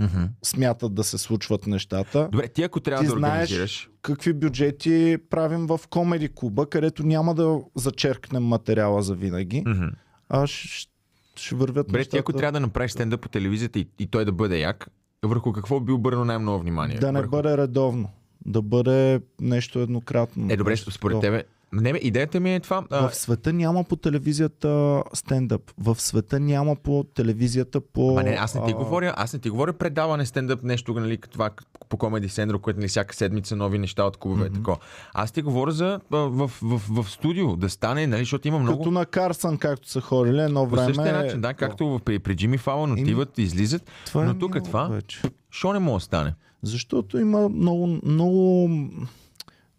S2: Мгм.
S1: смятат да се случват нещата.
S2: Добре, ти ако трябва
S1: Ти
S2: да
S1: знаеш-
S2: организираш...
S1: Какви бюджети правим в комеди клуба, където няма да зачеркнем материала за винаги,
S2: Мгм.
S1: а ще, ще вървят
S2: Добре,
S1: нещата.
S2: ти ако трябва да направиш стендъп по телевизията и, и той да бъде як, върху какво би обърнал най-много внимание?
S1: да не
S2: е върху...
S1: бъде редовно, да бъде нещо еднократно.
S2: Е, добре,
S1: нещо
S2: ще според
S1: такова.
S2: тебе. Не, бе, идеята ми е това. А,
S1: В света няма по телевизията стендъп. В света няма по телевизията по...
S2: Ма не, аз не ти
S1: а,
S2: говоря, аз не ти говоря предаване стендъп нещо, нали, като това по Comedy Central, което нали, всяка седмица нови неща от клубове mm-hmm. тако. Аз ти говоря за а, в, в, в, в студио да стане, нали, защото има много
S1: Като на Карсън, както са ходили едно
S2: по
S1: време.
S2: същия начин, да,
S1: е-
S2: както в- при, при Джимми Фалън
S1: Еми,
S2: отиват, излизат,
S1: Това
S2: но тук е
S1: минало
S2: това.
S1: Вече.
S2: що не може да стане?
S1: Защото има много, много...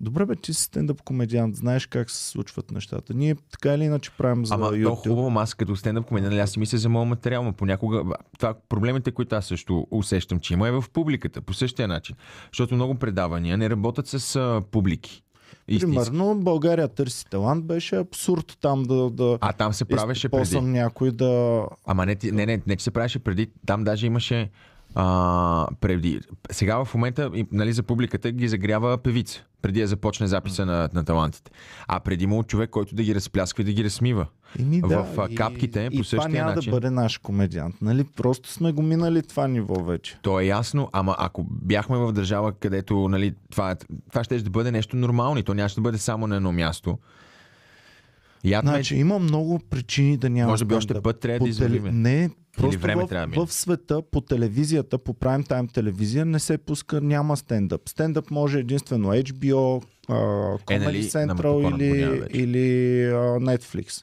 S1: Добре бе, ти си стендъп комедиант, знаеш как се случват нещата. Ние така или иначе правим за
S2: Ама то
S1: YouTube.
S2: хубаво, ама аз като стендъп комедиан, нали, аз си мисля за моят материал, но понякога ба, това, проблемите, които аз също усещам, че има е в публиката, по същия начин. Защото много предавания не работят с а, публики. Истински.
S1: Примерно България търси талант беше абсурд там да, да
S2: А там се правеше преди.
S1: изпосвам някой да...
S2: Ама не, ти- не, не, не, че се правеше преди. Там даже имаше а, преди. Сега в момента, и, нали, за публиката ги загрява певица, преди да започне записа на, на талантите. А преди имало човек, който да ги разплясква и да ги разсмива.
S1: Еми,
S2: В,
S1: да,
S2: а, капките
S1: и,
S2: по
S1: и това
S2: същия
S1: няма
S2: начин.
S1: да бъде наш комедиант. Нали? Просто сме го минали това ниво вече.
S2: То е ясно, ама ако бяхме в държава, където нали, това, е- това ще да бъде нещо нормално и то нямаше да бъде само на едно място. Ядно е,
S1: Значи има много причини да няма.
S2: Може би още
S1: стендъп.
S2: път трябва
S1: По
S2: да извадиме.
S1: Не, просто
S2: време
S1: в,
S2: трябва да мине.
S1: в света по телевизията, по прайм тайм телевизия не се пуска, няма стендъп. Стендъп може единствено HBO, а, Comedy
S2: Е, нали, на
S1: Central
S2: Матапона го няма
S1: или,
S2: вече.
S1: или а, Netflix.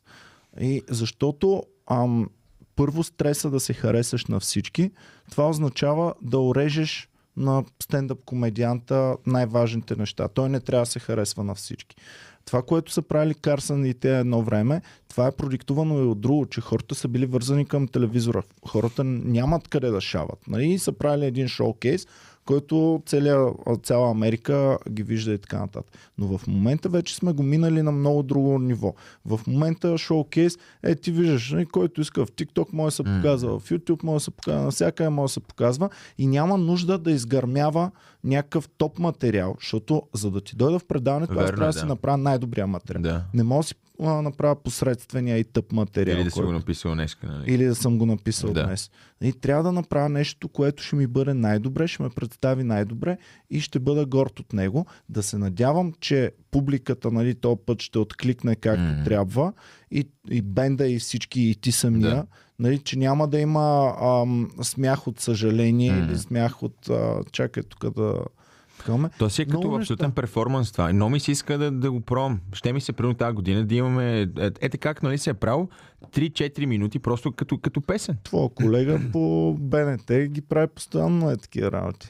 S1: И защото ам, първо стреса да се харесаш на всички, това означава да орежеш на стендъп комедианта най-важните неща. Той не трябва да се харесва на всички. Това, което са правили Карсън и те едно време, това е продиктувано и от друго, че хората са били вързани към телевизора. Хората нямат къде да шават. Нали? И са правили един шоукейс, който целия, цяла Америка ги вижда и така нататък. Но в момента вече сме го минали на много друго ниво. В момента шоукейс, е ти виждаш, нали, който иска в TikTok може да се показва, в YouTube може да се показва, навсякъде може да се показва и няма нужда да изгърмява някакъв топ материал, защото за да ти дойда в предаването, аз
S2: Верно, е,
S1: трябва да си
S2: да.
S1: направя най-добрия материал.
S2: е Да.
S1: Не мога да си а, направя посредствения и тъп материал.
S2: или да си
S1: който-
S2: го написал днес. Нали?
S1: или да съм го написал да.
S2: Да.
S1: днес. И трябва да направя нещо, което ще ми бъде най-добре, ще ме представи най-добре и ще бъда горд от него. Да се надявам, че публиката нали, този път ще откликне както mm-hmm.
S2: Мгм.
S1: трябва и, и бенда и всички и ти самия. Да.
S2: Да.
S1: Нали, че няма да има ам, смях от съжаление mm-hmm.
S2: Мгм.
S1: или смях от а, чакай тук да... Такаме.
S2: То си е като
S1: Много неща.
S2: абсолютен перформанс това. Но ми се иска да, да го пробвам. Ще ми се примерно тази година да имаме... е- Е, така, нали се е правил 3-4 минути просто като, като песен.
S1: Твоя колега по БНТ ги прави постоянно е такива работи.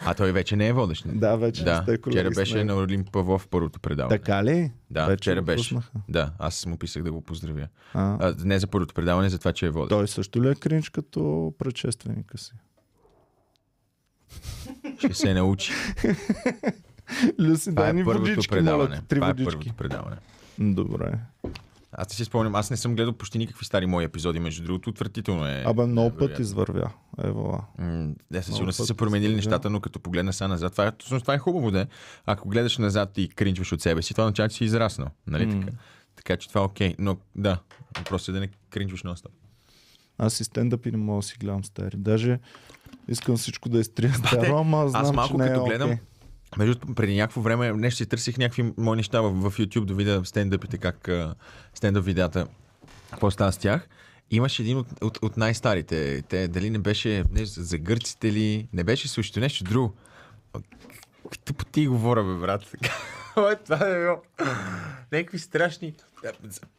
S2: А той вече не е водещ. нали?
S1: Да, вече не
S2: да.
S1: сте колеги.
S2: Вчера
S1: с
S2: беше
S1: него.
S2: на Орлин Павлов първото предаване.
S1: Така ли?
S2: Да,
S1: Вече
S2: вчера
S1: го
S2: беше.
S1: пуснаха.
S2: Да, аз му писах да го поздравя.
S1: А,
S2: А, не за първото предаване, за това, че е водещ.
S1: Той също ли е кринч като предшественика си?
S2: Ще се научи.
S1: Люси,
S2: Това
S1: дай
S2: е
S1: ни
S2: първото
S1: водички, моля,
S2: предаване.
S1: три
S2: това е
S1: водички.
S2: първото предаване.
S1: Добре.
S2: Аз не си спомням, аз не съм гледал почти никакви стари мои епизоди, между другото, отвратително е.
S1: Абе, много път
S2: невероятно.
S1: извървя. Евала.
S2: М, Да, със
S1: Много
S2: сигурност са
S1: път
S2: се променили
S1: изглежда.
S2: нещата, но като погледна сега назад, това е, всъщност това е хубаво, да. е. Ако гледаш назад и кринчваш от себе си, това означава, че си израснал. Нали
S1: М.
S2: така? Така че това е окей. Но да, просто е да не кринчваш нон
S1: Аз и стендъп и не мога да си гледам стари. Даже искам всичко да е изтрия старо, ама знам,
S2: Аз малко
S1: че не
S2: като
S1: е
S2: гледам,
S1: окей.
S2: между другото, преди някакво време нещо си търсих някакви мои неща в, в YouTube да видя стендъпите, как а, стендъп видеята, какво става с тях. Имаше един от, от, от най-старите. Те, дали не беше не, за за гърците ли, не беше също нещо друго. Какви тъпоти говоря, бе, брат. Ой, това е било. Някакви страшни. Е,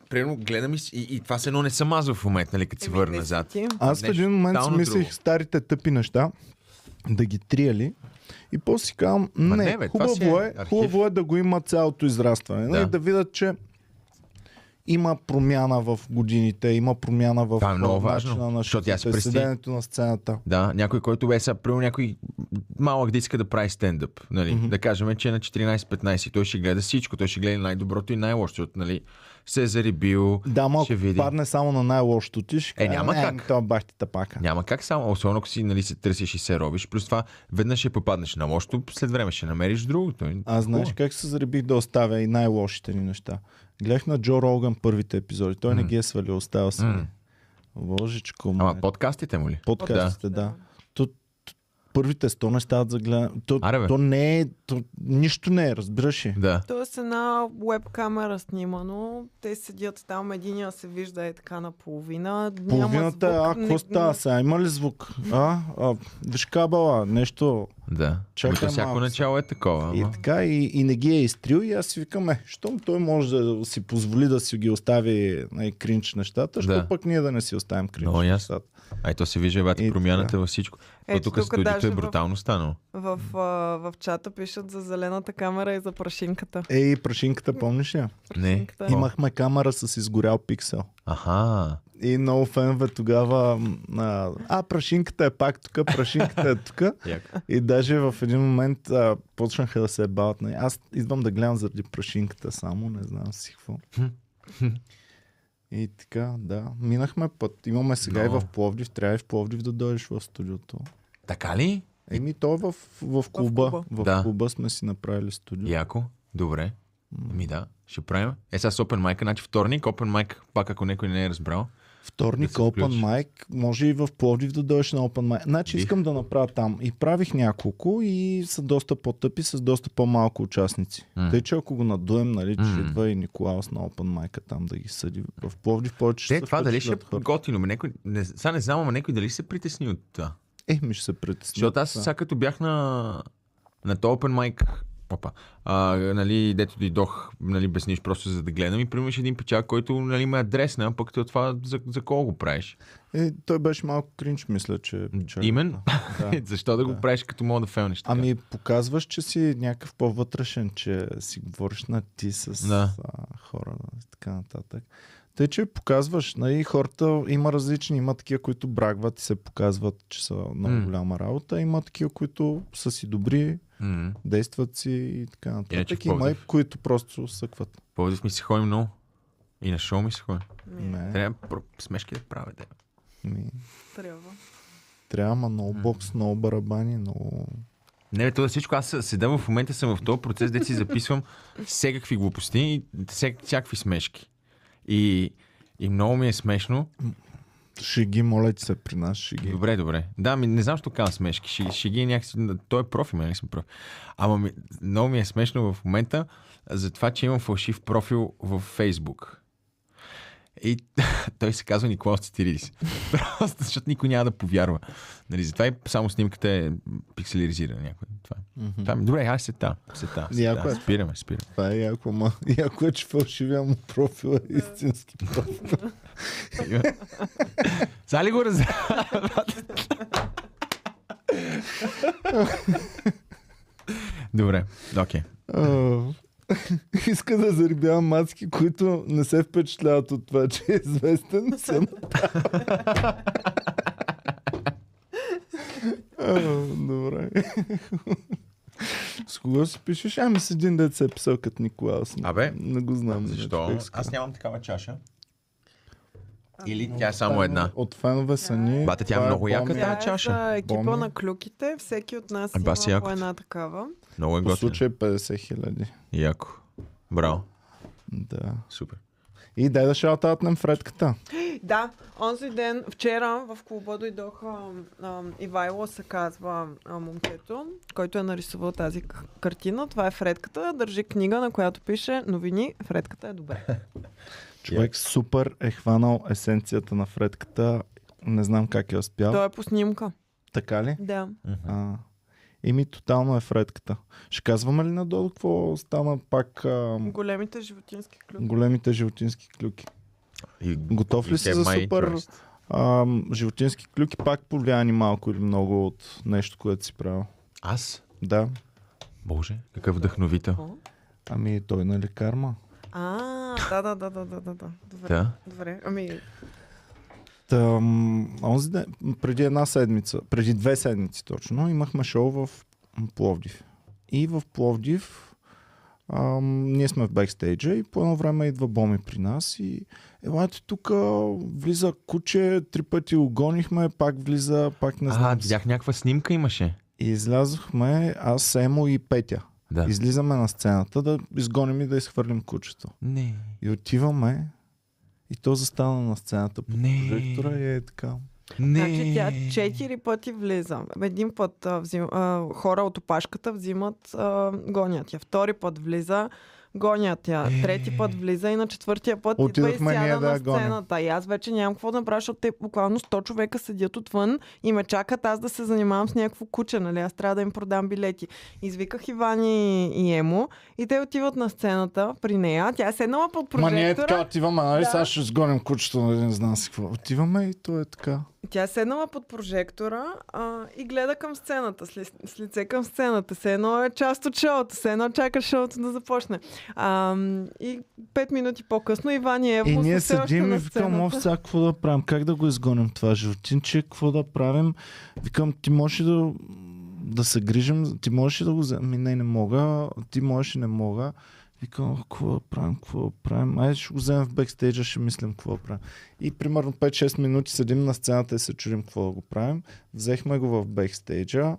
S2: Примерно гледам и, с- и, и това се едно не съм аз в момента, нали, като се
S3: Еми,
S2: върна
S3: не си
S2: назад.
S3: ти.
S1: Аз в
S2: Нещо
S1: един момент си
S2: тотално
S1: мислих
S2: друго.
S1: старите тъпи неща, да ги триели. И после си казвам, не,
S2: Ма не, бе, това си
S1: хубаво,
S2: е
S1: е,
S2: архив.
S1: хубаво е нали, да го има цялото израстване. Да.
S2: Да.
S1: да видят, че има промяна в годините, има промяна в
S2: Това е много
S1: а,
S2: важно,
S1: начина на
S2: защото тя се
S1: шутките,
S2: прести.
S1: седенето на сцената.
S2: Да, някой, който е сега, примерно някой малък да иска да прави стендъп, нали? Mm-hmm. Да кажем, че е на 14-15 и той ще гледа всичко, той ще гледа и най-доброто и най-лошото, защото, нали, се е зарибил,
S1: Да, ма
S2: ще
S1: ако
S2: види.
S1: падне само на най-лошото ти, ще
S2: Е, няма
S1: не,
S2: как.
S1: ами Това бах ти тапака.
S2: Няма как само, особено ако си, нали, се търсиш и се робиш, плюс това веднъж ще попаднеш на лошото, след време ще намериш другото. И-
S1: А знаеш
S2: Хубаво.
S1: как се заребих да оставя и най-лошите ни неща? Гледах на Джо Роган първите епизоди. Той не ги е свалил, оставил си.
S2: М.
S1: Mm. Божичко,
S2: Ама
S1: ме.
S2: подкастите му ли?
S1: Подкастите, да. да. То, то- първите 100 не стават за гледане. То,
S2: Аре, бе.
S1: то не е, то, нищо не е, разбираш ли?
S2: Да.
S3: Тоест една веб камера снима, но те седят там, единия се вижда е така наполовина. няма
S1: Половината,
S3: звук,
S1: а, какво става сега? Има ли звук? А, а виж кабела, нещо.
S2: Да.
S1: Чакай
S2: Ами то всяко
S1: малко
S2: начало е такова.
S1: И
S2: Ама.
S1: така, и, и не ги е изтрил. И аз си викам, е, щом той може да си позволи да си ги остави най- кринч нещата, що
S2: Да.
S1: пък ние да не си оставим кринч
S2: Много ясно.
S1: нещата.
S2: А и то се вижда, бате,
S1: И
S2: промяната във всичко. Е,
S3: Ето
S2: тук
S3: тук
S2: студиото
S3: даже
S2: е
S3: в-
S2: брутално станало.
S3: В, а, в чата пишат за зелената камера и за прашинката.
S1: Ей, прашинката, помниш ли? я?
S2: Не.
S3: Прашинката.
S2: Има-
S1: Имахме камера с изгорял пиксел.
S2: Аха.
S1: И много фенове тогава. м, А, а, прашинката е пак тук, прашинката е тук.
S2: Яко.
S1: И даже в един момент а, почнаха да се бават. на нея. Аз идвам да гледам заради прашинката само, не знам си какво. И така, да. Минахме път. Имаме сега и
S2: Но.
S1: в Пловдив. Трябва и в Пловдив да дойдеш в студиото.
S2: Така ли?
S1: Еми, то е в, в клуба. В клуба, в
S2: Да.
S1: клуба сме си направили студио.
S2: Яко. Добре. Ми да, ще правим. Е, сега с Open Mic, значи вторник, Open Mic, пак ако някой не е разбрал.
S1: Вторник
S2: Да се
S1: Open
S2: включиш.
S1: Mic, може и в Пловдив да дойдеш на Open Mic. Значи
S2: Бих.
S1: искам да направя там. И правих няколко и са доста по-тъпи, с доста по-малко участници.
S2: М.
S1: Тъй, че ако го надуем, нали, че
S2: М.
S1: идва и Николаус на Open Mic там да ги съди. В Пловдив повече ще
S2: Те,
S1: се
S2: това дали ще е
S1: впечатлят хората.
S2: готино. Ме някой, не, сега не знам, ама някой дали ще се притесни от това.
S1: Е, ми ще се притесня.
S2: Защото аз сега като бях на, на то Open Mic, опа, а, нали, дето дойдох, нали, без нищо, просто за да гледам и примаш един печак, който, нали, ме адресна, пък то това за, за кого го правиш?
S1: Е, той беше малко кринч, мисля, че... чак-
S2: Именно.
S1: Да.
S2: Защо да, го правиш, като мога да фелниш така?
S1: Ами показваш, че си някакъв по-вътрешен, че си говориш на ти с
S2: Да.
S1: да. а, хора и така нататък. Тъй, че показваш, нали, хората има различни, има такива, които брагват и се показват, че са
S2: М.
S1: много голяма работа, има такива, които са си добри,
S2: М.
S1: действат си и така
S2: Иначе
S1: нататък.
S2: в
S1: Има и
S2: Пловдив.
S1: които просто съкват.
S2: Пловдив ми се ходи много. И на шоу ми се ходи.
S3: Не,
S1: Не,
S2: Трябва про- смешки да правя, да.
S1: ми,
S3: трябва.
S1: трябва, ама много бокс, много барабани, много...
S2: Не, бе, това е всичко. Аз седа в момента съм в този процес, де си записвам всякакви глупости и всяк- всякакви смешки. И, и много ми е смешно.
S1: Шиги, моля ти се, при нас шиги.
S2: Добре, добре. Да, ми не знам, що казвам смешки. Ще, ще ги е някакси... Той е профил, нали съм профил. Ама ми, много ми е смешно в момента за това, че имам фалшив профил в Фейсбук. И той се казва Николаус Цитиридис. Просто защото никой няма да повярва. Нали, затова и само снимката е пикселизирана някой. Това. е. това ми, добре, аз се та. Се та. Се
S1: Яко
S2: та.
S1: е.
S2: Спираме, спираме.
S1: Това е яко, ма. Яко е, че фалшивия му профил е истински профил.
S2: Сега ли го раз... добре, окей.
S1: А, Иска да заребява мацки, които не се впечатляват от това, че е известен. Съм. а, добре. С кого си пишеш? Ами с един дет се е писал като Николаус.
S2: Абе,
S1: Не го знам.
S2: Защо?
S1: Човек с-
S2: Аз нямам такава чаша. Или тя е само една.
S1: От фенове са ни.
S2: Бате, тя е
S1: Това
S2: много яка,
S1: пламен.
S2: тя
S3: Тя е
S2: чаша.
S3: за екипа
S1: Бомби.
S3: на клюките. Всеки от нас
S2: Е,
S3: има
S2: баси
S3: по
S2: якото.
S3: една такава.
S2: Много
S1: По
S2: е готина.
S1: случай 50 хиляди.
S2: Яко. Браво.
S1: Да.
S2: Супер.
S1: И дай да шаутаутнем Фредката.
S3: Да, онзи ден, вчера в клуба дойдоха ам, Ивайло, се казва а, момчето, който е нарисувал тази к- картина. Това е Фредката. Държи книга, на която пише новини. Фредката е добре.
S1: Човек супер е хванал есенцията на Фредката. Не знам как е успял.
S3: Той е по снимка.
S1: Така ли?
S3: Да.
S1: А, еми, тотално е Фредката. Ще казваме ли надолу какво стана пак а,
S3: Големите животински клюки.
S1: големите животински клюки?
S2: И...
S1: Готов ли
S2: и
S1: си
S2: те
S1: за
S2: май
S1: супер
S2: interest.
S1: а, животински клюки? Пак повлияни малко или много от нещо, което си правил.
S2: Аз?
S1: Да.
S2: Боже, какъв вдъхновител.
S3: О,
S1: Ами той нали карма?
S3: А, да, да, да, да, да, да, да. Добре.
S2: Да.
S3: Добре. Ами,
S1: Тъм, онзи ден, преди една седмица, преди две седмици точно, имахме шоу в Пловдив. И в Пловдив ам, ние сме в бекстейджа и по едно време идва Боми при нас и елате тук, влиза куче, три пъти огонихме, пак влиза, пак не знам.
S2: А,
S1: си.
S2: видях някаква снимка имаше.
S1: И излязохме аз, Емо и Петя.
S2: Да.
S1: Излизаме на сцената да изгоним и да изхвърлим кучето.
S2: Не.
S1: И отиваме и то застана на сцената под
S2: Не.
S1: прожектора и е така.
S2: Не.
S3: значи тя четири пъти влиза. Един път а, взим, а, хора от опашката взимат, а, гонят я. Втори път влиза, гонят я.
S1: Е.
S3: Трети път влиза и на четвъртия път идва и
S1: Отидохме ние
S3: сяда
S1: да
S3: на
S1: я гоним.
S3: сцената. И аз вече нямам какво да направя, защото те буквално 100 човека седят отвън и ме чакат аз да се занимавам с някакво куче, нали? Аз трябва да им продам билети. Извиках Ивани и Емо и те отиват на сцената при нея. Тя е седнала под
S1: Ма ние
S3: прожектора.
S1: така отиваме, нали?
S3: Да.
S1: Сега ще сгоним кучето, нали? Не знам си какво. Отиваме и то е така.
S3: Тя е седнала под прожектора а, и гледа към сцената, с, ли, с лице към сцената. Все едно е част от шоуто, все едно чака шоуто да започне. А, и пет минути по-късно Иван и Ево
S1: И
S3: са
S1: ние
S3: все още
S1: седим и
S3: на
S1: викам,
S3: сцената.
S1: о, сега какво да правим? Как да го изгоним това животинче? Какво да правим? Викам, ти можеш ли да, да се грижим? Ти можеш ли да го вземем? Ми, Не, не мога. Ти можеш и не мога. Викам, «А, какво да правим, какво да правим? Айде ще го вземем в бекстейджа, ще мислим какво да правим. И примерно 5-6 минути седим на сцената и се чудим какво да го правим. Взехме го в бекстейджа,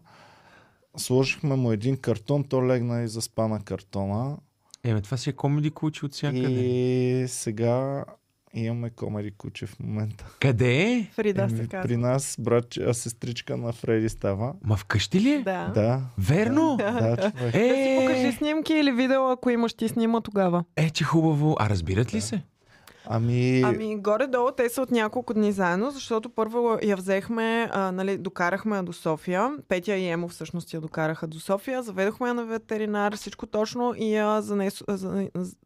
S1: сложихме му един картон, то легна и заспа на картона.
S2: Еме, това си е комеди куче от всякъде.
S3: Е.
S1: И сега имаме комери куче в момента.
S2: Къде е?
S3: Фрида
S1: Еми,
S3: се
S1: при
S3: казва.
S1: нас брат, а сестричка на Фреди става.
S2: Ма вкъщи ли е?
S3: Да. да.
S1: Да.
S2: Верно?
S1: Да, човек.
S3: Да си покажи
S2: Е,
S3: снимки или видео, ако имаш ти снима тогава.
S2: е, че хубаво. А разбират ли се?
S1: Ами,
S3: Ами, горе-долу те са от няколко дни заедно, защото първо я взехме, а, нали, докарахме я до София. Петя и Емо всъщност я докараха до София. Заведохме я на ветеринар, всичко точно и я занес, а, за, з-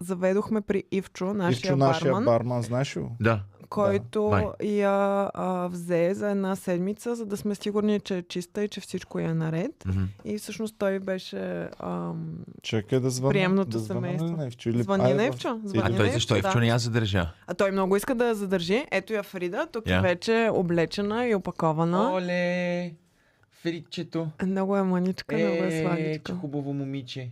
S3: заведохме при Ивчо, нашия,
S1: Ивчо, нашия
S3: барман,
S1: барман, знаеш ли? го?
S2: Да.
S3: който
S2: Май.
S3: я а, взе за една седмица, за да сме сигурни, че е чиста и че всичко е наред.
S2: Мгм.
S3: И всъщност той беше... Ам,
S1: Чакай да звънна.
S3: Приемното
S1: да звънна ли
S3: семейство.
S1: на Ивчо? Или-
S3: Звъни
S1: айде
S3: на
S1: в-
S3: Ивчо,
S1: или-
S3: звъни.
S2: А той защо?
S3: Е, Да.
S2: Ивчо не я задържа.
S3: а той много иска да я задържи. Ето я Фрида, тук
S2: Я.
S3: yeah. вече е облечена и опакована.
S2: Оле, фричето.
S3: Много е мъничка, много е сладичка.
S2: хубаво момиче.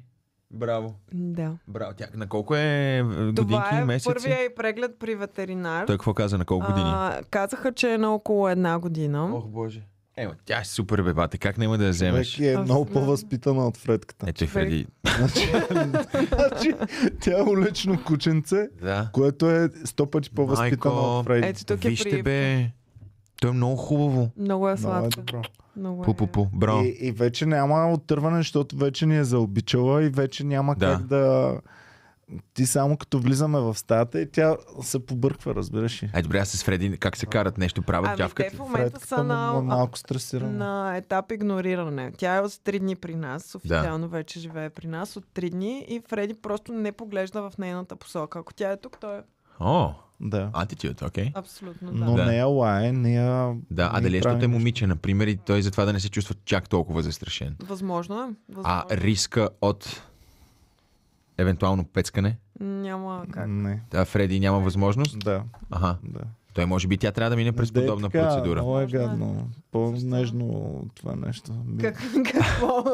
S2: Браво,
S3: Да.
S2: браво. Тя на колко е е, годинки,
S3: Това е
S2: месеци?
S3: първия и преглед при ветеринар.
S2: Той какво каза на колко години?
S3: А, казаха, че е на около една година.
S2: Ох, боже. Ема, тя е супер бебата. Как няма да я
S3: Ами,
S2: вземеш?
S1: Човек е
S3: Абсолютно.
S1: много по-възпитана от Фредката.
S2: Ето и Фреди.
S1: Значи, тя е улично кученце,
S2: Да.
S1: което е сто пъти по-възпитана
S2: Майко,
S1: от Фреди.
S3: Ето тук е
S2: Вижте
S3: при-
S2: бе. Той е много хубаво.
S3: Много е
S1: Много е
S3: сладка.
S1: добро.
S3: Много е.
S2: Пу-пу-пу. Браво.
S1: И, и вече няма оттърване, защото вече ни е заобичала и вече няма
S2: Да.
S1: да. как да... Ти само като влизаме в стаята и тя се побърква, разбираш ли.
S2: Ай, добре, аз с Фреди как се карат нещо, правят
S3: Ами те
S2: джавкат.
S3: в момента
S1: Фредката
S3: са
S1: му е
S3: на,
S1: малко стресирана.
S3: на етап игнориране. Тя е от 3 дни при нас. Официално вече живее при нас от 3 дни и Фреди просто не поглежда в нейната посока. Ако тя е тук, той е
S2: О,
S1: Да.
S2: атитюд, окей.
S3: абсолютно да.
S1: Но
S2: Да.
S1: не я лае, не я...
S2: Да, а
S1: не
S2: дали е,
S1: й
S2: защото
S1: прави
S2: е
S1: нещо.
S2: момиче, например, и той затова да не се чувства чак толкова застрашен.
S3: Възможно е. Възможно.
S2: А риска от евентуално пецкане,
S3: Няма как.
S1: Не,
S2: а Фреди няма възможност.
S1: да,
S2: Аха,
S1: да.
S2: той може би тя трябва да мине през
S1: Да е
S2: подобна
S1: така,
S2: процедура.
S1: Много е
S3: Възможно е.
S1: гадно. По-нежно това нещо. Би-
S3: Как, какво?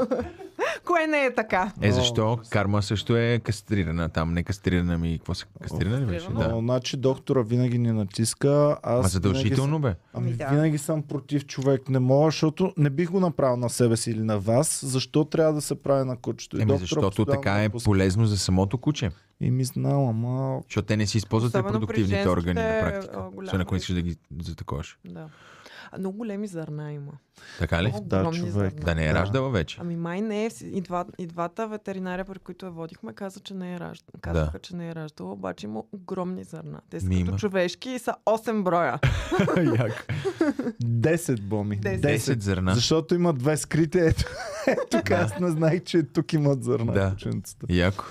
S3: Кое не е така?
S2: Е,
S1: Много
S2: защо? Карма също е кастрирана там. Не кастрирана ми. Какво се кастрирана ли беше?
S3: Кастрирана.
S1: Но,
S2: Да.
S1: значи доктора винаги ни натиска. Аз
S2: А
S1: винаги
S2: задължително бе.
S1: Ами
S3: Ами да.
S1: да. винаги съм против човек. Не мога, защото не бих го направил на себе си или на вас. Защо трябва да се прави на кучето? И
S2: Еми,
S1: доктора
S2: защото
S1: постоянно
S2: така е
S1: пуска.
S2: полезно за самото куче.
S1: И ми знала, ма...
S2: Защото те не си използват
S3: Особено при
S2: репродуктивните
S3: женските, е,
S2: органи на
S3: а,
S2: практика.
S3: голям
S2: Освен ако не
S3: риск.
S2: искаш да ги затаковаш.
S3: Да. А, Много големи зърна има.
S2: Така ли?
S3: Много
S1: Да,
S3: огромни
S1: човек.
S3: зърна.
S2: Нали? Да не е
S1: Да.
S2: раждала вече.
S3: Ами май не е. И, два, и двата ветеринария, при които я водихме, каза, че не е раждала. Казаха, че не е раждала, обаче има огромни зърна. Те са
S2: Ми
S3: като
S2: има.
S3: човешки и са 8 броя.
S2: Як.
S1: 10 боми.
S3: Десет.
S2: 10 зърна.
S1: Защото има две скрити. Ето, ето аз не знаех, че тук имат зърна
S2: Да.
S1: да. кученцата.
S2: Яко.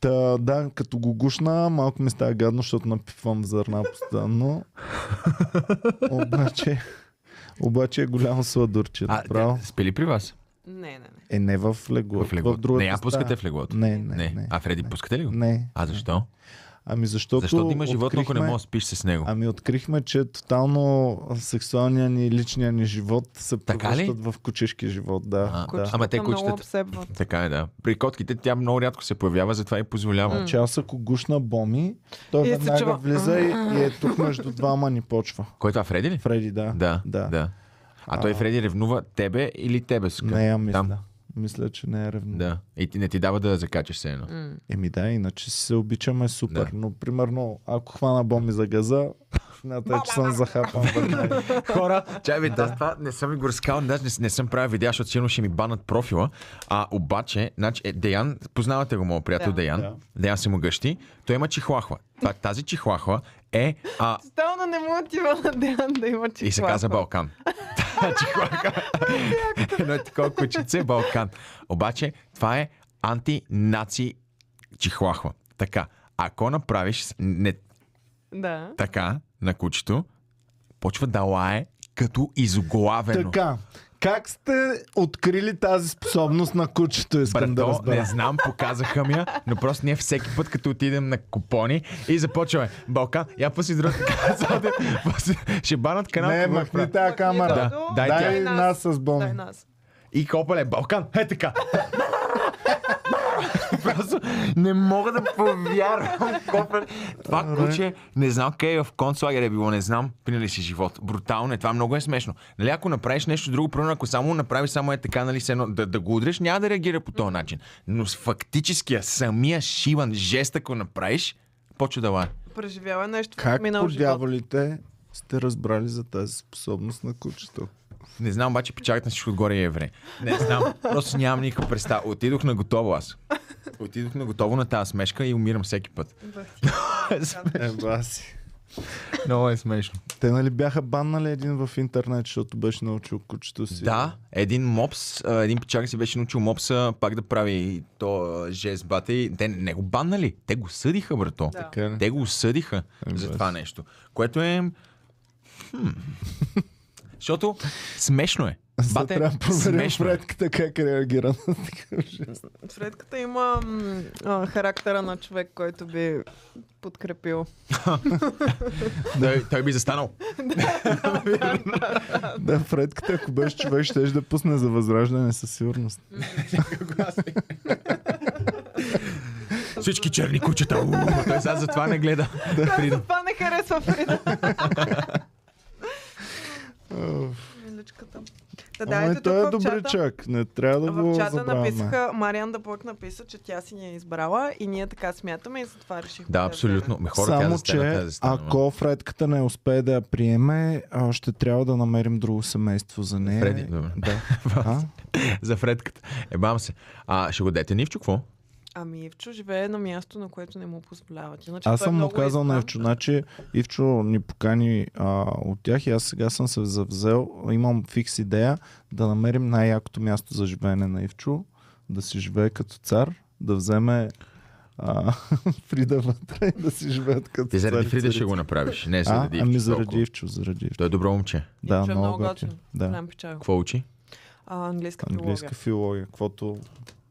S1: Та, да, като го гушна, малко ми става гадно, защото напивам зърна постоянно. обаче, обаче е голямо сладурче.
S2: А,
S1: Право.
S2: да, спи ли при вас?
S3: Не, не, не.
S1: Е, не в легло.
S2: В леглото.
S1: В другата
S2: не, а пускате
S1: стая.
S2: в леглото.
S1: Не, не, не.
S2: А Фреди, пускате ли го?
S1: Не.
S2: А защо?
S1: Ами защото
S2: Защото има животно, ако не
S1: открихме-
S2: можеш да спиш с него.
S1: Ами открихме, че тотално сексуалния ни, личния ни живот се
S2: Така ли?
S1: превръщат в кучешки живот, да.
S2: А,
S1: да.
S2: Ама те
S3: много
S2: кучетата-
S3: обсебват.
S2: Така е, да. При котките тя много рядко се появява, затова и позволява.
S1: Че аз ако гушна боми, той
S3: И се
S1: веднага
S3: чува.
S1: влиза и, и е тук между двама ни почва.
S2: Кой е това, Фреди ли?
S1: Фреди, да.
S2: Да,
S1: да.
S2: да. А той Фреди ревнува тебе или тебе? с-
S1: Не, ами я мисля.
S2: Там.
S1: Мисля, че не е ревно.
S2: Да. И ти не ти дава да закачаш се едно.
S3: М.
S1: Еми да, иначе си се обичаме супер.
S2: Да.
S1: Да. Но примерно, ако хвана боми за газа, смятай, че съм захапан. веднага.
S2: Хора, чай ви, аз това не съм ви го разказал, даже не, не съм правил видео, защото сигурно ще ми банат профила. А обаче, значи, е, Деян, познавате го, моят приятел
S3: Да.
S2: Деян.
S1: Да.
S2: Деян се му гъщи. Той има чихлахва. Та- Тази чихлахва е а,
S3: Стално не му отива на Деян да има чехлата.
S2: И се казва Балкан. Та чихуака. Едно е такова кучице Балкан. Обаче това е антинаци чихуахва. Така, ако направиш с- не
S3: Да.
S2: така на кучето, почва да лае като изоглавено.
S1: така, как сте открили тази способност на кучето, искам да
S2: Брато,
S1: разбера.
S2: не знам, показаха ми я, но просто ние всеки път, като отидем на купони и започваме Балкан, я пъси другата каза, ще банат канал.
S1: Не, е
S2: какво да
S1: махни
S2: правя?
S1: тази камера.
S3: Ами,
S2: Да, дай тя.
S1: Дай нас с боми.
S3: Дай нас.
S2: И копале Балкан. Е така. Просто не мога да повярвам. Копале. Това куче, не знам къде е в концлагер е било, не знам, пинали си живот. Брутално е, това много е смешно. Нали, ако направиш нещо друго, примерно, ако само направиш само е така, нали, се едно, да, да го удреш, няма да реагира по този начин. Но с фактическия самия шиван жест, ако направиш, почва да лае.
S3: Преживява е нещо в
S1: Как
S3: минал
S1: по
S3: живот.
S1: дяволите сте разбрали за тази способност на кучето?
S2: Не знам, обаче печагът на всичко отгоре е евре. Не знам, просто нямам никаква представа. Отидох на готово аз. Отидох на готово на тази смешка и умирам всеки път.
S1: Е, баси.
S2: Много е смешно.
S1: Те нали бяха баннали един в интернет, защото беше научил кучето си.
S2: Да, един мопс, а, един печагът си беше научил мопса пак да прави то а, жест бате и те не го баннали. Те го съдиха, брато.
S3: Да.
S1: Така ли?
S2: Те го осъдиха
S1: Ами,
S2: за
S1: бас.
S2: това нещо. Което е... хм. Защото смешно е.
S1: Сега
S2: Бате,
S1: трябва да проверим
S2: смешно е.
S1: предката как реагира на такъв жест.
S3: Фредката има м, а, характера на човек, който би подкрепил.
S2: Той, той би застанал.
S1: Да, предката, ако беше човек, ще да пусне за възраждане със сигурност.
S2: Всички черни кучета. уу, Той сега затова не гледа. Фридо.
S3: Това не харесва Фрида.
S1: Уф.
S3: Миличката. Та да,
S1: Ама
S3: ето
S1: и той е
S3: тук в чата,
S1: добричак. Не трябва да го
S3: в чата
S1: забравяме.
S3: написаха, Мариан Дъбок написа, че тя си ни е избрала и ние така смятаме и затова решихме.
S2: Да,
S3: я
S2: абсолютно. Ме хора, тя
S1: Само,
S2: застана, тя
S1: че
S2: застана, ма.
S1: ако Фредката не успее да я приеме, а, ще трябва да намерим друго семейство за нея.
S2: Фреди, добре. е
S1: Да. А?
S2: За Фредката. Ебам се. А ще го дете Нивчо, какво?
S3: Ами Ивчо живее на място, на което не му позволяват. Иначе
S1: Аз
S3: той
S1: съм му
S3: много е
S1: казал на
S3: избран.
S1: Ивчо, значи Ивчо ни покани а, от тях и аз сега съм се завзел, имам фикс идея да намерим най-якото място за живеене на Ивчо, да си живее като цар, да вземе а, Фрида вътре и да си живеят като
S2: Ти заради
S1: цари,
S2: Фрида ще
S1: царици.
S2: го направиш. Не
S1: а,
S2: заради Ивчо.
S1: ами
S2: толкова.
S1: заради Ивчо, заради Ивчо.
S2: Той е добро момче.
S1: Да,
S3: Ивчо е
S1: много
S3: много
S1: готин.
S3: готин.
S1: Да.
S3: Голям печал.
S2: Какво учи?
S3: А, английска
S1: Английска
S3: филология.
S1: филология, каквото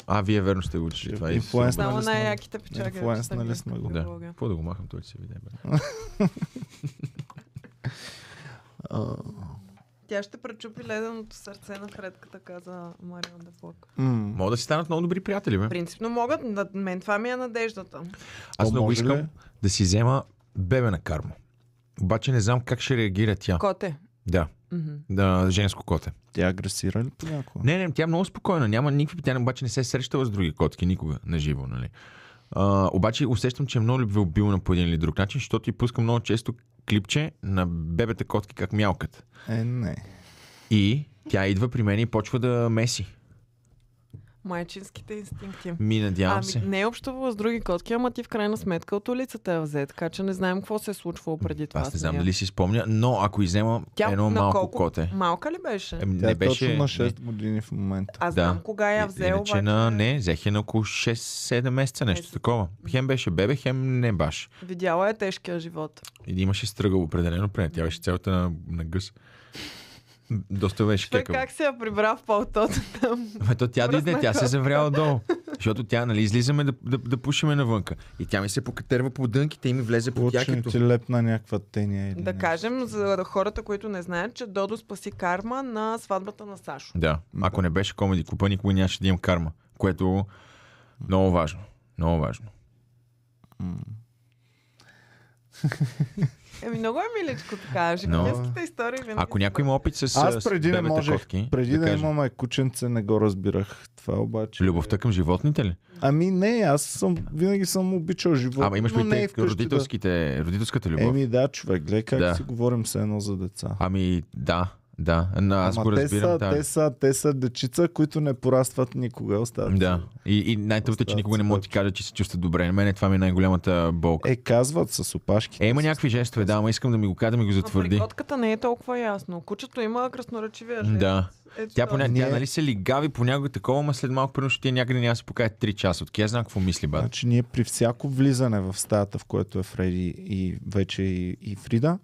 S2: А, вие верно сте го учили. Това е
S1: Инфлуенс.
S3: Само
S1: Нали сме-
S3: най-яките печаги.
S1: инфлуенс, нали сме го.
S2: Да. Какво да го махам, той ще се види. бе.
S1: А,
S3: Тя ще пречупи леденото сърце на Фредката, каза Мариан Дъбок.
S1: м.
S2: Могат да си станат много добри приятели, бе.
S3: Принципно могат, на мен това ми е надеждата.
S2: Аз
S1: О,
S2: много
S1: може
S2: искам
S1: ли?
S2: да си взема бебе на карма. Обаче не знам как ще реагира тя.
S3: Коте.
S2: Да,
S3: Мгм.
S2: да, женско коте.
S1: Тя агресира ли понякога?
S2: Не, не, тя е много спокойна. Няма никакви. Тя обаче не се е срещала с други котки никога на живо, нали? А, обаче усещам, че е много любвеобилна по един или друг начин, защото и пускам много често клипче на бебета котки как мялкат.
S1: Е, не.
S2: И тя идва при мен и почва да меси.
S3: Майчинските инстинкти.
S2: Ми, надявам
S3: Ами,
S2: се.
S3: не е общувала с други котки, ама ти в крайна сметка от улицата я взе, така че не знаем какво се е случвало преди това.
S2: Аз не
S3: с
S2: знам
S3: нея.
S2: дали си спомня, но ако изема
S3: Тя
S2: едно
S3: на
S2: малко
S3: колко-
S2: коте.
S3: Малка ли беше?
S2: Ем,
S1: Тя е
S2: не беше.
S1: точно на
S2: не.
S1: 6 години в момента.
S3: Аз
S2: да.
S3: знам кога я взе,
S2: Иначе
S3: обаче.
S2: на... Не, взех я на около 6-7 месеца, нещо
S3: Месец.
S2: такова. Хем беше бебе, хем не баш.
S3: Видяла е тежкия живот.
S2: И имаше стръгъл определено прене. Тя беше цялата на, на гъс. Доста беше
S3: Той
S2: кекава.
S3: как се я прибра в палтото там?
S2: Ме, то тя дойде,
S3: Мръсна
S2: тя се
S3: копка.
S2: завря отдолу. Защото тя, нали, излизаме да, да, да пушиме навънка. И тя ми се покатерва по дънките и ми влезе по
S1: Получен
S2: якето.
S1: ти лепна някаква теня. Или
S3: Да
S1: не.
S3: кажем за хората, които не знаят, че Додо спаси карма на сватбата на Сашо.
S2: Да, ако не беше комеди клупа, никога нямаше да имам карма. Което много важно. Много важно.
S3: Еми, много е миличко така. Животинските истории винаги.
S2: Ако
S3: са
S2: някой има опит с
S1: Аз
S2: с
S1: преди не
S2: бебета
S1: можех.
S2: котки,
S1: Преди да,
S2: каже,
S1: имаме кученце, не го разбирах. Това обаче.
S2: Любовта към животните ли?
S1: Ами не, аз съм, винаги съм обичал живота.
S2: Ама имаш
S1: но не
S2: ли
S1: е
S2: те
S1: вкъщи
S2: родителските, родителската
S1: Да...
S2: любов?
S1: Еми да, човек, гледай как
S2: Да.
S1: да. си говорим с едно за деца.
S2: Ами да, да. Но аз
S1: Ама
S2: го разбирам.
S1: те, са,
S2: да.
S1: те, са, те са дечица, които не порастват никога. Остават
S2: Да. И, и най-трудното е, че
S1: Остават
S2: никога не
S1: си
S2: мога да ти кажа, че се чувства добре. На мен е това ми е най-голямата болка.
S1: Е, казват с опашките.
S2: Е, има
S1: си.
S2: някакви жестове, да, ама искам да ми го кажа, да ми го
S3: А При
S2: затвърди.
S3: котката не е толкова ясно. Кучето има красноречивия жест.
S2: Да.
S3: Ето
S2: Тя,
S3: това.
S2: поня... тя
S1: Ние-
S2: нали се лигави понякога такова, ама след малко примерно ще ти е някъде няма да се покая 3 часа. От я знам какво мисли, бат.
S1: Значи ние при всяко влизане в стаята, в което е Фреди и вече и, и Фрида,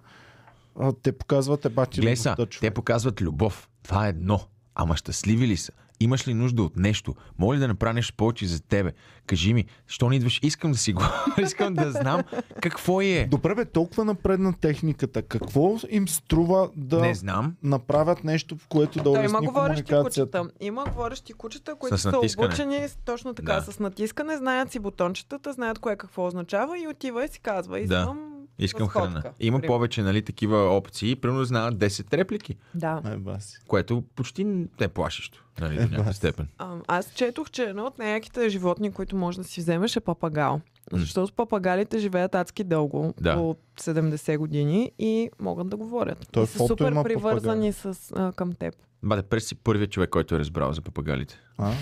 S1: а, те показват ебати
S2: Гледай са,
S1: любовта, човек.
S2: те показват любов. Това е едно. Ама щастливи ли са? Имаш ли нужда от нещо? Моля да направя нещо повече за тебе. Кажи ми, що не идваш? Искам да си го. Искам да знам какво е.
S1: Добре бе, толкова напредна техниката. Какво им струва да
S2: Не знам.
S1: направят нещо, в което да
S3: Да, има
S1: улесни
S3: говорещи
S1: комуникацията?
S3: кучета. Има говорещи кучета, които
S2: С
S3: са
S2: натискане.
S3: обучени с- точно така,
S2: Да.
S3: с натискане, знаят си бутончетата, знаят кое какво означава и отива и си казва. Искам,
S2: Искам
S3: разходка,
S2: храна. Има
S3: примерно.
S2: повече нали, такива опции. Примерно знаят 10 реплики,
S3: Да.
S1: Ай, баси.
S2: което почти не е плашещо. Нали, до
S1: Е,
S2: някаква
S1: бас.
S2: степен.
S3: А, аз четох, че едно от най-яките животни, които може да си вземеш е папагал. Защото папагалите живеят адски дълго,
S2: Да.
S3: по 70 години и могат да говорят.
S1: Той
S3: и са
S1: фото
S3: супер
S1: има
S3: привързани с, а, към теб.
S2: Бате, през си първият човек, който е разбрал за папагалите.
S1: А?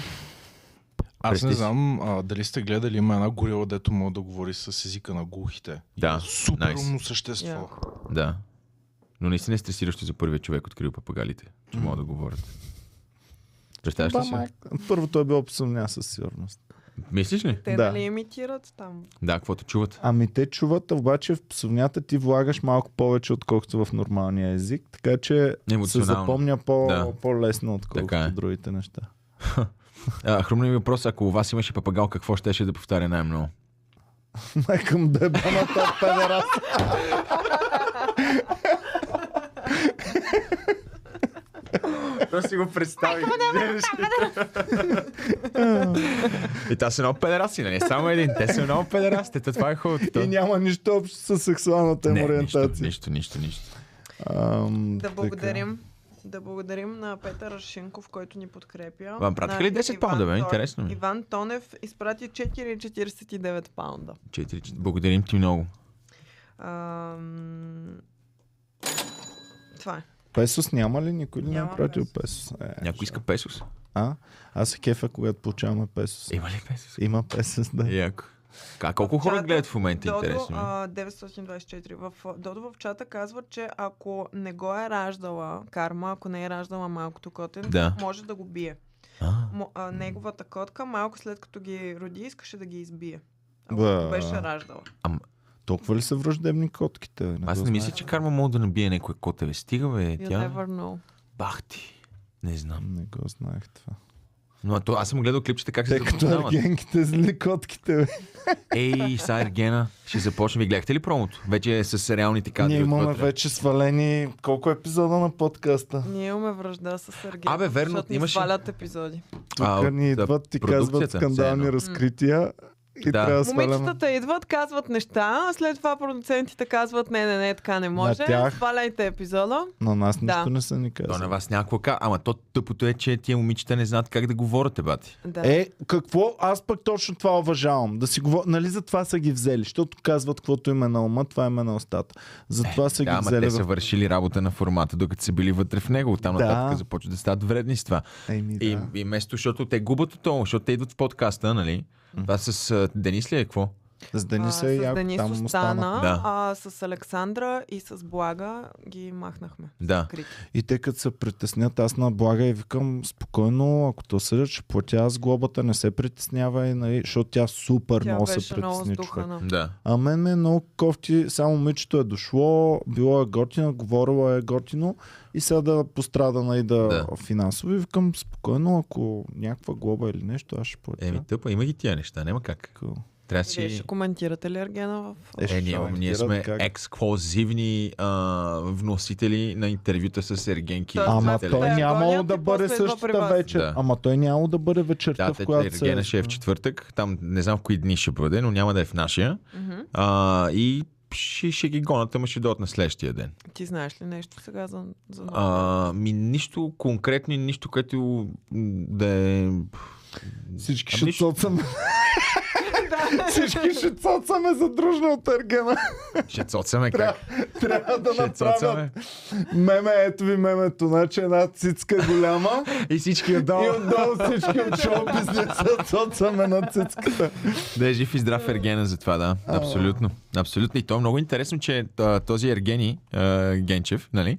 S4: Аз не
S2: Представи си.
S4: знам а, дали сте гледали, има една горила, дето мога да говори с езика на глухите.
S2: Да,
S4: Супер
S2: Nice.
S4: умно същество.
S3: Яко.
S2: да. Но наистина е стресиращо за първият човек, открил папагалите. Че могат да говорят. Представяш ли си?
S1: Първото е било посъмня със сигурност.
S2: Мислиш ли?
S3: Те
S1: Да.
S3: нали имитират там?
S2: Да, каквото чуват.
S1: Ами те чуват, обаче в псовнята ти влагаш малко повече, отколкото в нормалния език, така че се
S2: Емоционално.
S1: запомня по,
S2: Да.
S1: по-лесно,
S2: Така е.
S1: отколкото другите неща.
S2: А, хрумна ми въпрос, ако у вас имаше папагал, какво щеше да повтаря най-много?
S1: Майка му да е баната в педерас.
S2: Той си го представи. И Ами, та са много педераси, нали? Само един. Те са много педераси. Те, това е хубавото.
S1: И няма нищо общо с сексуалната им
S2: Не, нищо,
S1: ориентация.
S2: нищо, нищо, нищо.
S1: Ам,
S3: Да
S1: така.
S2: е.
S3: благодарим. Да благодарим на Петър Рашинков, който ни подкрепя.
S2: Вам пратиха
S3: На
S2: ли 10 паунда, бе?
S3: Иван Тон-
S2: Интересно ми.
S3: Иван Тонев изпрати 4,49 паунда.
S2: Четири, че- благодарим ти много.
S3: Ам... Това е.
S1: Песос няма ли? Никой ли не е
S3: Няма
S1: пратил песос? Е,
S2: Някой иска песос?
S1: А? Аз се кефа, когато получаваме песос.
S2: Има ли песос?
S1: Има песос, да.
S2: Яко. Как, колко хора
S3: чата
S2: гледат в момента,
S3: Додо,
S2: интересно ми. е.
S3: а, 924. В, а, Додо в чата казва, че ако не го е раждала карма, ако не е раждала малкото котен,
S2: Да.
S3: може да го бие.
S2: А,
S3: Мо, а, неговата котка малко след като ги роди, искаше да ги избие.
S1: Ба.
S3: Ако го беше раждала.
S1: Толкова ли са враждебни котките? бе?
S2: Аз
S1: го
S2: не
S1: знам.
S2: мисля, че Карма мога да набие някой коте. Бе. Стига, бе,
S3: You
S2: Е, тя.
S3: never know.
S2: Бах ти. Не знам.
S1: Не го знаех това.
S2: Но а то, аз съм гледал клипчета как се
S1: Те като
S2: запознават.
S1: аргенките зли котките. бе.
S2: Ей, са Ергена, ще започнем. Ви гледахте ли промото? Вече е с реалните кадри.
S1: Ние имаме
S2: отвътре.
S1: вече свалени колко епизода на подкаста.
S3: Ние имаме връжда с Сергей.
S2: Абе, верно,
S3: защото ни
S2: имаше-
S3: свалят епизоди.
S1: Тук
S2: от,
S1: ни
S2: а,
S1: идват и казват
S2: продукцията, все
S1: скандални
S2: едно.
S1: разкрития. И
S2: Да.
S1: трябва да сваляме.
S3: Момичетата идват, казват неща, а след това продуцентите казват не, не, не, така не може.
S1: тях-
S3: Сваляйте епизода.
S1: На нас
S3: Да.
S1: нищо не са ни
S2: То на
S1: казали.
S2: вас някаква ка... Ама то тъпото е, че тия момичета не знаят как да говорят, бати.
S3: Да.
S1: Е, какво? Аз пък точно това уважавам. Да си говор... Нали за това са ги взели? Защото казват, каквото им е на ума, това им е на устата. За това са
S2: Да,
S1: ги
S2: ама
S1: взели.
S2: те са
S1: в...
S2: вършили работа на формата, докато са били вътре в него. Оттам
S1: Да.
S2: нататък започват да стават вредни с това.
S1: Еми, да.
S2: И, и вместо, защото те губят от това, защото те идват в подкаста, нали? Това с а, Денис ли е какво?
S1: С Дениса
S3: а,
S1: и
S3: с
S1: Яко
S3: Денис
S1: там остана.
S3: остана,
S2: Да.
S3: а с Александра и с Блага ги махнахме.
S2: Да.
S3: Крити.
S1: И те като се притеснят, аз на блага и викам спокойно, ако то съдят, ще платя аз глобата, не се притеснява, и, нали, защото тя супер
S3: Тя
S1: много се
S3: беше много
S1: притесни човек.
S3: сдухана.
S2: Да.
S1: А мен ме е много кофти, само момичето е дошло, било е готино, говорила е готино и сега да пострада на и да,
S2: Да.
S1: финансово. И викам спокойно, ако някаква глоба или нещо, аз ще платя.
S2: Еми, тъпа, има ги тия неща, няма как.
S1: Така.
S2: Трябва да
S3: Вие
S2: си...
S3: ще коментирате ли Ергена в...
S1: Е, ще
S2: Е, ние,
S1: коментират
S2: ние сме
S1: как.
S2: ексклюзивни а, вносители на интервюта с Ергенки.
S3: Той-
S2: и
S1: Ама
S2: зрители.
S1: той
S3: е
S1: нямало
S3: гонят
S1: да
S3: и
S1: бъде
S3: после идва при
S1: същата
S3: вас.
S1: вечер.
S2: Да.
S1: Ама той нямало да бъде вечерта,
S2: Да,
S1: в
S2: те-
S1: която се...
S2: Ергена ще е в четвъртък, там не знам в кои дни ще бъде, но няма да е в нашия.
S3: Мгм.
S2: А, и ще, ще ги гонят, ама ще дойдат на следващия ден.
S3: Ти знаеш ли нещо сега за, за новия?
S2: А, ми нищо конкретно, и нищо, което м, да е...
S1: Всички
S2: Ами
S1: ще
S2: нищо.
S1: цоцаме.
S3: Да.
S1: Всички ще цоцаме за дружна от Ергена.
S2: Ще цоцаме как?
S1: Трябва да
S2: Ще
S1: направят
S2: цоцаме.
S1: меме. Ето ви мемето. Значи една цицка голяма
S2: И всички
S1: и
S2: отдолу.
S1: отдолу всички от шоу бизнеса цоцаме на цицката.
S2: Да е жив и здрав Ергена за това, да. Абсолютно. Абсолютно. И то е много интересно, че а, този Ергени а, Генчев, нали,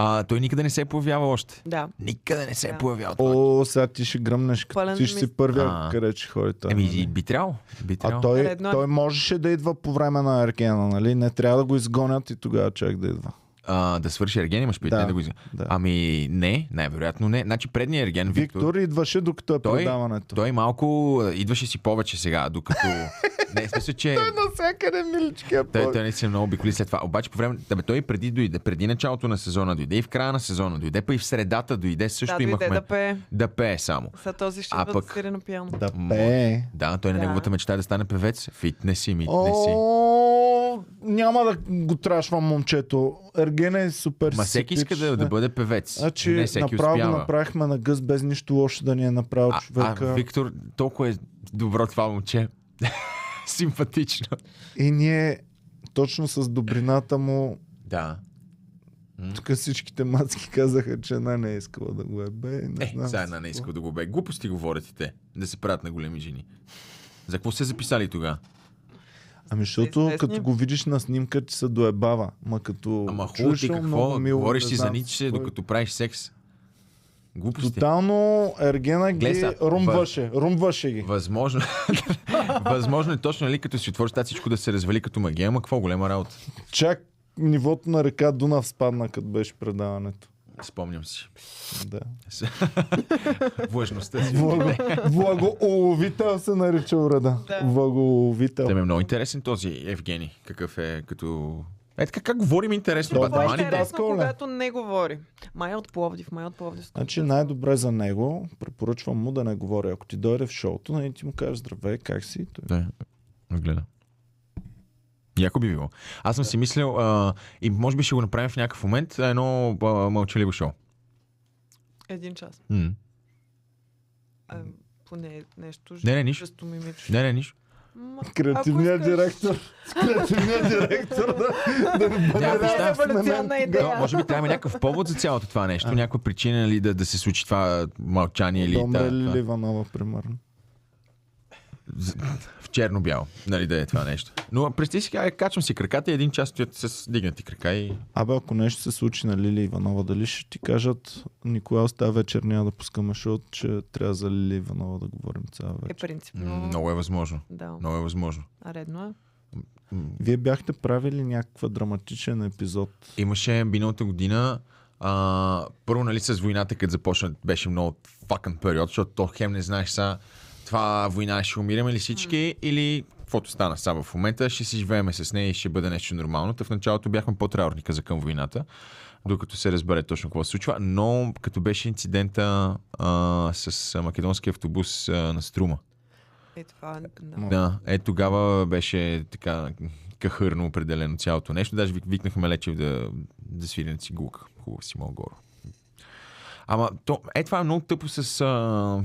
S2: а, той никъде не се е появявал още.
S3: да.
S2: Никъде не се е
S3: Да.
S2: появявал. той.
S1: О, сега ти ще гръмнеш, като
S3: Пълен
S1: ти ще си
S3: мис-
S1: първия,
S2: А.
S1: къде ще ходи той.
S2: Еми,
S1: нали?
S2: Ами, и би трябвало. Би трябвало.
S1: А той,
S3: Редно е.
S1: той можеше да идва по време на Ергена, нали? Не трябва да го изгонят и тогава чак да идва.
S2: а, да свърши Ерген, имаш предвид,
S1: Да,
S2: да, да го изгледа.
S1: да.
S2: Ами не, най-вероятно не. Значи предният Ерген, Виктор,
S1: Виктор идваше докато е
S2: Той-
S1: предаването.
S2: той малко а, идваше си повече сега, докато... не, в смисъл, че...
S1: е Навсякъде милички е
S2: Той,
S1: повече.
S2: той наистина много обиколи след това. Обаче по време... Да, бе, той и преди дойде, преди началото на сезона дойде, и в края на сезона дойде, па и в средата дойде, също
S3: да, дойде
S2: имахме...
S3: да пее.
S2: да пее само.
S3: Сега този ще
S2: А
S3: идва
S2: пък-
S3: да свири на пиано.
S1: Да
S2: М-
S1: пее.
S2: Да, той на
S3: Да.
S2: неговата мечта е да стане певец. Фитнес и митнес и...
S1: О, няма да го трашвам момчето. Ергена е супер
S2: Ма всеки иска да,
S1: симпатичен.
S2: да бъде певец.
S1: Значи
S2: не всеки
S1: направо го
S2: успява.
S1: направихме на гъс без нищо лошо да ни е направил
S2: а,
S1: човека.
S2: а, Виктор, толкова е добро това момче. Симпатично.
S1: И ние точно с добрината му
S2: Да.
S1: тук всичките мацки казаха, че една не е искала да го е бе. Не
S2: Е,
S1: знам
S2: сега
S1: си
S2: една не
S1: какво.
S2: иска да го бе. Глупости говорите те. Да се правят на големи жени. За какво сте записали тогава?
S1: Ами защото
S3: Известни.
S1: като го видиш на снимка, ти се доебава. Ма като
S2: Ама хубаво
S1: чуеш
S2: ти
S1: е много
S2: какво?
S1: мило,
S2: Говориш
S1: не
S2: си за
S1: знам си
S2: ниче,
S1: какво е.
S2: докато правиш секс. Глупости.
S1: Тотално Ергена ги
S2: Глеса.
S1: румваше. Румваше ги.
S2: Възможно, възможно е точно, нали, като си отвориш тази всичко да се развали като магия, ама какво голема работа.
S1: Чак нивото на река Дунав спадна, като беше предаването.
S2: Спомням си.
S1: Да.
S2: Влъжността си.
S1: Влаго, влагоуловител се нарича вреда. Да.
S3: Да.
S1: Влагоуловител.
S2: Да, ме е много интересен този Евгений. Какъв е като... Е така, как говорим интересно,
S1: Той
S2: бе,
S1: Това е
S3: Какво е
S2: Дамари?
S1: ще
S3: интересно,
S1: даскал ли?
S3: когато не говори? Май е от Пловдив, май е от Пловдив.
S1: Значи най-добре за него, препоръчвам му да не говори. Ако ти дойде в шоуто, нали ти му кажеш здравей, как си? Той...
S2: Да, гледа. Яко би било. Аз съм си мислил, а, и може би ще го направим в някакъв момент, едно а, мълчаливо шоу.
S3: Един час.
S2: М.
S3: А, поне нещо.
S2: Не, не, нищо.
S3: жестоми мимичко.
S2: Не, не, нищо.
S3: М,
S1: е Креативният
S3: ако искаш-
S1: директор. С креативният директор да, да ми бъде
S2: Да,
S1: радост на мен
S3: революционна
S1: тогава.
S3: идея.
S2: Да, може би трябва някакъв повод за цялото това нещо, някаква причина нали, да, да се случи това мълчание или
S1: Да,
S2: та,
S1: Умре ли
S2: това,
S1: е Иванова, примерно?
S2: в черно-бяло, нали, да е това нещо. Но представи си, а, качвам си краката и един час стоят с дигнати крака и
S1: Абе, ако нещо се случи на Лили Иванова, дали ще ти кажат, Николай, тази вечер няма да пускаме шоу, че трябва за Лили Иванова да говорим цяла
S3: Е,
S1: вечер.
S2: м,
S3: принципно.
S2: много е възможно.
S3: Да,
S2: Много е възможно.
S3: а редно е.
S1: Вие бяхте правили някаква драматичен епизод.
S2: Имаше миналата година. А, първо, нали, с войната, като започна, беше много факън период, защото то хем не знаеш са това война ще умираме ли всички mm. или каквото стана сега в момента, ще си живееме с нея и ще бъде нещо нормално. Та в началото бяхме по-траурника за към войната, докато се разбере точно какво се случва, но като беше инцидента а, с а, македонски автобус а, на Струма.
S3: Е, това, да.
S1: М.
S2: Да, е тогава беше така кахърно определено цялото нещо. Даже вик- викнахме Лечев да, да свири на цигулка. Хубаво си мога горо. Ама то, е това е много тъпо с... А...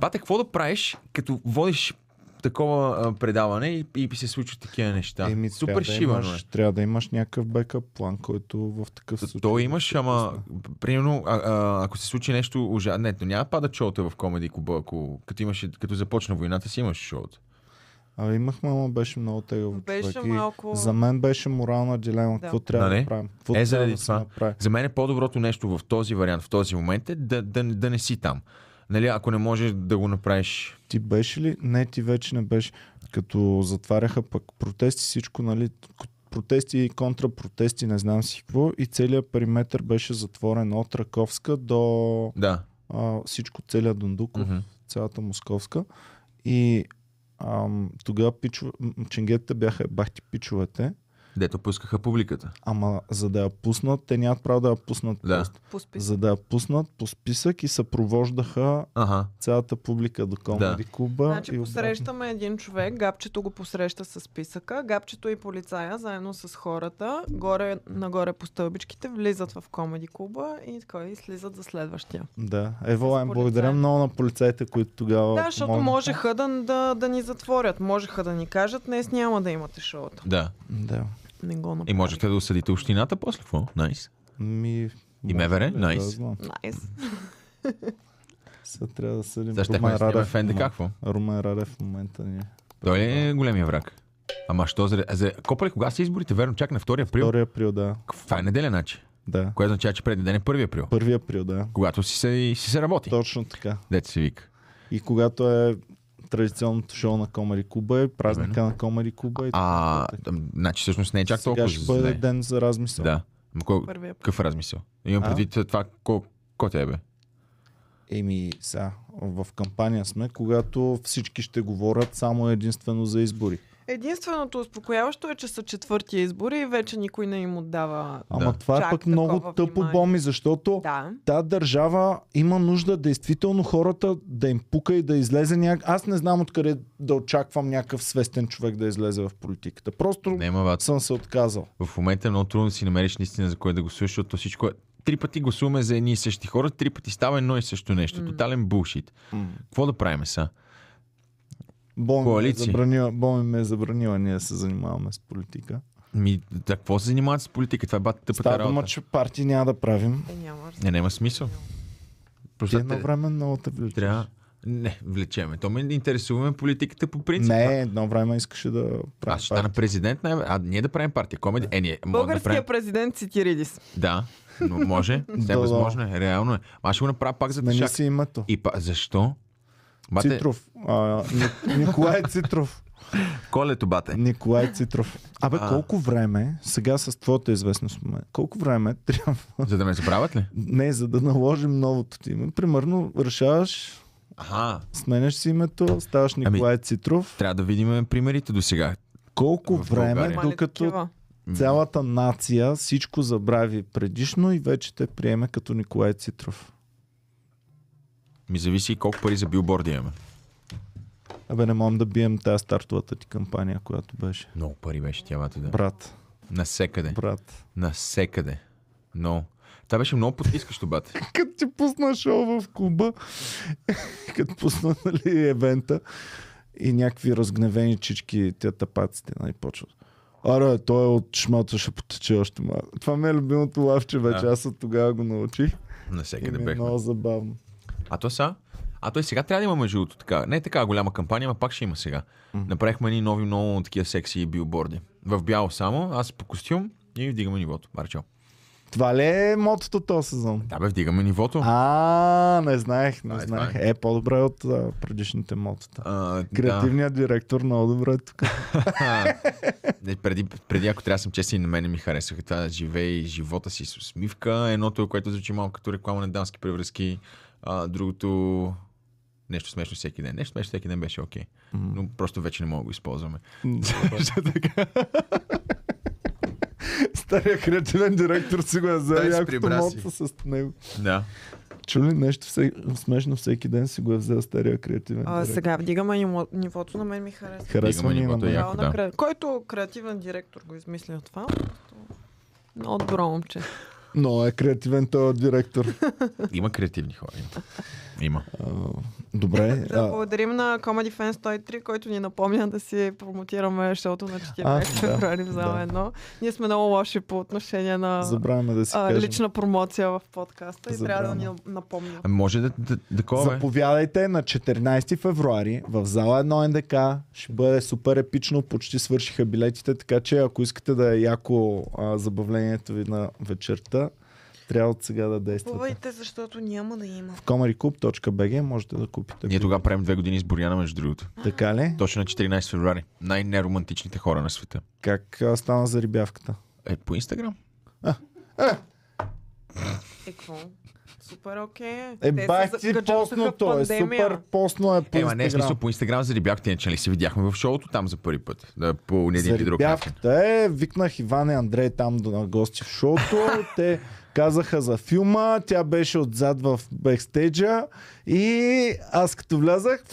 S2: Бате, какво да правиш, като водиш такова а, предаване и, и се случват такива неща?
S1: Еми,
S2: Супер
S1: трябва да
S2: шивано е.
S1: имаш, Трябва да имаш някакъв бекъп план, който в такъв
S2: То-
S1: случай...
S2: То
S1: да
S2: имаш,
S1: се
S2: ама,
S1: пусне.
S2: примерно, а, а, ако се случи нещо ужасно, не, то няма да падат шоута в Комеди Куба, ако, като, имаш, като започна войната си имаш шоута.
S1: А имахме, ама беше много тегаво.
S3: Беше
S1: човек. И
S3: малко-
S1: За мен беше морална дилема.
S3: Да.
S1: Какво трябва
S2: Нали?
S1: да правим? Какво
S2: Е,
S1: трябва
S2: заради
S1: да се
S2: това.
S1: направи?
S2: За мен е по-доброто нещо в този вариант, в този момент е да, да, да не си там. Нали, ако не можеш да го направиш.
S1: Ти беше ли? Не, ти вече не беше. Като затваряха пък протести, всичко, нали? к- Протести и контрапротести, не знам си какво. И целият периметър беше затворен от Раковска до
S2: Да.
S1: а, всичко, целият Дундуков,
S2: Мгм.
S1: цялата Московска. И ам, тогава пичо... м- м- ченгетите бяха бахти пичовете,
S2: Дето пускаха публиката.
S1: ама за да я пуснат, те нямат право да я пуснат
S2: Да.
S1: просто.
S3: По списък.
S1: За да я пуснат по списък и съпровождаха
S2: Ага.
S1: цялата публика до Комеди да. Куба.
S3: Значи
S1: и обратно.
S3: посрещаме един човек, гапчето го посреща с списъка, гапчето и полицая, заедно с хората, горе, нагоре по стълбичките, влизат в комеди клуба и, така, и слизат за следващия.
S1: Да, ево,
S3: С
S1: им
S3: полицай.
S1: благодаря много на полицайите, които тогава.
S3: да, защото
S1: помогнаха.
S3: можеха да, да, да ни затворят, можеха да ни кажат, днес няма да имате шоуто.
S2: Да.
S1: Да.
S3: Не го
S2: И
S3: направи.
S2: можете да осъдите общината после. Какво? Найс.
S1: Ми...
S2: И МВР?
S1: може ли,
S2: Найс.
S1: Да, знам.
S3: Найс.
S1: Сега трябва да съдим
S2: Сега ще
S1: Румен
S2: снимаме
S1: Радев.
S2: в НДК.
S1: в
S2: Какво?
S1: момента. Румен Радев в момента ни е.
S2: Той е големия враг. Ама що за... за... Копали, кога са изборите? Верно, чак на 2 април.
S1: 2 април, да.
S2: Това е неделя, значи.
S1: да.
S2: Което означава, че предния ден е 1 април.
S1: 1 април, да.
S2: Когато си се, си се работи.
S1: Точно така.
S2: Дете се вика.
S1: И когато е традиционното шоу на Комари Куба, е празника на Комари Куба. И
S2: А,
S1: така нататък.
S2: значи всъщност не е чак
S1: Сега
S2: толкова.
S1: ще бъде
S2: зле.
S1: ден за размисъл.
S2: Да. Ма кой-
S3: Първия път.
S2: Какъв размисъл? Имам
S1: А?
S2: предвид това, ко, ко те е, бе?
S1: Еми, сега, в кампания сме, когато всички ще говорят само единствено за избори.
S3: Единственото успокояващо е, че са четвърти избори и вече никой не им отдава.
S1: Ама
S2: Да.
S1: това е
S3: Чак
S1: пък много
S3: такова
S1: тъпо,
S3: внимание.
S1: Боми, защото
S3: Да.
S1: Та държава има нужда действително хората да им пука и да излезе някак. Аз не знам откъде да очаквам някакъв свестен човек да излезе в политиката. Просто не.
S2: Няма ват.
S1: съм се отказал.
S2: В момента е много трудно да си намериш наистина за кой да гласуваш, защото всичко е... Три пъти гласуваме за едни и същи хора, три пъти става едно и също нещо.
S3: М.
S2: Тотален булшит. Какво да правим са?
S1: Боми ме, е
S2: Коалиции.
S1: забранила, Боми ме е забранила, ние да се занимаваме с политика.
S2: Ми, да, какво се занимават с политика? Това е бат тъпата
S1: Става дума,
S2: работа.
S1: че партии няма да правим.
S3: Е, няма.
S2: Не, няма смисъл.
S1: Ти
S2: Просто
S1: едно време много те влечеш.
S2: трябва... Не, влечеме. То ме интересуваме политиката по принцип.
S1: Не, едно време искаше да правим
S2: Аз ще стана
S1: партии.
S2: президент, най- а ние да правим партия. Комеди... Е, ние мога да
S3: Българския
S2: правим...
S3: президент Цитиридис.
S2: Да, но може.
S1: Да,
S2: Сега
S1: да.
S2: възможно е. Реално е. Аз ще го направя пак за
S1: Мени
S2: тъшак.
S1: си името.
S2: И па... защо? Бате,
S1: Цитров. А, Ни- Николай Цитров.
S2: колето, бате.
S1: Николай Цитров. Абе,
S2: А.
S1: колко време, сега с твоята известност, в момента, колко време трябва
S2: За да ме забравят ли?
S1: Не, за да наложим новото ти име. Примерно, решаваш,
S2: Аха,
S1: сменяш си името, ставаш Николай Цитров.
S2: трябва да видим примерите до сега.
S1: Колко
S2: Ами, в
S1: време,
S2: България.
S3: Мали
S1: докато
S3: такива.
S1: цялата нация всичко забрави предишно и вече те приеме като Николай Цитров?
S2: Ми зависи и колко пари за билборди имаме.
S1: Абе, не можем да бием тази стартовата ти кампания, която беше.
S2: Много пари беше тя, бате, да.
S1: Брат,
S2: Насекъде.
S1: брат.
S2: Насекъде. Но. Това беше много потискащо, бате.
S1: Като ти пусна шоу в клуба, като пусна нали, евента и някакви разгневени чички, тя тапаците, нали, почват. Аре, той е от шмата ще потече още малко. Това ми е любимото лавче вече.
S2: Да.
S1: Аз от тогава го научих. И
S2: Насекъде
S1: ми е
S2: бехме.
S1: много забавно.
S2: А то сега? А той сега трябва да има между другото така. Не е така голяма кампания, ма пак ще има сега. Направихме ни нови много такива секси билборди. В бяло само, аз по костюм и вдигаме нивото. Марчо.
S1: Това ли е мотото този сезон?
S2: Да, бе, вдигаме нивото.
S1: А, не знаех, не
S2: Това е, това е.
S1: знаех. Е, по-добре от а, предишните мотота.
S2: А, да.
S1: Креативният директор много добре е тук.
S2: А, не, преди, преди, ако трябва да съм честен, и на мене ми харесаха това да живее живота си с усмивка. Едното, което звучи малко като реклама на дански превръзки, а, другото нещо смешно всеки ден. Нещо смешно всеки ден беше окей. Okay. Но просто вече не мога да го използваме.
S1: Стария креативен директор си го е
S2: Той
S1: взел
S2: си
S1: якото
S2: прибра си.
S1: мота с него.
S2: да.
S1: Чули нещо все... смешно всеки ден си го е взел стария креативен
S3: А,
S1: директор.
S3: сега вдигаме ниво- нивото, на мен ми харесва.
S1: Харесва
S2: Вдигаме
S1: ми на
S2: нивото,
S1: мен.
S2: яко.
S3: Реално
S2: да.
S3: кре- Който креативен директор го измисля това, просто много добро момче.
S1: Но е креативен този директор.
S2: Има креативни хора. Има. има.
S1: А, Добре.
S3: Да
S1: а,
S3: благодарим на Comedy Fan 103, който ни напомня да си промотираме шоуто на 14
S1: А, да,
S3: февруари в зала
S1: да.
S3: 1. Ние сме много лоши по отношение на
S1: Забравяме да си
S3: а,
S1: кажем.
S3: лична промоция в подкаста и трябва да ни
S1: Забрана.
S3: напомня.
S2: Ами може да, да, такова, е? бе.
S1: Заповядайте на 14 февруари в зала 1 НДК. Ще бъде супер епично. Почти свършиха билетите, така че ако искате да е яко а, забавлението ви на вечерта, трябва от сега да действате.
S3: Купувайте, защото няма да има.
S1: В comedyclub.bg можете да купите.
S2: Ние тогава правим две години с Боряна, между другото.
S1: Така ли?
S2: Точно на 14 февруари. Най-неромантичните хора на света.
S1: Как а, стана за рибявката?
S2: Е, по Инстаграм.
S3: Е, какво? Супер окей.
S1: Е,
S3: Те се
S1: бай ти
S3: закачаха в
S1: постното е.
S3: пандемия.
S1: Супер постно е по
S2: Ема, не е смисъл
S1: Инстаграм.
S2: по Инстаграм за рибяхте, иначе ли се видяхме в шоуто там за първи път. Да, по един или друг начин.
S1: Заребявката е, викнах Иван и Андрей там до на гости в шоуто. Те казаха за филма, тя беше отзад в бекстейджа и аз като влязах,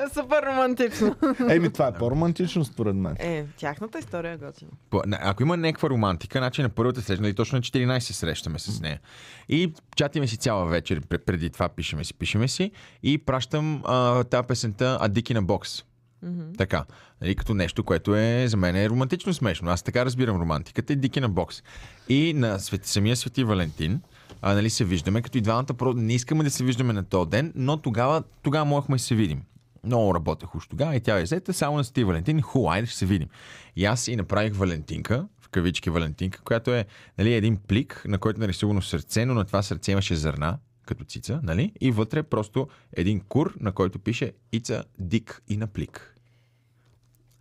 S3: Е, Супер романтично.
S1: еми това е по-романтично според мен.
S3: Е, тяхната история е готина.
S2: По- на- Ако има някаква романтика, значи на първата среща, и точно на 14 се срещаме с нея. И чатиме си цяла вечер, пр- преди това пишеме си, пишеме си и пращам а, тази песента Адики на бокс. Mm-hmm. Така. Нали, като нещо, което е за мен е романтично смешно. Аз така разбирам романтиката и Дики на бокс. И на свет, самия Свети Валентин а, нали, се виждаме, като и двамата про... не искаме да се виждаме на този ден, но тогава, тогава можехме да се видим. Много работех уж тогава и тя е взета само на Свети Валентин. Ху, айде ще се видим. И аз и направих Валентинка, в кавички Валентинка, която е нали, един плик, на който е нарисувано сърце, но на това сърце имаше зърна, като цица, нали? И вътре просто един кур, на който пише Ица, Дик и на плик.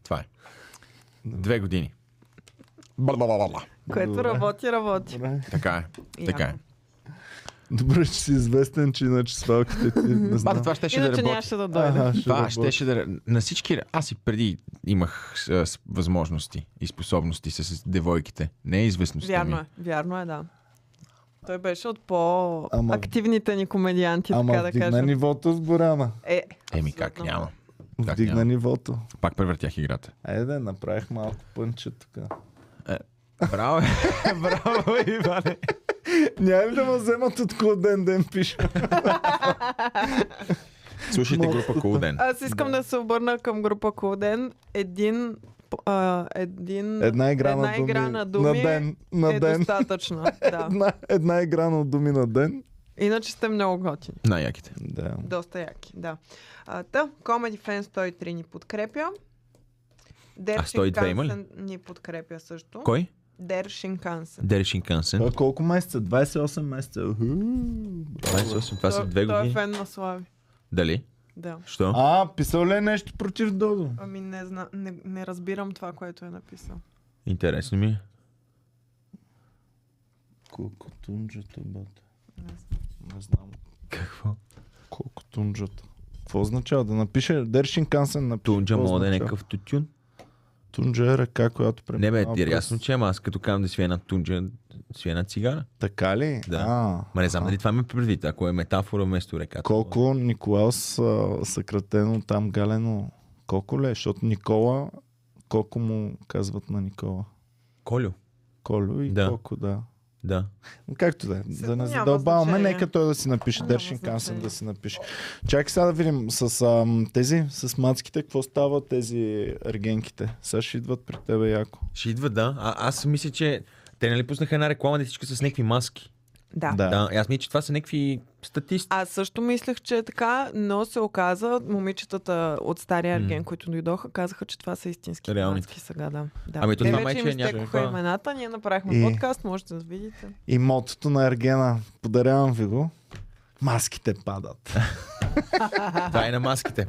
S2: Това е. Две години. Бла-бла-бла-бла.
S3: Което
S1: Добре.
S3: работи, работи.
S1: Добре.
S2: Така е. Така е.
S1: Добре, че си известен, че иначе свалките ти не
S2: Бата,
S1: знам.
S2: това щеше да
S3: Иначе
S2: работи.
S3: нямаше да дойде.
S1: Ага, ще
S2: Това
S1: работи.
S2: щеше да... На всички... Аз и преди имах а, с- възможности и способности с с девойките. Не е известността
S3: Вярно
S2: ми.
S3: е, вярно е, да. Той беше от
S1: Ама-
S3: по-активните ни комедианти, така
S1: Ама
S3: да
S1: вдигна
S3: кажем.
S1: нивото с Боряна.
S3: Е,
S2: Еми как
S3: абсолютно.
S2: няма. Как
S1: Вдигна
S2: няма?
S1: нивото.
S2: Пак превъртях играта.
S1: Айде да направих малко пънче тук.
S2: Браво, е. браво, Иване.
S1: Няма ли да ме вземат от кой ден ден пиша?
S2: Слушайте група Cool Ден.
S3: Аз искам да. се обърна към група Колден. Един, а, един...
S1: Една игра,
S3: една
S1: на, думи,
S3: игра на думи
S1: на ден. На
S3: е
S1: ден.
S3: достатъчна. да.
S1: Една, една игра на думи на ден.
S3: Иначе сте много готини.
S2: Най-яките.
S1: Да.
S3: Доста яки, да. А, та, Comedy Fan 103 ни подкрепя. Дер
S2: А 102 има ли?
S3: Шинкансен ни подкрепя също.
S2: Кой?
S3: Дер Шинкансен.
S2: Дерешин Кансен.
S1: Това колко месеца? 28 месеца. Уху.
S2: 28, това са
S3: Той-
S2: две
S3: Той е
S2: години.
S3: фен на Слави.
S2: Дали?
S3: Да.
S2: Що?
S1: А, писал ли е нещо против Додо?
S3: Ами не, зна... не, не разбирам това, което е написал.
S2: Интересно ми е.
S1: Колко тунджата, бата. Не знам.
S2: Какво?
S1: Колко тунджата. Какво означава? Да напише Дершин Кансен на
S2: Тунджа мога да е някакъв тютюн.
S1: Тунджа е ръка, която преминава.
S2: Не бе, ти е
S1: през-
S2: ясно, че ама аз като кам да свия една тунджа, свия една цигара.
S1: Така ли?
S2: Да.
S1: А,
S2: Ма не знам
S1: аха.
S2: дали това ме предвид, ако е метафора вместо реката.
S1: Колко Николаус а, съкратено там галено? Колко ли е? Защото Никола, колко му казват на Никола?
S2: Колю.
S1: Колю и
S2: Да.
S1: колко, да.
S2: Да.
S1: Но Както да е, да не
S3: няма
S1: задълбаваме,
S3: значение.
S1: нека той да си напише,
S3: Няма
S1: Дершин Кансен
S3: значение.
S1: да си напише. Чакай сега да видим с ам, тези, с мацките, какво става тези ергенките? Сега ще идват при тебе яко.
S2: Ще идва, да. А, аз мисля, че те нали пуснаха една реклама, де всички са с някакви маски.
S3: Да.
S1: Да.
S2: Да. и Аз мисля, че това са някакви статисти.
S3: Аз също мислех, че е така, но се оказа, момичетата от Стария
S2: М.
S3: Арген, които дойдоха, казаха, че това са истински
S2: Реалните.
S3: канадски сега, да. да.
S2: Ами то
S3: Те
S2: това
S3: вече
S2: май,
S3: им
S2: че е някаква-
S3: изтекоха имената, ние направихме
S1: И-
S3: подкаст, можете да видите.
S1: И мотото на Ергена, подарявам ви го. Маските падат.
S2: Това е на маските.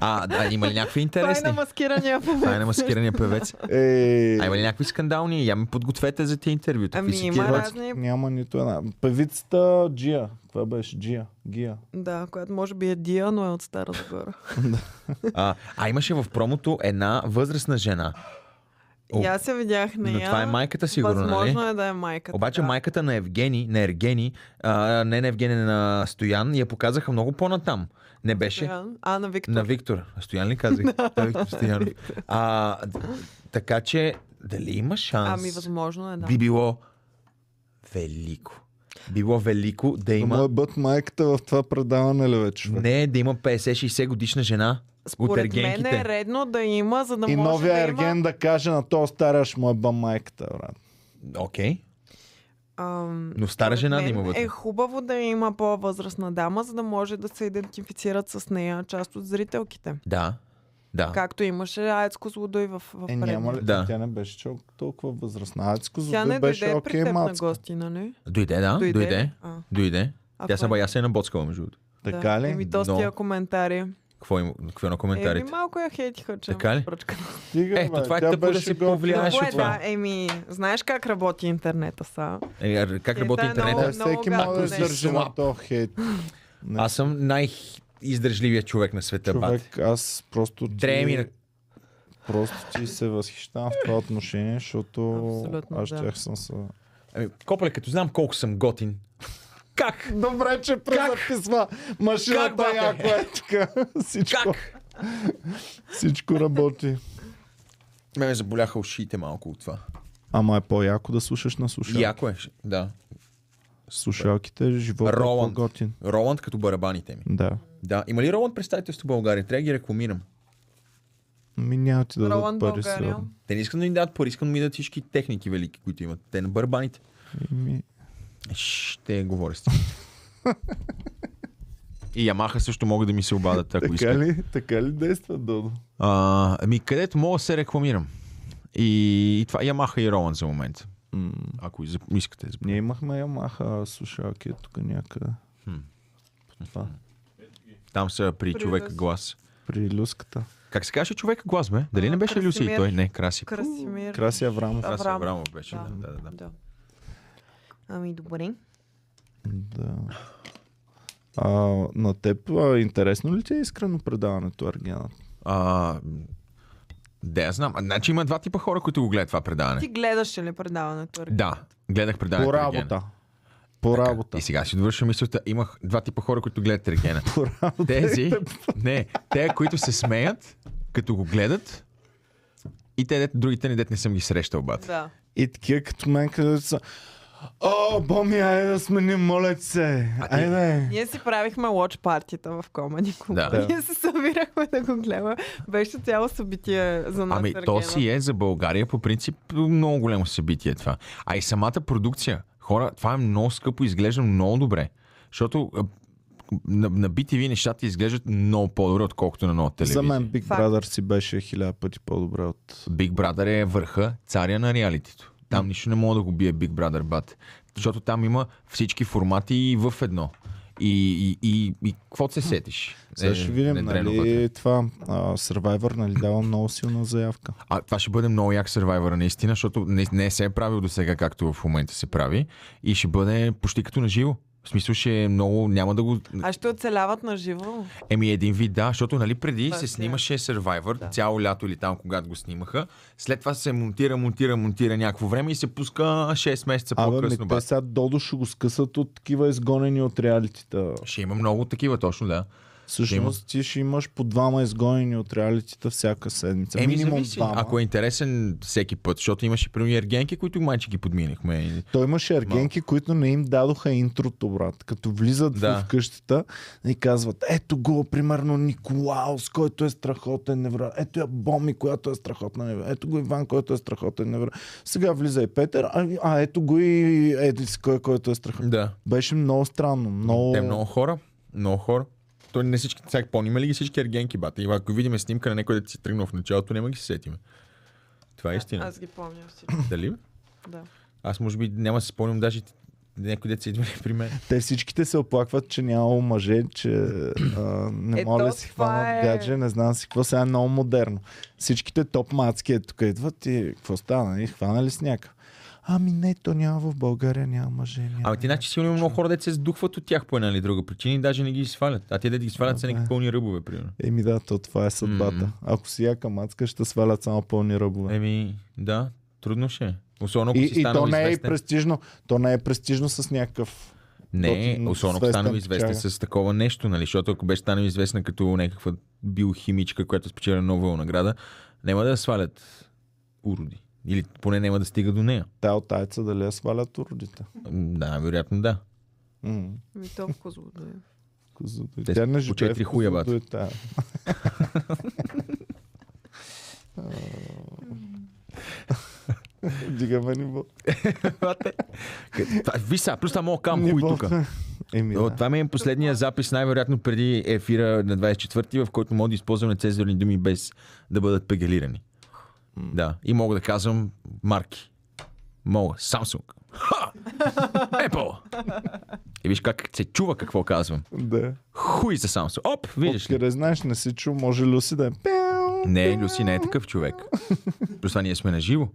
S2: А, да, има ли някакви
S3: Това е на
S2: интересни?
S3: маскирания
S2: Това е на маскирания певец.
S1: Е,
S2: А има ли някакви скандални? Я ме подгответе за тези интервюта. Какви
S3: Ами,
S2: са
S3: има
S2: тия?
S3: раз- разни-
S1: Няма нито една. Певицата Джия. Това беше Джия. Гия.
S3: Да, която може би е Дия, но е от Стара Загора.
S2: А, а имаше в промото една възрастна жена. О,
S3: И аз се видях нея.
S2: Но това е майката сигурно, нали?
S3: Възможно е да е майката.
S2: Обаче
S3: да.
S2: майката на Евгени, на Ергени, а, не на Евгени, на Стоян, я показаха много по-натам. Не беше
S3: Стоян. А, на Виктор.
S2: на Виктор. Стоян ли казах? на Виктор Стоянов. А, д- така че дали има шанс?
S3: Ами, възможно е, да.
S2: Би било велико. Било велико да
S1: Има...
S2: има...
S1: Моя бът майката в това предаване ли вече? човек?
S2: Не, да има 50-60 годишна жена. от
S3: Според мен
S2: ергенките.
S3: е редно да има, за да
S1: И
S3: може
S1: новия
S3: да
S1: ерген
S3: има...
S1: да каже на то стария ще му е ба майката, брат.
S2: Окей. Okay.
S3: Ам,
S2: Но стара
S3: според
S2: жена да
S3: мен
S2: има вътре.
S3: Е хубаво да има по-възрастна дама, за да може да се идентифицират с нея част от зрителките.
S2: Да. Да.
S3: Както имаше Аец Козлодой в, в
S1: Е,
S3: предния.
S1: няма ли?
S2: Да.
S1: Тя не беше чак толкова възрастна. Адско, за
S3: Тя не
S1: беше
S3: дойде при
S1: окей,
S3: теб
S1: малко.
S3: на гости, нали?
S2: Дойде, да. Дойде.
S3: Дойде.
S2: Дойде.
S3: А,
S2: дойде. Тя
S3: а кое?
S2: се бая се е набоцкала, между другото.
S1: Така
S3: Еми,
S1: ли?
S3: доста
S2: Но-
S3: тия коментари.
S2: Какво има? Какво е на
S3: Еми,
S2: коментарите?
S3: малко я хейтиха, че
S2: Така ли?
S3: Пръчка.
S1: Стига,
S2: Ето,
S1: бе,
S2: това е
S1: тя
S2: тъпо да
S1: беше
S2: се
S1: готина.
S2: повлияеш
S3: Много
S2: от
S3: е,
S2: това.
S3: да, еми, знаеш как работи интернета са.
S2: Е, а как
S3: Е,
S2: работи
S3: да, е
S2: интернета?
S1: Е,
S3: много-
S1: всеки
S3: гадно
S1: може да
S3: нещо.
S1: издържи на
S2: Слаб.
S1: то хейт. Не,
S2: Аз съм най-издържливия човек на света, бат.
S1: човек, аз просто... ти-
S2: Дреми на-
S1: Просто ти се възхищавам в това отношение, защото
S3: Абсолютно,
S1: аз
S3: да.
S1: щях съм се...
S2: Ами, Копле, като знам колко съм готин. Как?
S1: Добре, че презаписва
S2: Как,
S1: машината
S2: бате?
S1: яко е така. Всичко,
S2: Как?
S1: всичко работи.
S2: Ме ме заболяха ушите малко от това.
S1: Ама е по-яко да слушаш на слушалки.
S2: Яко е. Да.
S1: Слушалките, живота е
S2: Роланд.
S1: по-готин.
S2: Роланд като барабаните ми.
S1: Да.
S2: Да. Има ли Роланд представителство в България? Трябва да ги рекламирам.
S1: Ми няма ти да дадат
S3: Роланд
S1: пари
S3: България.
S1: сега.
S2: Те не искам да ми дадат пари, искам да ми дадат всички техники велики, които имат. Те на барабаните. Е,
S1: Ми...
S2: Ще говоря с тях. И Ямаха също могат да ми се обадат, ако искат.
S1: Така ли, така ли действа Додо?
S2: А, ами където мога да се рекламирам. И, и това Ямаха и Роланд за момент.
S1: М,
S2: Ако из- искате. за-
S1: Ние имахме Ямаха слушалки тук някъде.
S2: Хм.
S1: По Това.
S2: Там са при
S3: При
S2: човека
S3: Люси.
S2: глас.
S1: При люската.
S2: Как се каже човека глас, бе? Дали не беше Люси и
S3: Красимир.
S2: той? Не, Краси.
S3: Красимир.
S1: Краси Аврамов.
S3: Да.
S2: Краси
S3: Аврамов.
S2: Аврамов беше. Да, да,
S3: Да.
S2: да. да.
S3: Да. Ами, добре.
S1: Да. А, на теб а, интересно ли ти е искрено предаването, Аргена?
S2: А, да, я знам. А, Значи има два типа хора, които го гледат това предаване.
S3: Ти гледаше ли предаването? Аркадий?
S2: Да, гледах предаването.
S1: По
S2: на Ергена.
S1: работа. По
S2: Така.
S1: работа.
S2: И сега си довърша мисълта. Имах два типа хора, които гледат Ергена.
S1: По работа.
S2: Тези, не, те, които се смеят, като го гледат, и те, дето- другите ни дет не съм ги срещал, бат.
S3: Да.
S1: И такива като мен, където са... О, Боми, айде да сменим, моля ти се. Айде.
S3: Ние си правихме лоч партията в Комани
S2: Да.
S1: Да.
S3: Ние се събирахме да го гледаме. Беше цяло събитие за нас.
S2: Ами, то си е за България, по принцип, много голямо събитие това. А и самата продукция, хора, това е много скъпо, изглежда много добре. Защото а, на, на BTV нещата изглеждат много по-добре, отколкото на нова
S1: За
S2: телевизия.
S1: мен Big
S3: Факт.
S1: Brother си беше хиляда пъти по-добре от...
S2: Big Brother е върха, царя на реалитито. Там нищо не мога да го бие Big Brother бат. Защото там има всички формати в едно. И, и, и, и какво се сетиш? Е,
S1: Сега ще видим,
S2: недрено вътре.
S1: нали, това а, Survivor, нали, дава много силна заявка.
S2: А това ще бъде много як сървайвър наистина, защото не, не се е правил до сега, както в момента се прави. И ще бъде почти като на живо. В смисъл ще е много, няма да го...
S3: А ще оцеляват на живо.
S2: Еми един вид, да, защото нали преди
S3: Да,
S2: се
S3: да.
S2: снимаше Survivor да. цяло лято или там, когато го снимаха. След това се монтира, монтира, монтира някакво време и се пуска 6 месеца
S1: Абе, ми
S2: по-късно.
S1: те
S2: бат.
S1: сега Додо ще го скъсат от такива изгонени от реалитита.
S2: Ще има много такива, точно да.
S1: Всъщност ти ще имаш по двама изгонени от реалитита всяка седмица.
S2: Еми,
S1: Минимум
S2: зависи,
S1: двама.
S2: ако е интересен всеки път, защото имаше примерно и ергенки, които майче ги подминахме.
S1: Той имаше ергенки, които не им дадоха интрото, брат. Като влизат
S2: Да.
S1: да. в къщата и казват, ето го, примерно, Николаус, който е страхотен невра. Ето я Боми, която е страхотна невра. Ето го Иван, който е страхотен невра. Сега влиза и Петър, а, а ето го и Еди си кой, който е страхотен.
S2: Да.
S1: Беше много странно. Много...
S2: Те много хора, много хора. Той не всички, сега помним ли ги всички ергенки, бата? И ако видим снимка на някой, да си тръгнал в началото, няма ги се сетиме. Това е истина.
S3: Аз ги помня всички.
S2: Дали? бе?
S3: Да.
S2: Аз може би няма да се спомням даже някой дет си идва при мен.
S1: Те всичките се оплакват, че нямало мъже, че а, не
S3: Е,
S1: мога да
S3: то
S1: си
S3: това
S1: хванат
S3: е-
S1: гадже, не знам си какво, сега е много модерно. Всичките топ мацки е тук идват и какво стана, и хванали с някакъв. Ами не, то няма в България, няма мъже. Няма.
S2: Ами ти значи сигурно има много хора, дет се сдухват от тях по една или друга причина и даже не ги свалят. А те дет ги свалят са
S1: Добре.
S2: някакви пълни ръбове, примерно.
S1: Еми да, то това е съдбата.
S2: М.
S1: Ако си яка мацка, ще свалят само пълни ръбове.
S2: Еми, да, трудно ще. е. Особено ако
S1: и,
S2: си
S1: и то
S2: станал
S1: не е и
S2: известен.
S1: престижно. То не е престижно с някакъв.
S2: Не,
S1: Готин,
S2: особено ако станал
S1: известен
S2: известен
S1: печага.
S2: с такова нещо, нали? Защото ако беше станал известен като някаква е биохимичка, която спечели Нобел награда, няма да я свалят уроди. Или поне няма да стига до нея.
S1: Та от тайца дали я свалят уродите.
S2: М, Да, вероятно да.
S1: М.
S3: Ми толкова злодои.
S1: Козудой.
S2: Те
S1: Тя не
S2: по
S1: живее
S2: четири
S1: в
S2: хуя, бат.
S1: Козудой, тая. А, Дигаме ниво.
S2: Къде- това- е- Виж сега, плюс това мога кам хуй
S1: Ниво.
S2: тук.
S1: Еми,
S2: О,
S1: да.
S2: Това ми е последния запис, най-вероятно преди ефира на 24-ти, в който мога да използвам нецензурни думи без да бъдат пегелирани. Да. И мога да казвам марки. Мога. Samsung. Ха! Apple. И виж как се чува какво казвам.
S1: Да.
S2: Хуй за Samsung. Оп, виждаш ли?
S1: Откъде знаеш, не си чу, може Люси да е. пяу.
S2: Не, Люси не е такъв човек. Плюс това ние сме на живо.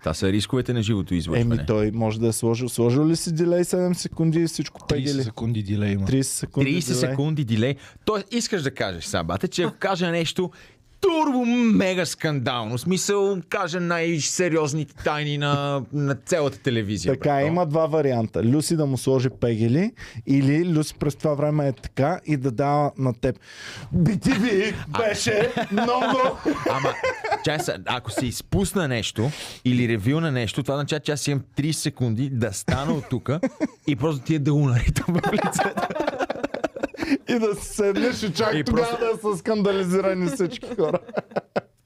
S2: Това са рисковете на живото
S1: Еми,
S2: излъчване.
S1: той може да е сложил. Сложил ли си дилей 7 секунди и всичко
S4: 30
S1: пегели?
S4: секунди дилей има.
S1: 30 секунди.
S2: 30
S1: дилей.
S2: секунди дилей. Тоест, искаш да кажеш, Сабате, че ако кажа нещо турбо мега скандално, в смисъл кажа най-сериозните тайни на, на цялата телевизия.
S1: Така,
S2: брато.
S1: има два варианта. Люси да му сложи пегели или Люси през това време е така и да дава на теб. BTV беше много
S2: Ама, чай са, ако се изпусна нещо или ревю на нещо, това означава, че аз имам 3 секунди да стана от тук и просто ти е да го наритам в лицето.
S1: И да си седнеш и чак
S2: И
S1: тогава да са скандализирани всички хора.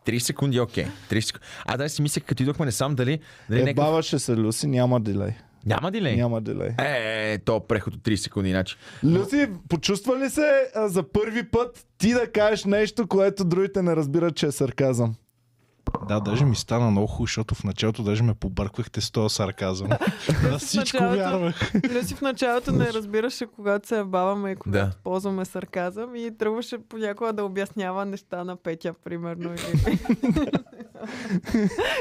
S2: 3 секунди, окей. 3 секунди. А да си мисля, като идохме не сам дали... дали
S1: Е,
S2: някакъв-
S1: баваше се Люси, няма дилей.
S2: Няма дилей.
S1: Няма дилей.
S2: Е, то преход от 3 секунди, значи.
S1: Люси, почувства ли се а, за първи път ти да кажеш нещо, което другите не разбират, че е сарказъм?
S4: Да, даже ми стана много хубаво, защото в началото даже ме побърквахте с този сарказъм. На всичко
S3: началото-
S4: вярвах.
S3: Люси в началото не разбираше когато се баваме и когато
S2: Да.
S3: ползваме сарказъм и тръгваше понякога да обяснява неща на Петя, примерно. Или...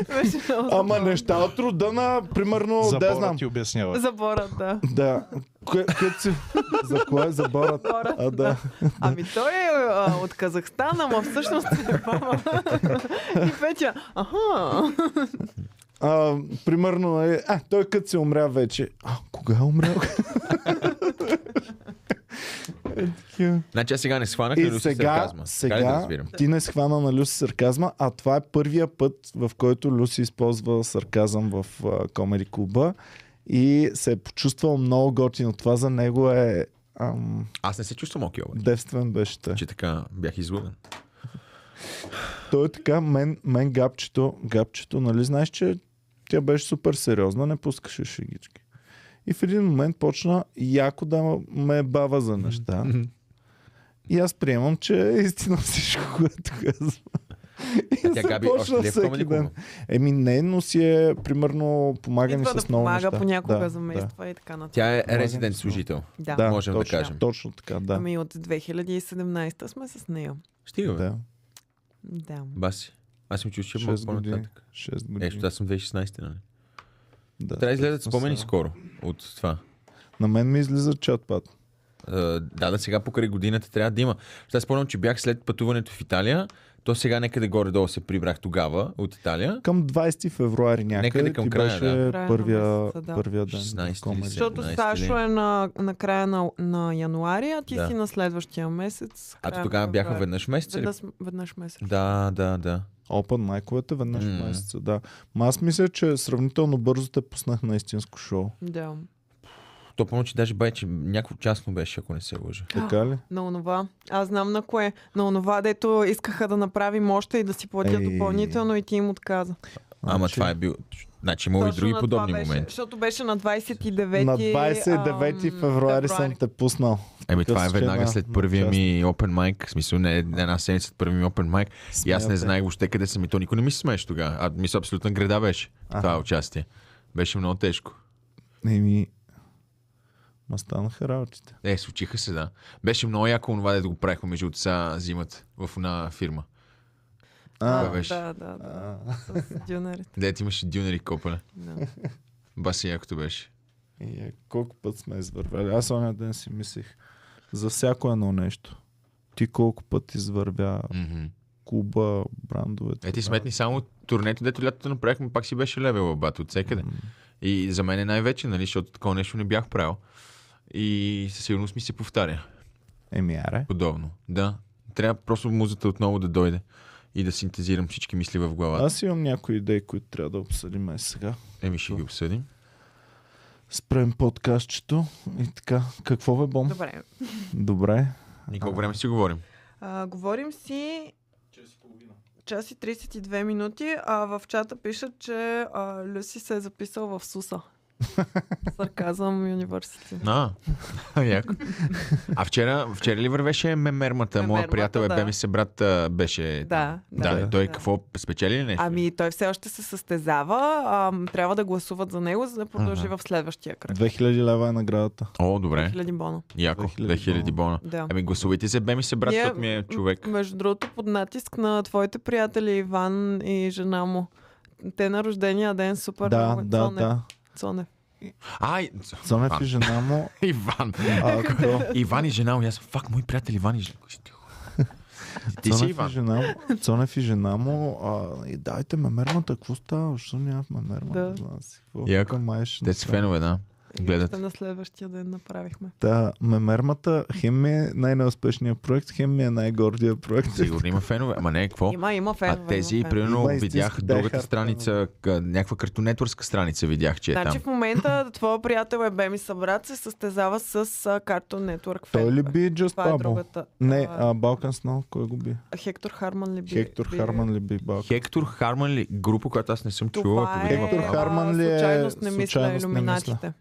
S3: Беше много
S1: Ама
S3: забавно.
S1: неща от рода на, примерно, да
S4: Забора
S1: знам.
S4: ти обяснява.
S3: Заборът, да.
S1: Да. Кое, кое си... За кое е заборът?
S3: Заборът,
S1: А, да.
S3: Ами той е а, от Казахстан, ама всъщност е баба. И Петя, аха.
S1: А, примерно е... А, той като си умря вече. А, кога е умрял? е, такива.
S2: Значи аз сега не схванах
S1: И
S2: нали,
S1: сега,
S2: сарказма.
S1: сега
S2: Така ли да разбирам?
S1: ти не схвана на Люси сарказма, а това е първия път, в който Люси използва сарказъм в а, Комери клуба и се е почувствал много готино. Това за него е ам,
S2: Аз не се чувствам окей, обаче.
S1: девствен беше. Те.
S2: Че така бях излъган.
S1: Той е така, мен, мен гапчето, гапчето, нали знаеш, че тя беше супер сериозна, не пускаше шегички. И в един момент почна яко да ме бава за неща. И аз приемам, че е истина всичко, което казва. И
S2: А тя
S1: се
S2: Габи
S1: почна
S2: още ли е в
S1: всеки
S2: Комеди
S1: ден.
S2: Клуба?
S1: Еми не, но си е примерно помага ни
S3: Идва да
S1: с много
S3: помага,
S1: неща.
S3: понякога
S1: да,
S3: замества и така нататък.
S2: Тя е
S1: Може да
S2: резидент
S1: се-
S2: служител.
S3: Да.
S1: Да,
S2: можем да
S1: точно,
S2: кажем.
S1: Точно така, да.
S3: Ами от 2017 сме с нея.
S2: Стига, бе.
S1: да.
S3: Да.
S2: Баси. Аз съм чул, че е малко
S1: 6 години.
S2: по-нататък.
S1: 6 години.
S2: Нещо, аз съм 2016, нали?
S1: да,
S2: Трябва да излезат
S1: точно
S2: спомени
S1: сега.
S2: скоро от това.
S1: На мен ми излиза чатпад.
S2: Е, Да, да, сега покрай годината трябва да има. Защото Аз спомням, че бях след пътуването в Италия. То сега някъде горе-долу се прибрах тогава от Италия.
S1: Към 20 февруари някъде
S2: Някъде към
S1: ти
S2: края,
S1: беше
S2: да.
S3: Края на
S1: първия,
S3: месеца, да.
S1: първия ден.
S2: 16 или
S1: Комеди.
S2: 17.
S3: Защото
S2: 19
S3: Сашо
S2: ли?
S3: е на, на края на, на януари, а ти
S2: Да.
S3: си на следващия месец.
S2: А
S3: края
S2: то
S3: на
S2: тогава бяха
S3: февруари.
S2: веднъж нали? месец. ли?
S3: Веднъж, веднъж месец.
S2: Да, да, да.
S1: Open майковете веднъж
S2: М.
S1: в месеца, да. Ма аз мисля, че сравнително бързо те пуснах на истинско шоу.
S3: Да.
S2: То помня, че даже бай, че някакво частно беше, ако не се лъжа.
S1: Така ли?
S3: На онова. Аз знам на кое. На онова, дето искаха да направим още и да си платя
S1: Ей.
S3: допълнително и ти им отказа.
S2: Ама
S1: Значи-
S2: това е бил. Значи има и
S3: Точно
S2: други
S3: на това
S2: подобни
S3: беше,
S2: моменти.
S3: Защото беше на 29
S1: на 29
S3: ам,
S1: февруари съм те пуснал.
S2: Еми, това е
S1: Такъв
S2: веднага
S1: схема
S2: след
S1: на
S2: първия
S1: част.
S2: ми open mic. В смисъл, не една седмица след първия ми open mic. И аз не
S1: Смятай.
S2: знаех въобще къде съм. И то никой не ми се смееше тогава. А мисля, абсолютна града беше. Това участие. Беше много тежко.
S1: Еми, ма станаха работите.
S2: Е, случиха се, да. Беше много яко онова, да го правихме между отца зимата в една фирма.
S3: А,
S2: Това беше.
S3: Да, да, да.
S1: А,
S3: С дюнерите.
S2: Дето имаше дюнери копане.
S3: Да.
S2: Баси якото беше.
S1: и, е, колко път сме извървяли? Аз оня ден си мислих за всяко едно нещо. Ти колко път извървя
S2: Мгм.
S1: клуба, брандовете.
S2: Е, ти сметни само турнето, дето лятото направихме, пак си беше левел бат от всекъде. И за мен е най-вече, нали, защото такова нещо не бях правил. И със сигурност ми се повтаря.
S1: Еми, аре.
S2: Подобно. Да. Трябва просто музата отново да дойде. и да синтезирам всички мисли в главата.
S1: Аз имам някои идеи, които трябва да обсъдим е сега.
S2: Еми ще ги обсъдим.
S1: Спрем подкастчето и така. Какво бе, Бом?
S3: Добре.
S1: Добре.
S2: И колко време си говорим?
S3: А, говорим си час и 32 минути, а в чата пишат, че а, Люси се е записал в СУСА. Сарказъм Юниверсити.
S2: А, яко. А вчера, вчера ли вървеше мемермата? Моя
S3: Мемермата,
S2: приятел
S3: да.
S2: Ебеми се брат а, беше...
S3: Да,
S2: Е, Да,
S1: Да.
S2: да, той какво е? спечели ли нещо?
S3: Ами той все още се състезава. Ам, трябва да гласуват за него, за да продължи
S2: Ага.
S3: в следващия кръг.
S1: 2000 лева е наградата.
S2: О, добре.
S3: 2000 бона.
S2: Яко.
S1: 2000
S2: 2000 бона.
S3: Да.
S2: Ами гласувайте за Беми се брат,
S3: Ние-
S2: защото ми е човек.
S3: М- Между другото, под натиск на твоите приятели Иван и жена му. Те на рождения ден супер
S1: да,
S3: много.
S1: да,
S3: Цонев,
S1: да.
S3: Цонев.
S2: Ай,
S1: Цонев и
S2: Иван.
S1: жена му.
S2: Иван.
S1: А, какво?
S2: Иван и жена му. Аз съм, фак, мой приятел Иван и жена. му. Ти- Ти си
S1: Цонев и
S2: Иван.
S1: жена му. Цонев и жена му. А, и дайте мемермата. Какво става? Защо няма в мемермата?
S3: Да.
S1: за нас? Какво?
S2: Яко.
S1: Тук май ще
S2: Те са
S1: направим.
S2: фенове, да.
S3: И
S2: Гледат.
S3: още На следващия ден направихме.
S1: Та, мемермата хем ми е най-неуспешният проект, хем ми е най-гордия проект.
S2: Сигурно има фенове. Ама не, какво?
S3: Има, има фенове.
S2: А тези,
S3: има фенове.
S2: примерно,
S1: Има истински
S2: видях
S1: Die Hard
S2: другата
S1: фенове.
S2: страница, к- някаква картонетворска страница видях, че е
S3: Значи
S2: там.
S3: в момента твоя приятел е Беми Събрат се състезава с а, Cartoon Network.
S1: Той ли
S3: фенове.
S1: би Just
S3: Това е
S1: Pablo?
S3: другата.
S1: Не,
S3: а,
S1: а, Balkan Snow, кой го би?
S3: Хектор Харман ли би?
S1: Хектор
S3: би-
S1: Харман ли би Балкан?
S2: Хектор Харман ли? Група, която аз не съм
S3: Това
S2: чувал. ако
S3: е,
S2: да има
S1: Хектор
S3: а,
S2: право.
S1: Харман ли е-
S3: Случайност не мисля,
S1: случайност не
S3: иллюминатите.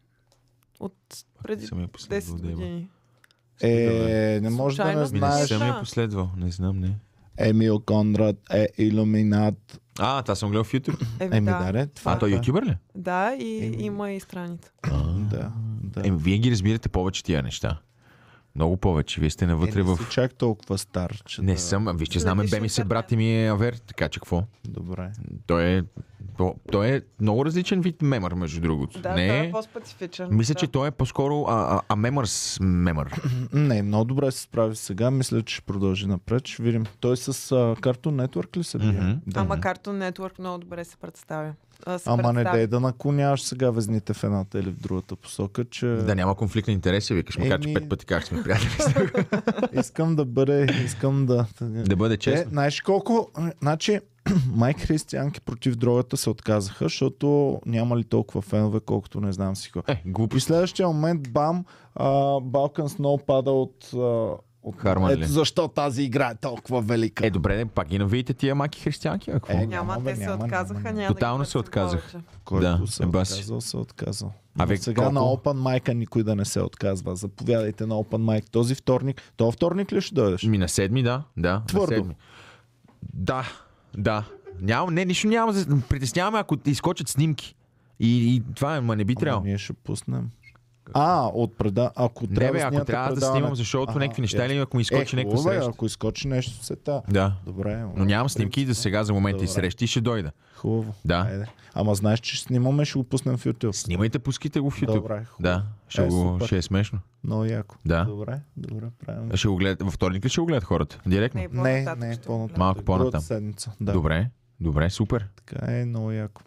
S3: От преди
S2: Съм я
S3: 10
S2: последвал да има.
S3: години.
S1: Е, не може да не
S3: Случайно.
S2: Ми не
S1: знаеш.
S2: съм
S3: знаеш.
S2: я последвал, не знам, не.
S1: Емил Конрад е иллюминат.
S2: А, това съм гледал в YouTube.
S3: Еми
S1: Еми
S3: да.
S1: да, ре,
S2: А,
S1: това
S2: той
S1: е.
S2: е ютубър ли?
S3: Да, и
S1: Еми.
S3: има и страница.
S1: Да, да.
S2: Еми, Е, ами, вие ги разбирате повече тия неща. Много повече. Вие сте навътре
S1: Е, не
S2: в...
S1: си чак толкова стар, че
S2: Не
S1: да-
S2: съм. а, Виж, че знаме
S3: Различен
S2: Беми се
S3: интернет.
S2: брат и ми е Авер, така че какво?
S1: Добре.
S2: Той е, то- той е много различен вид мемър, между другото.
S3: Да,
S2: не
S3: той
S2: е...
S3: е по-специфичен.
S2: Мисля,
S3: да.
S2: че той е по-скоро а, а, а мемърс мемър.
S1: Не, много добре се справи сега. Мисля, че ще продължи напред. Ще видим. Той с а, Cartoon Network ли се бие?
S2: Мгм.
S1: Да.
S3: Ама Cartoon Network много добре се представя. А, се
S1: Ама не
S3: представя.
S1: дей да наклоняваш сега везните в едната или в другата посока, че
S2: Да няма конфликт на интереси, викаш, макар че
S1: Еми-
S2: пет пъти как сме приятели.
S1: искам да бъде, искам да...
S2: да бъде
S1: Те,
S2: честно.
S1: Е, знаеш колко... Значи, май християнки против дрогата се отказаха, защото нямали толкова фенове, колкото не знам си хора.
S2: Е, глупо.
S1: И следващия момент, бам, Балкан Сноу пада от... а, от...
S2: Харман
S1: Ето
S2: ли?
S1: защо тази игра е толкова велика.
S2: Е, добре, не, пак ги навидите тия маки християнки, ако.
S1: Е,
S3: Няма,
S1: Няма, бе,
S3: те се
S1: няма,
S3: отказаха.
S1: няма,
S3: няма да ги
S2: Тотално се
S3: търсим
S2: отказах.
S3: повече.
S1: Който
S2: да,
S1: се е
S2: еба си.
S1: отказал, се отказал.
S2: А
S1: А
S2: вие
S1: сега
S2: колко?
S1: на Open Mic никой да не се отказва. Заповядайте на Open Mic този вторник. То вторник ли ще дойдеш?
S2: Ми Ами на седми, да, да.
S1: Твърдо.
S2: На седми. Да, да. Нямам, не, нищо няма. за- Притесняваме, ако изкочат снимки. И, и това, е, ма не би трябвало.
S1: Ама ние ще пуснем. А, от преда... ако трябва
S2: Не, бе,
S1: да
S2: ако
S1: снимате
S2: трябва да
S1: предаване-
S2: снимам, защото
S1: Аха,
S2: някакви неща
S1: ясно.
S2: или ако ми
S1: е,
S2: изкочи някаква
S1: хубаво е,
S2: среща.
S1: ако изкочи нещо се та.
S2: Да.
S1: Добре. е,
S2: Но нямам снимки за сега, за момента и
S1: Добре. Е,
S2: срещи ще дойда.
S1: Хубаво.
S2: Да.
S1: Айде. Ама знаеш, че ще снимаме, ще го пуснем в YouTube.
S2: Снимайте, пускайте го в YouTube.
S1: Добре, хубаво.
S2: Да, ще,
S1: Е,
S2: го,
S1: супер.
S2: ще е смешно.
S1: Много яко.
S2: Да. Е,
S1: Добре, добре, правим.
S2: Ще го гледат, във вторник ли ще го гледат хората? Директно?
S3: Не,
S1: Не,
S3: по-нататък
S1: не,
S3: ще
S1: по-нататък.
S2: Малко
S1: Другата
S2: по-натам.
S1: седмица. Да.
S2: Добре, добре, супер.
S1: Така е, много яко.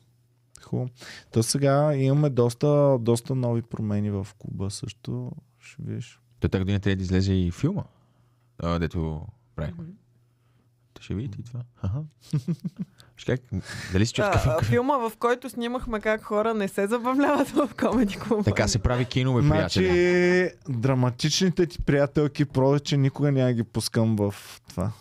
S1: Хубаво. То сега имаме доста, доста нови промени в клуба също. Ще видиш.
S2: Та тази година трябва да излезе и филма, а, дето правихме. Та Ще видите и това. Аха. Ще как, дали си чувстваш?
S3: Да, филма, в който снимахме как хора не се забавляват в комеди клуба.
S2: Така се прави кино, бе, приятели.
S1: Значи, драматичните ти приятелки повече никога няма ги пускам в това.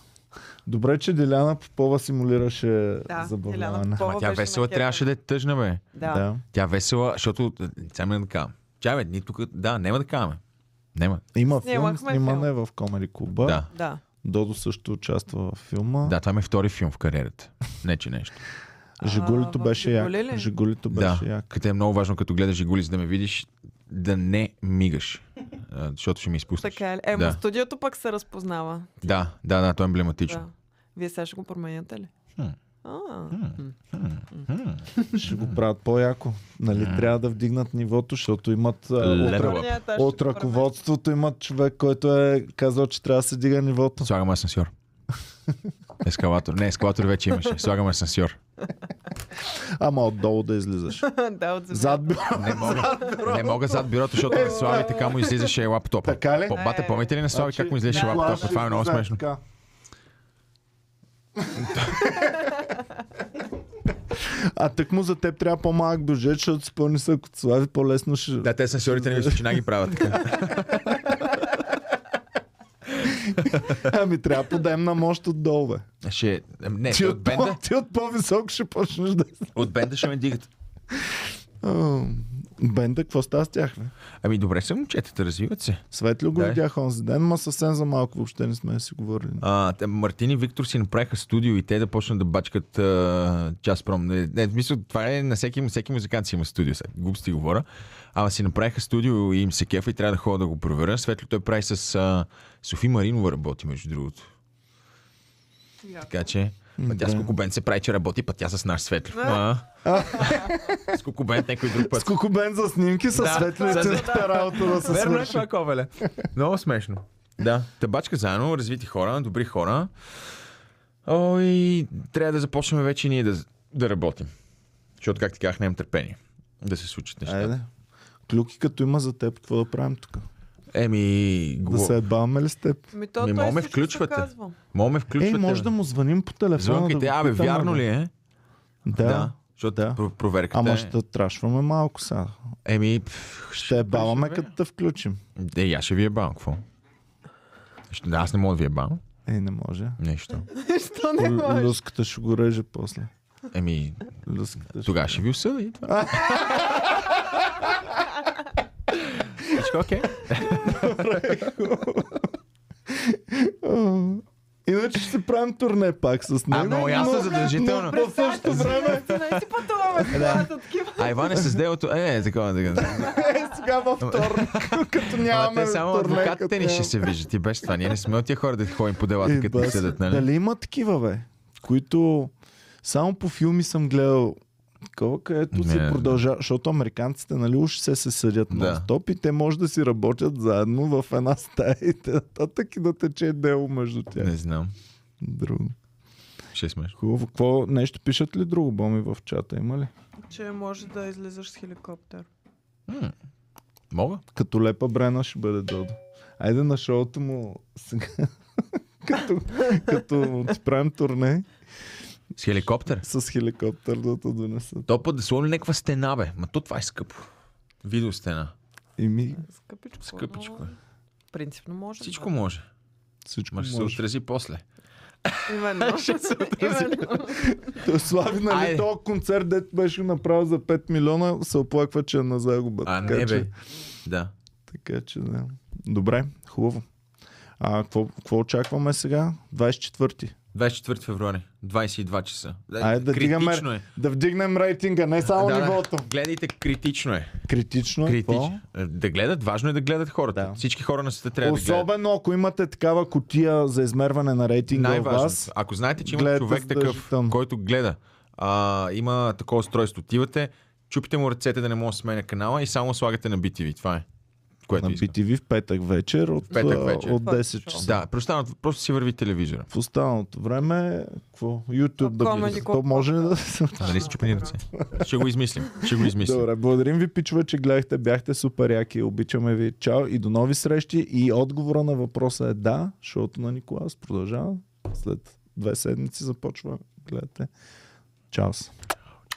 S1: Добре, че Деляна Попова симулираше
S3: Да, Деляна
S1: забавляване.
S3: Попова
S2: Ма тя
S3: беше
S2: весела
S3: макета.
S2: трябваше да е тъжна, бе.
S3: Да.
S1: Да.
S2: Тя весела, защото... Сега ме да кажа. Чай, бе, ние тук... Да, няма да кажаме. Нема.
S1: Има филм,
S3: Снимахме
S1: снимане в Комери клуба.
S2: Да.
S3: Да.
S1: Додо също участва в филма.
S2: Да, това ми е втори филм в кариерата. Не, че нещо.
S1: Жигулито
S3: А, в
S1: беше як.
S3: Жигули ли?
S1: Жигулито беше
S2: да,
S1: як.
S2: като е много важно, като гледаш Жигули, за да ме видиш, да не мигаш. А, Защото ще ми изпуснеш.
S3: Така е. Е,
S2: Да.
S3: да. студиото пък се разпознава.
S2: Да, да, да, то е емблематично.
S3: Да. Вие сега ще го променяте ли?
S2: Хм.
S3: А,
S1: Ще го правят по-яко. Нали, трябва да вдигнат нивото, защото имат а, от,
S2: Level
S1: ръ-
S2: up.
S3: първия етаж е ще
S1: от
S3: го променя.
S1: ръководството имат човек, който е казал, че трябва да се дига нивото.
S2: Слагам асансьор. Ескалатор. Не, ескалатор вече имаше. Слагам асансьор.
S1: Ама отдолу да излизаш.
S3: да, от земята.
S1: Зад бюро.
S2: Не мога, не мога зад бюрото, защото на Слави така му излизаше лаптопа.
S1: Е, Така ли?
S2: Значи, По- бате, помните ли на Слави как му излизаше
S1: Значи,
S2: лаптопа? Това е много
S1: да,
S2: смешно.
S1: така. А тък му за теб трябва по-малък бюджет, защото си по-нисък от Слави, по-лесно ще...
S2: Да, те сенсорите не мисля, че не ги правят така.
S1: Ами трябва подаем на мощ отдолу, бе.
S2: Ще... Не,
S1: Ти
S2: Е, от
S1: от, по,
S2: бенда,
S1: ти от по-висок ще почнеш да...
S2: от бенда ще ме дигат.
S1: А, Бенда, какво става с тях, бе?
S2: Ами добре са момчетата, развиват се.
S1: Светло го
S2: Да.
S1: видях онзи ден, ма съвсем за малко въобще не сме си говорили.
S2: А, те, Мартин и Виктор си направиха студио и те да почнат да бачкат а, Джазпром. Не, не, в смисъл, това е на всеки, всеки музикант си има студио, сега глупости говоря. Ама си направиха студио и им се кефа и трябва да ходя да го проверя. Светло той прави с а, Софи Маринова работи, между другото. Така че, па тя с
S1: Да.
S2: Кокобен се прави, че работи, па тя с наш Светло. А. с Кокобен някой друг път.
S1: С кокобен за снимки, с
S2: Да.
S1: светло и
S2: Да,
S1: цялата работа да се
S2: Верно е
S1: свърши.
S2: това, Ковеле. Много смешно. Да. Табачка заедно, развити хора, добри хора. О, и трябва да започнем вече ние да, да работим. Защото, както ти казах, нямам търпение да се случат нещата.
S1: Айде. Клюки като има за теб, какво да правим тук?
S2: Еми, го...
S1: Да се ебаваме ли с теб?
S3: Ми Ами то
S2: Ми,
S3: той
S2: мога ме
S3: също се
S2: включвате.
S3: казва.
S2: Мога ме включвате.
S1: Ей, може да му звъним по телефона.
S2: Звънкайте,
S1: да го
S2: абе,
S1: питаме,
S2: вярно
S1: бе.
S2: ли е?
S1: Да.
S2: Защото
S1: да.
S2: про- проверката
S1: Ама
S2: е...
S1: ще трашваме малко сега.
S2: Еми, пф,
S1: Ще е баваме
S2: преживея.
S1: като те включим.
S2: Е, аз ще ви е бал, какво? Ще- Да, аз не мога да ви е бал.
S1: Ей, не може.
S2: Нещо.
S3: Що не
S1: Л-
S3: може?
S1: Люската ще го реже после.
S2: Еми,
S1: Люската ще...
S2: Тогава ще ви осъда и това. Всичко окей?
S1: А, Иначе ще си правим турне пак с него.
S2: А, много ясно,
S1: но-
S2: задължително.
S1: но В същото време,
S3: Не си пътуваме с хората такива.
S2: А Иван е с делото. Е, е, такова, така.
S1: е сега във вторник, като
S2: Ама
S1: нямаме
S2: те само
S1: турне,
S2: адвокатите
S1: като
S2: ни ще
S1: нямаме.
S2: се виждат и без това. Ние не сме от тия хора да ходим по
S1: Е,
S2: делата, като ни
S1: бас,
S2: съдат, нали?
S1: Дали има такива, бе? Които само по филми съм гледал такова, където се
S2: Не,
S1: продължава, защото американците, нали, уж се се съдят
S2: Да.
S1: на стоп и те може да си работят заедно в една стая и нататък и да тече дело между тях.
S2: Не знам.
S1: Друго.
S2: Ще смеш.
S1: Хубаво. Какво нещо пишат ли друго, Боми, в чата? Има ли?
S3: Че може да излизаш с хеликоптер.
S2: Мога?
S1: Като лепа Брена ще бъде Додо. Айде на шоуто му сега. като, като ти правим турне
S2: С хеликоптер?
S1: с хеликоптер да те донесат.
S2: То път да сложим някаква стена, бе. Ма то това е скъпо. Видеостена.
S1: И ми
S3: Скъпичко.
S2: Скъпичко е.
S3: но Принципно може.
S2: Всичко може.
S1: всичко
S2: Ма ще се
S1: може.
S2: отрази после.
S3: Именно. Именно.
S1: Той Слави, нали,
S2: Айде.
S1: този концерт, дето беше направил за 5 милиона, се оплаква, че е на загуба.
S2: А,
S1: така,
S2: не, бе.
S1: че,
S2: Да.
S1: така че, да. Добре, хубаво. А, какво, какво очакваме сега? 24-ти.
S2: 24 февруари, 22 часа.
S1: Айде да
S2: критично
S1: дигаме,
S2: е.
S1: да вдигнем рейтинга, не само
S2: Да, да.
S1: нивото.
S2: Гледайте, критично е.
S1: Критично е какво?
S2: Критично. Да гледат, важно е да гледат хората.
S1: Да.
S2: Всички хора на света трябва да гледат.
S1: Особено ако имате такава котия за измерване на рейтинга в
S2: Най-важно.
S1: вас.
S2: Ако знаете, че има
S1: гледате
S2: човек такъв,
S1: задължително.
S2: който гледа, а, има такова устройство, отивате, чупите му ръцете да не може да сменя канала и само слагате на BTV. Това е. Което
S1: на
S2: иска.
S1: BTV в петък вечер от,
S2: петък
S1: а,
S2: вечер.
S1: от
S3: Това е
S1: 10 часа.
S2: Да, просто, станат- просто си върви телевизора.
S1: В останалото време, какво? YouTube да
S3: Comedy
S1: бъде.
S3: Club.
S1: То може ли да се...
S2: Нали си чупени ръце? Ще го измислим. Ще го измислим.
S1: Добре, благодарим ви, пичове, че гледахте. Бяхте супер яки. Обичаме ви. Чао и до нови срещи. И отговора на въпроса е да, шоуто на Николас продължава. След две седмици започва. Гледате. Чао.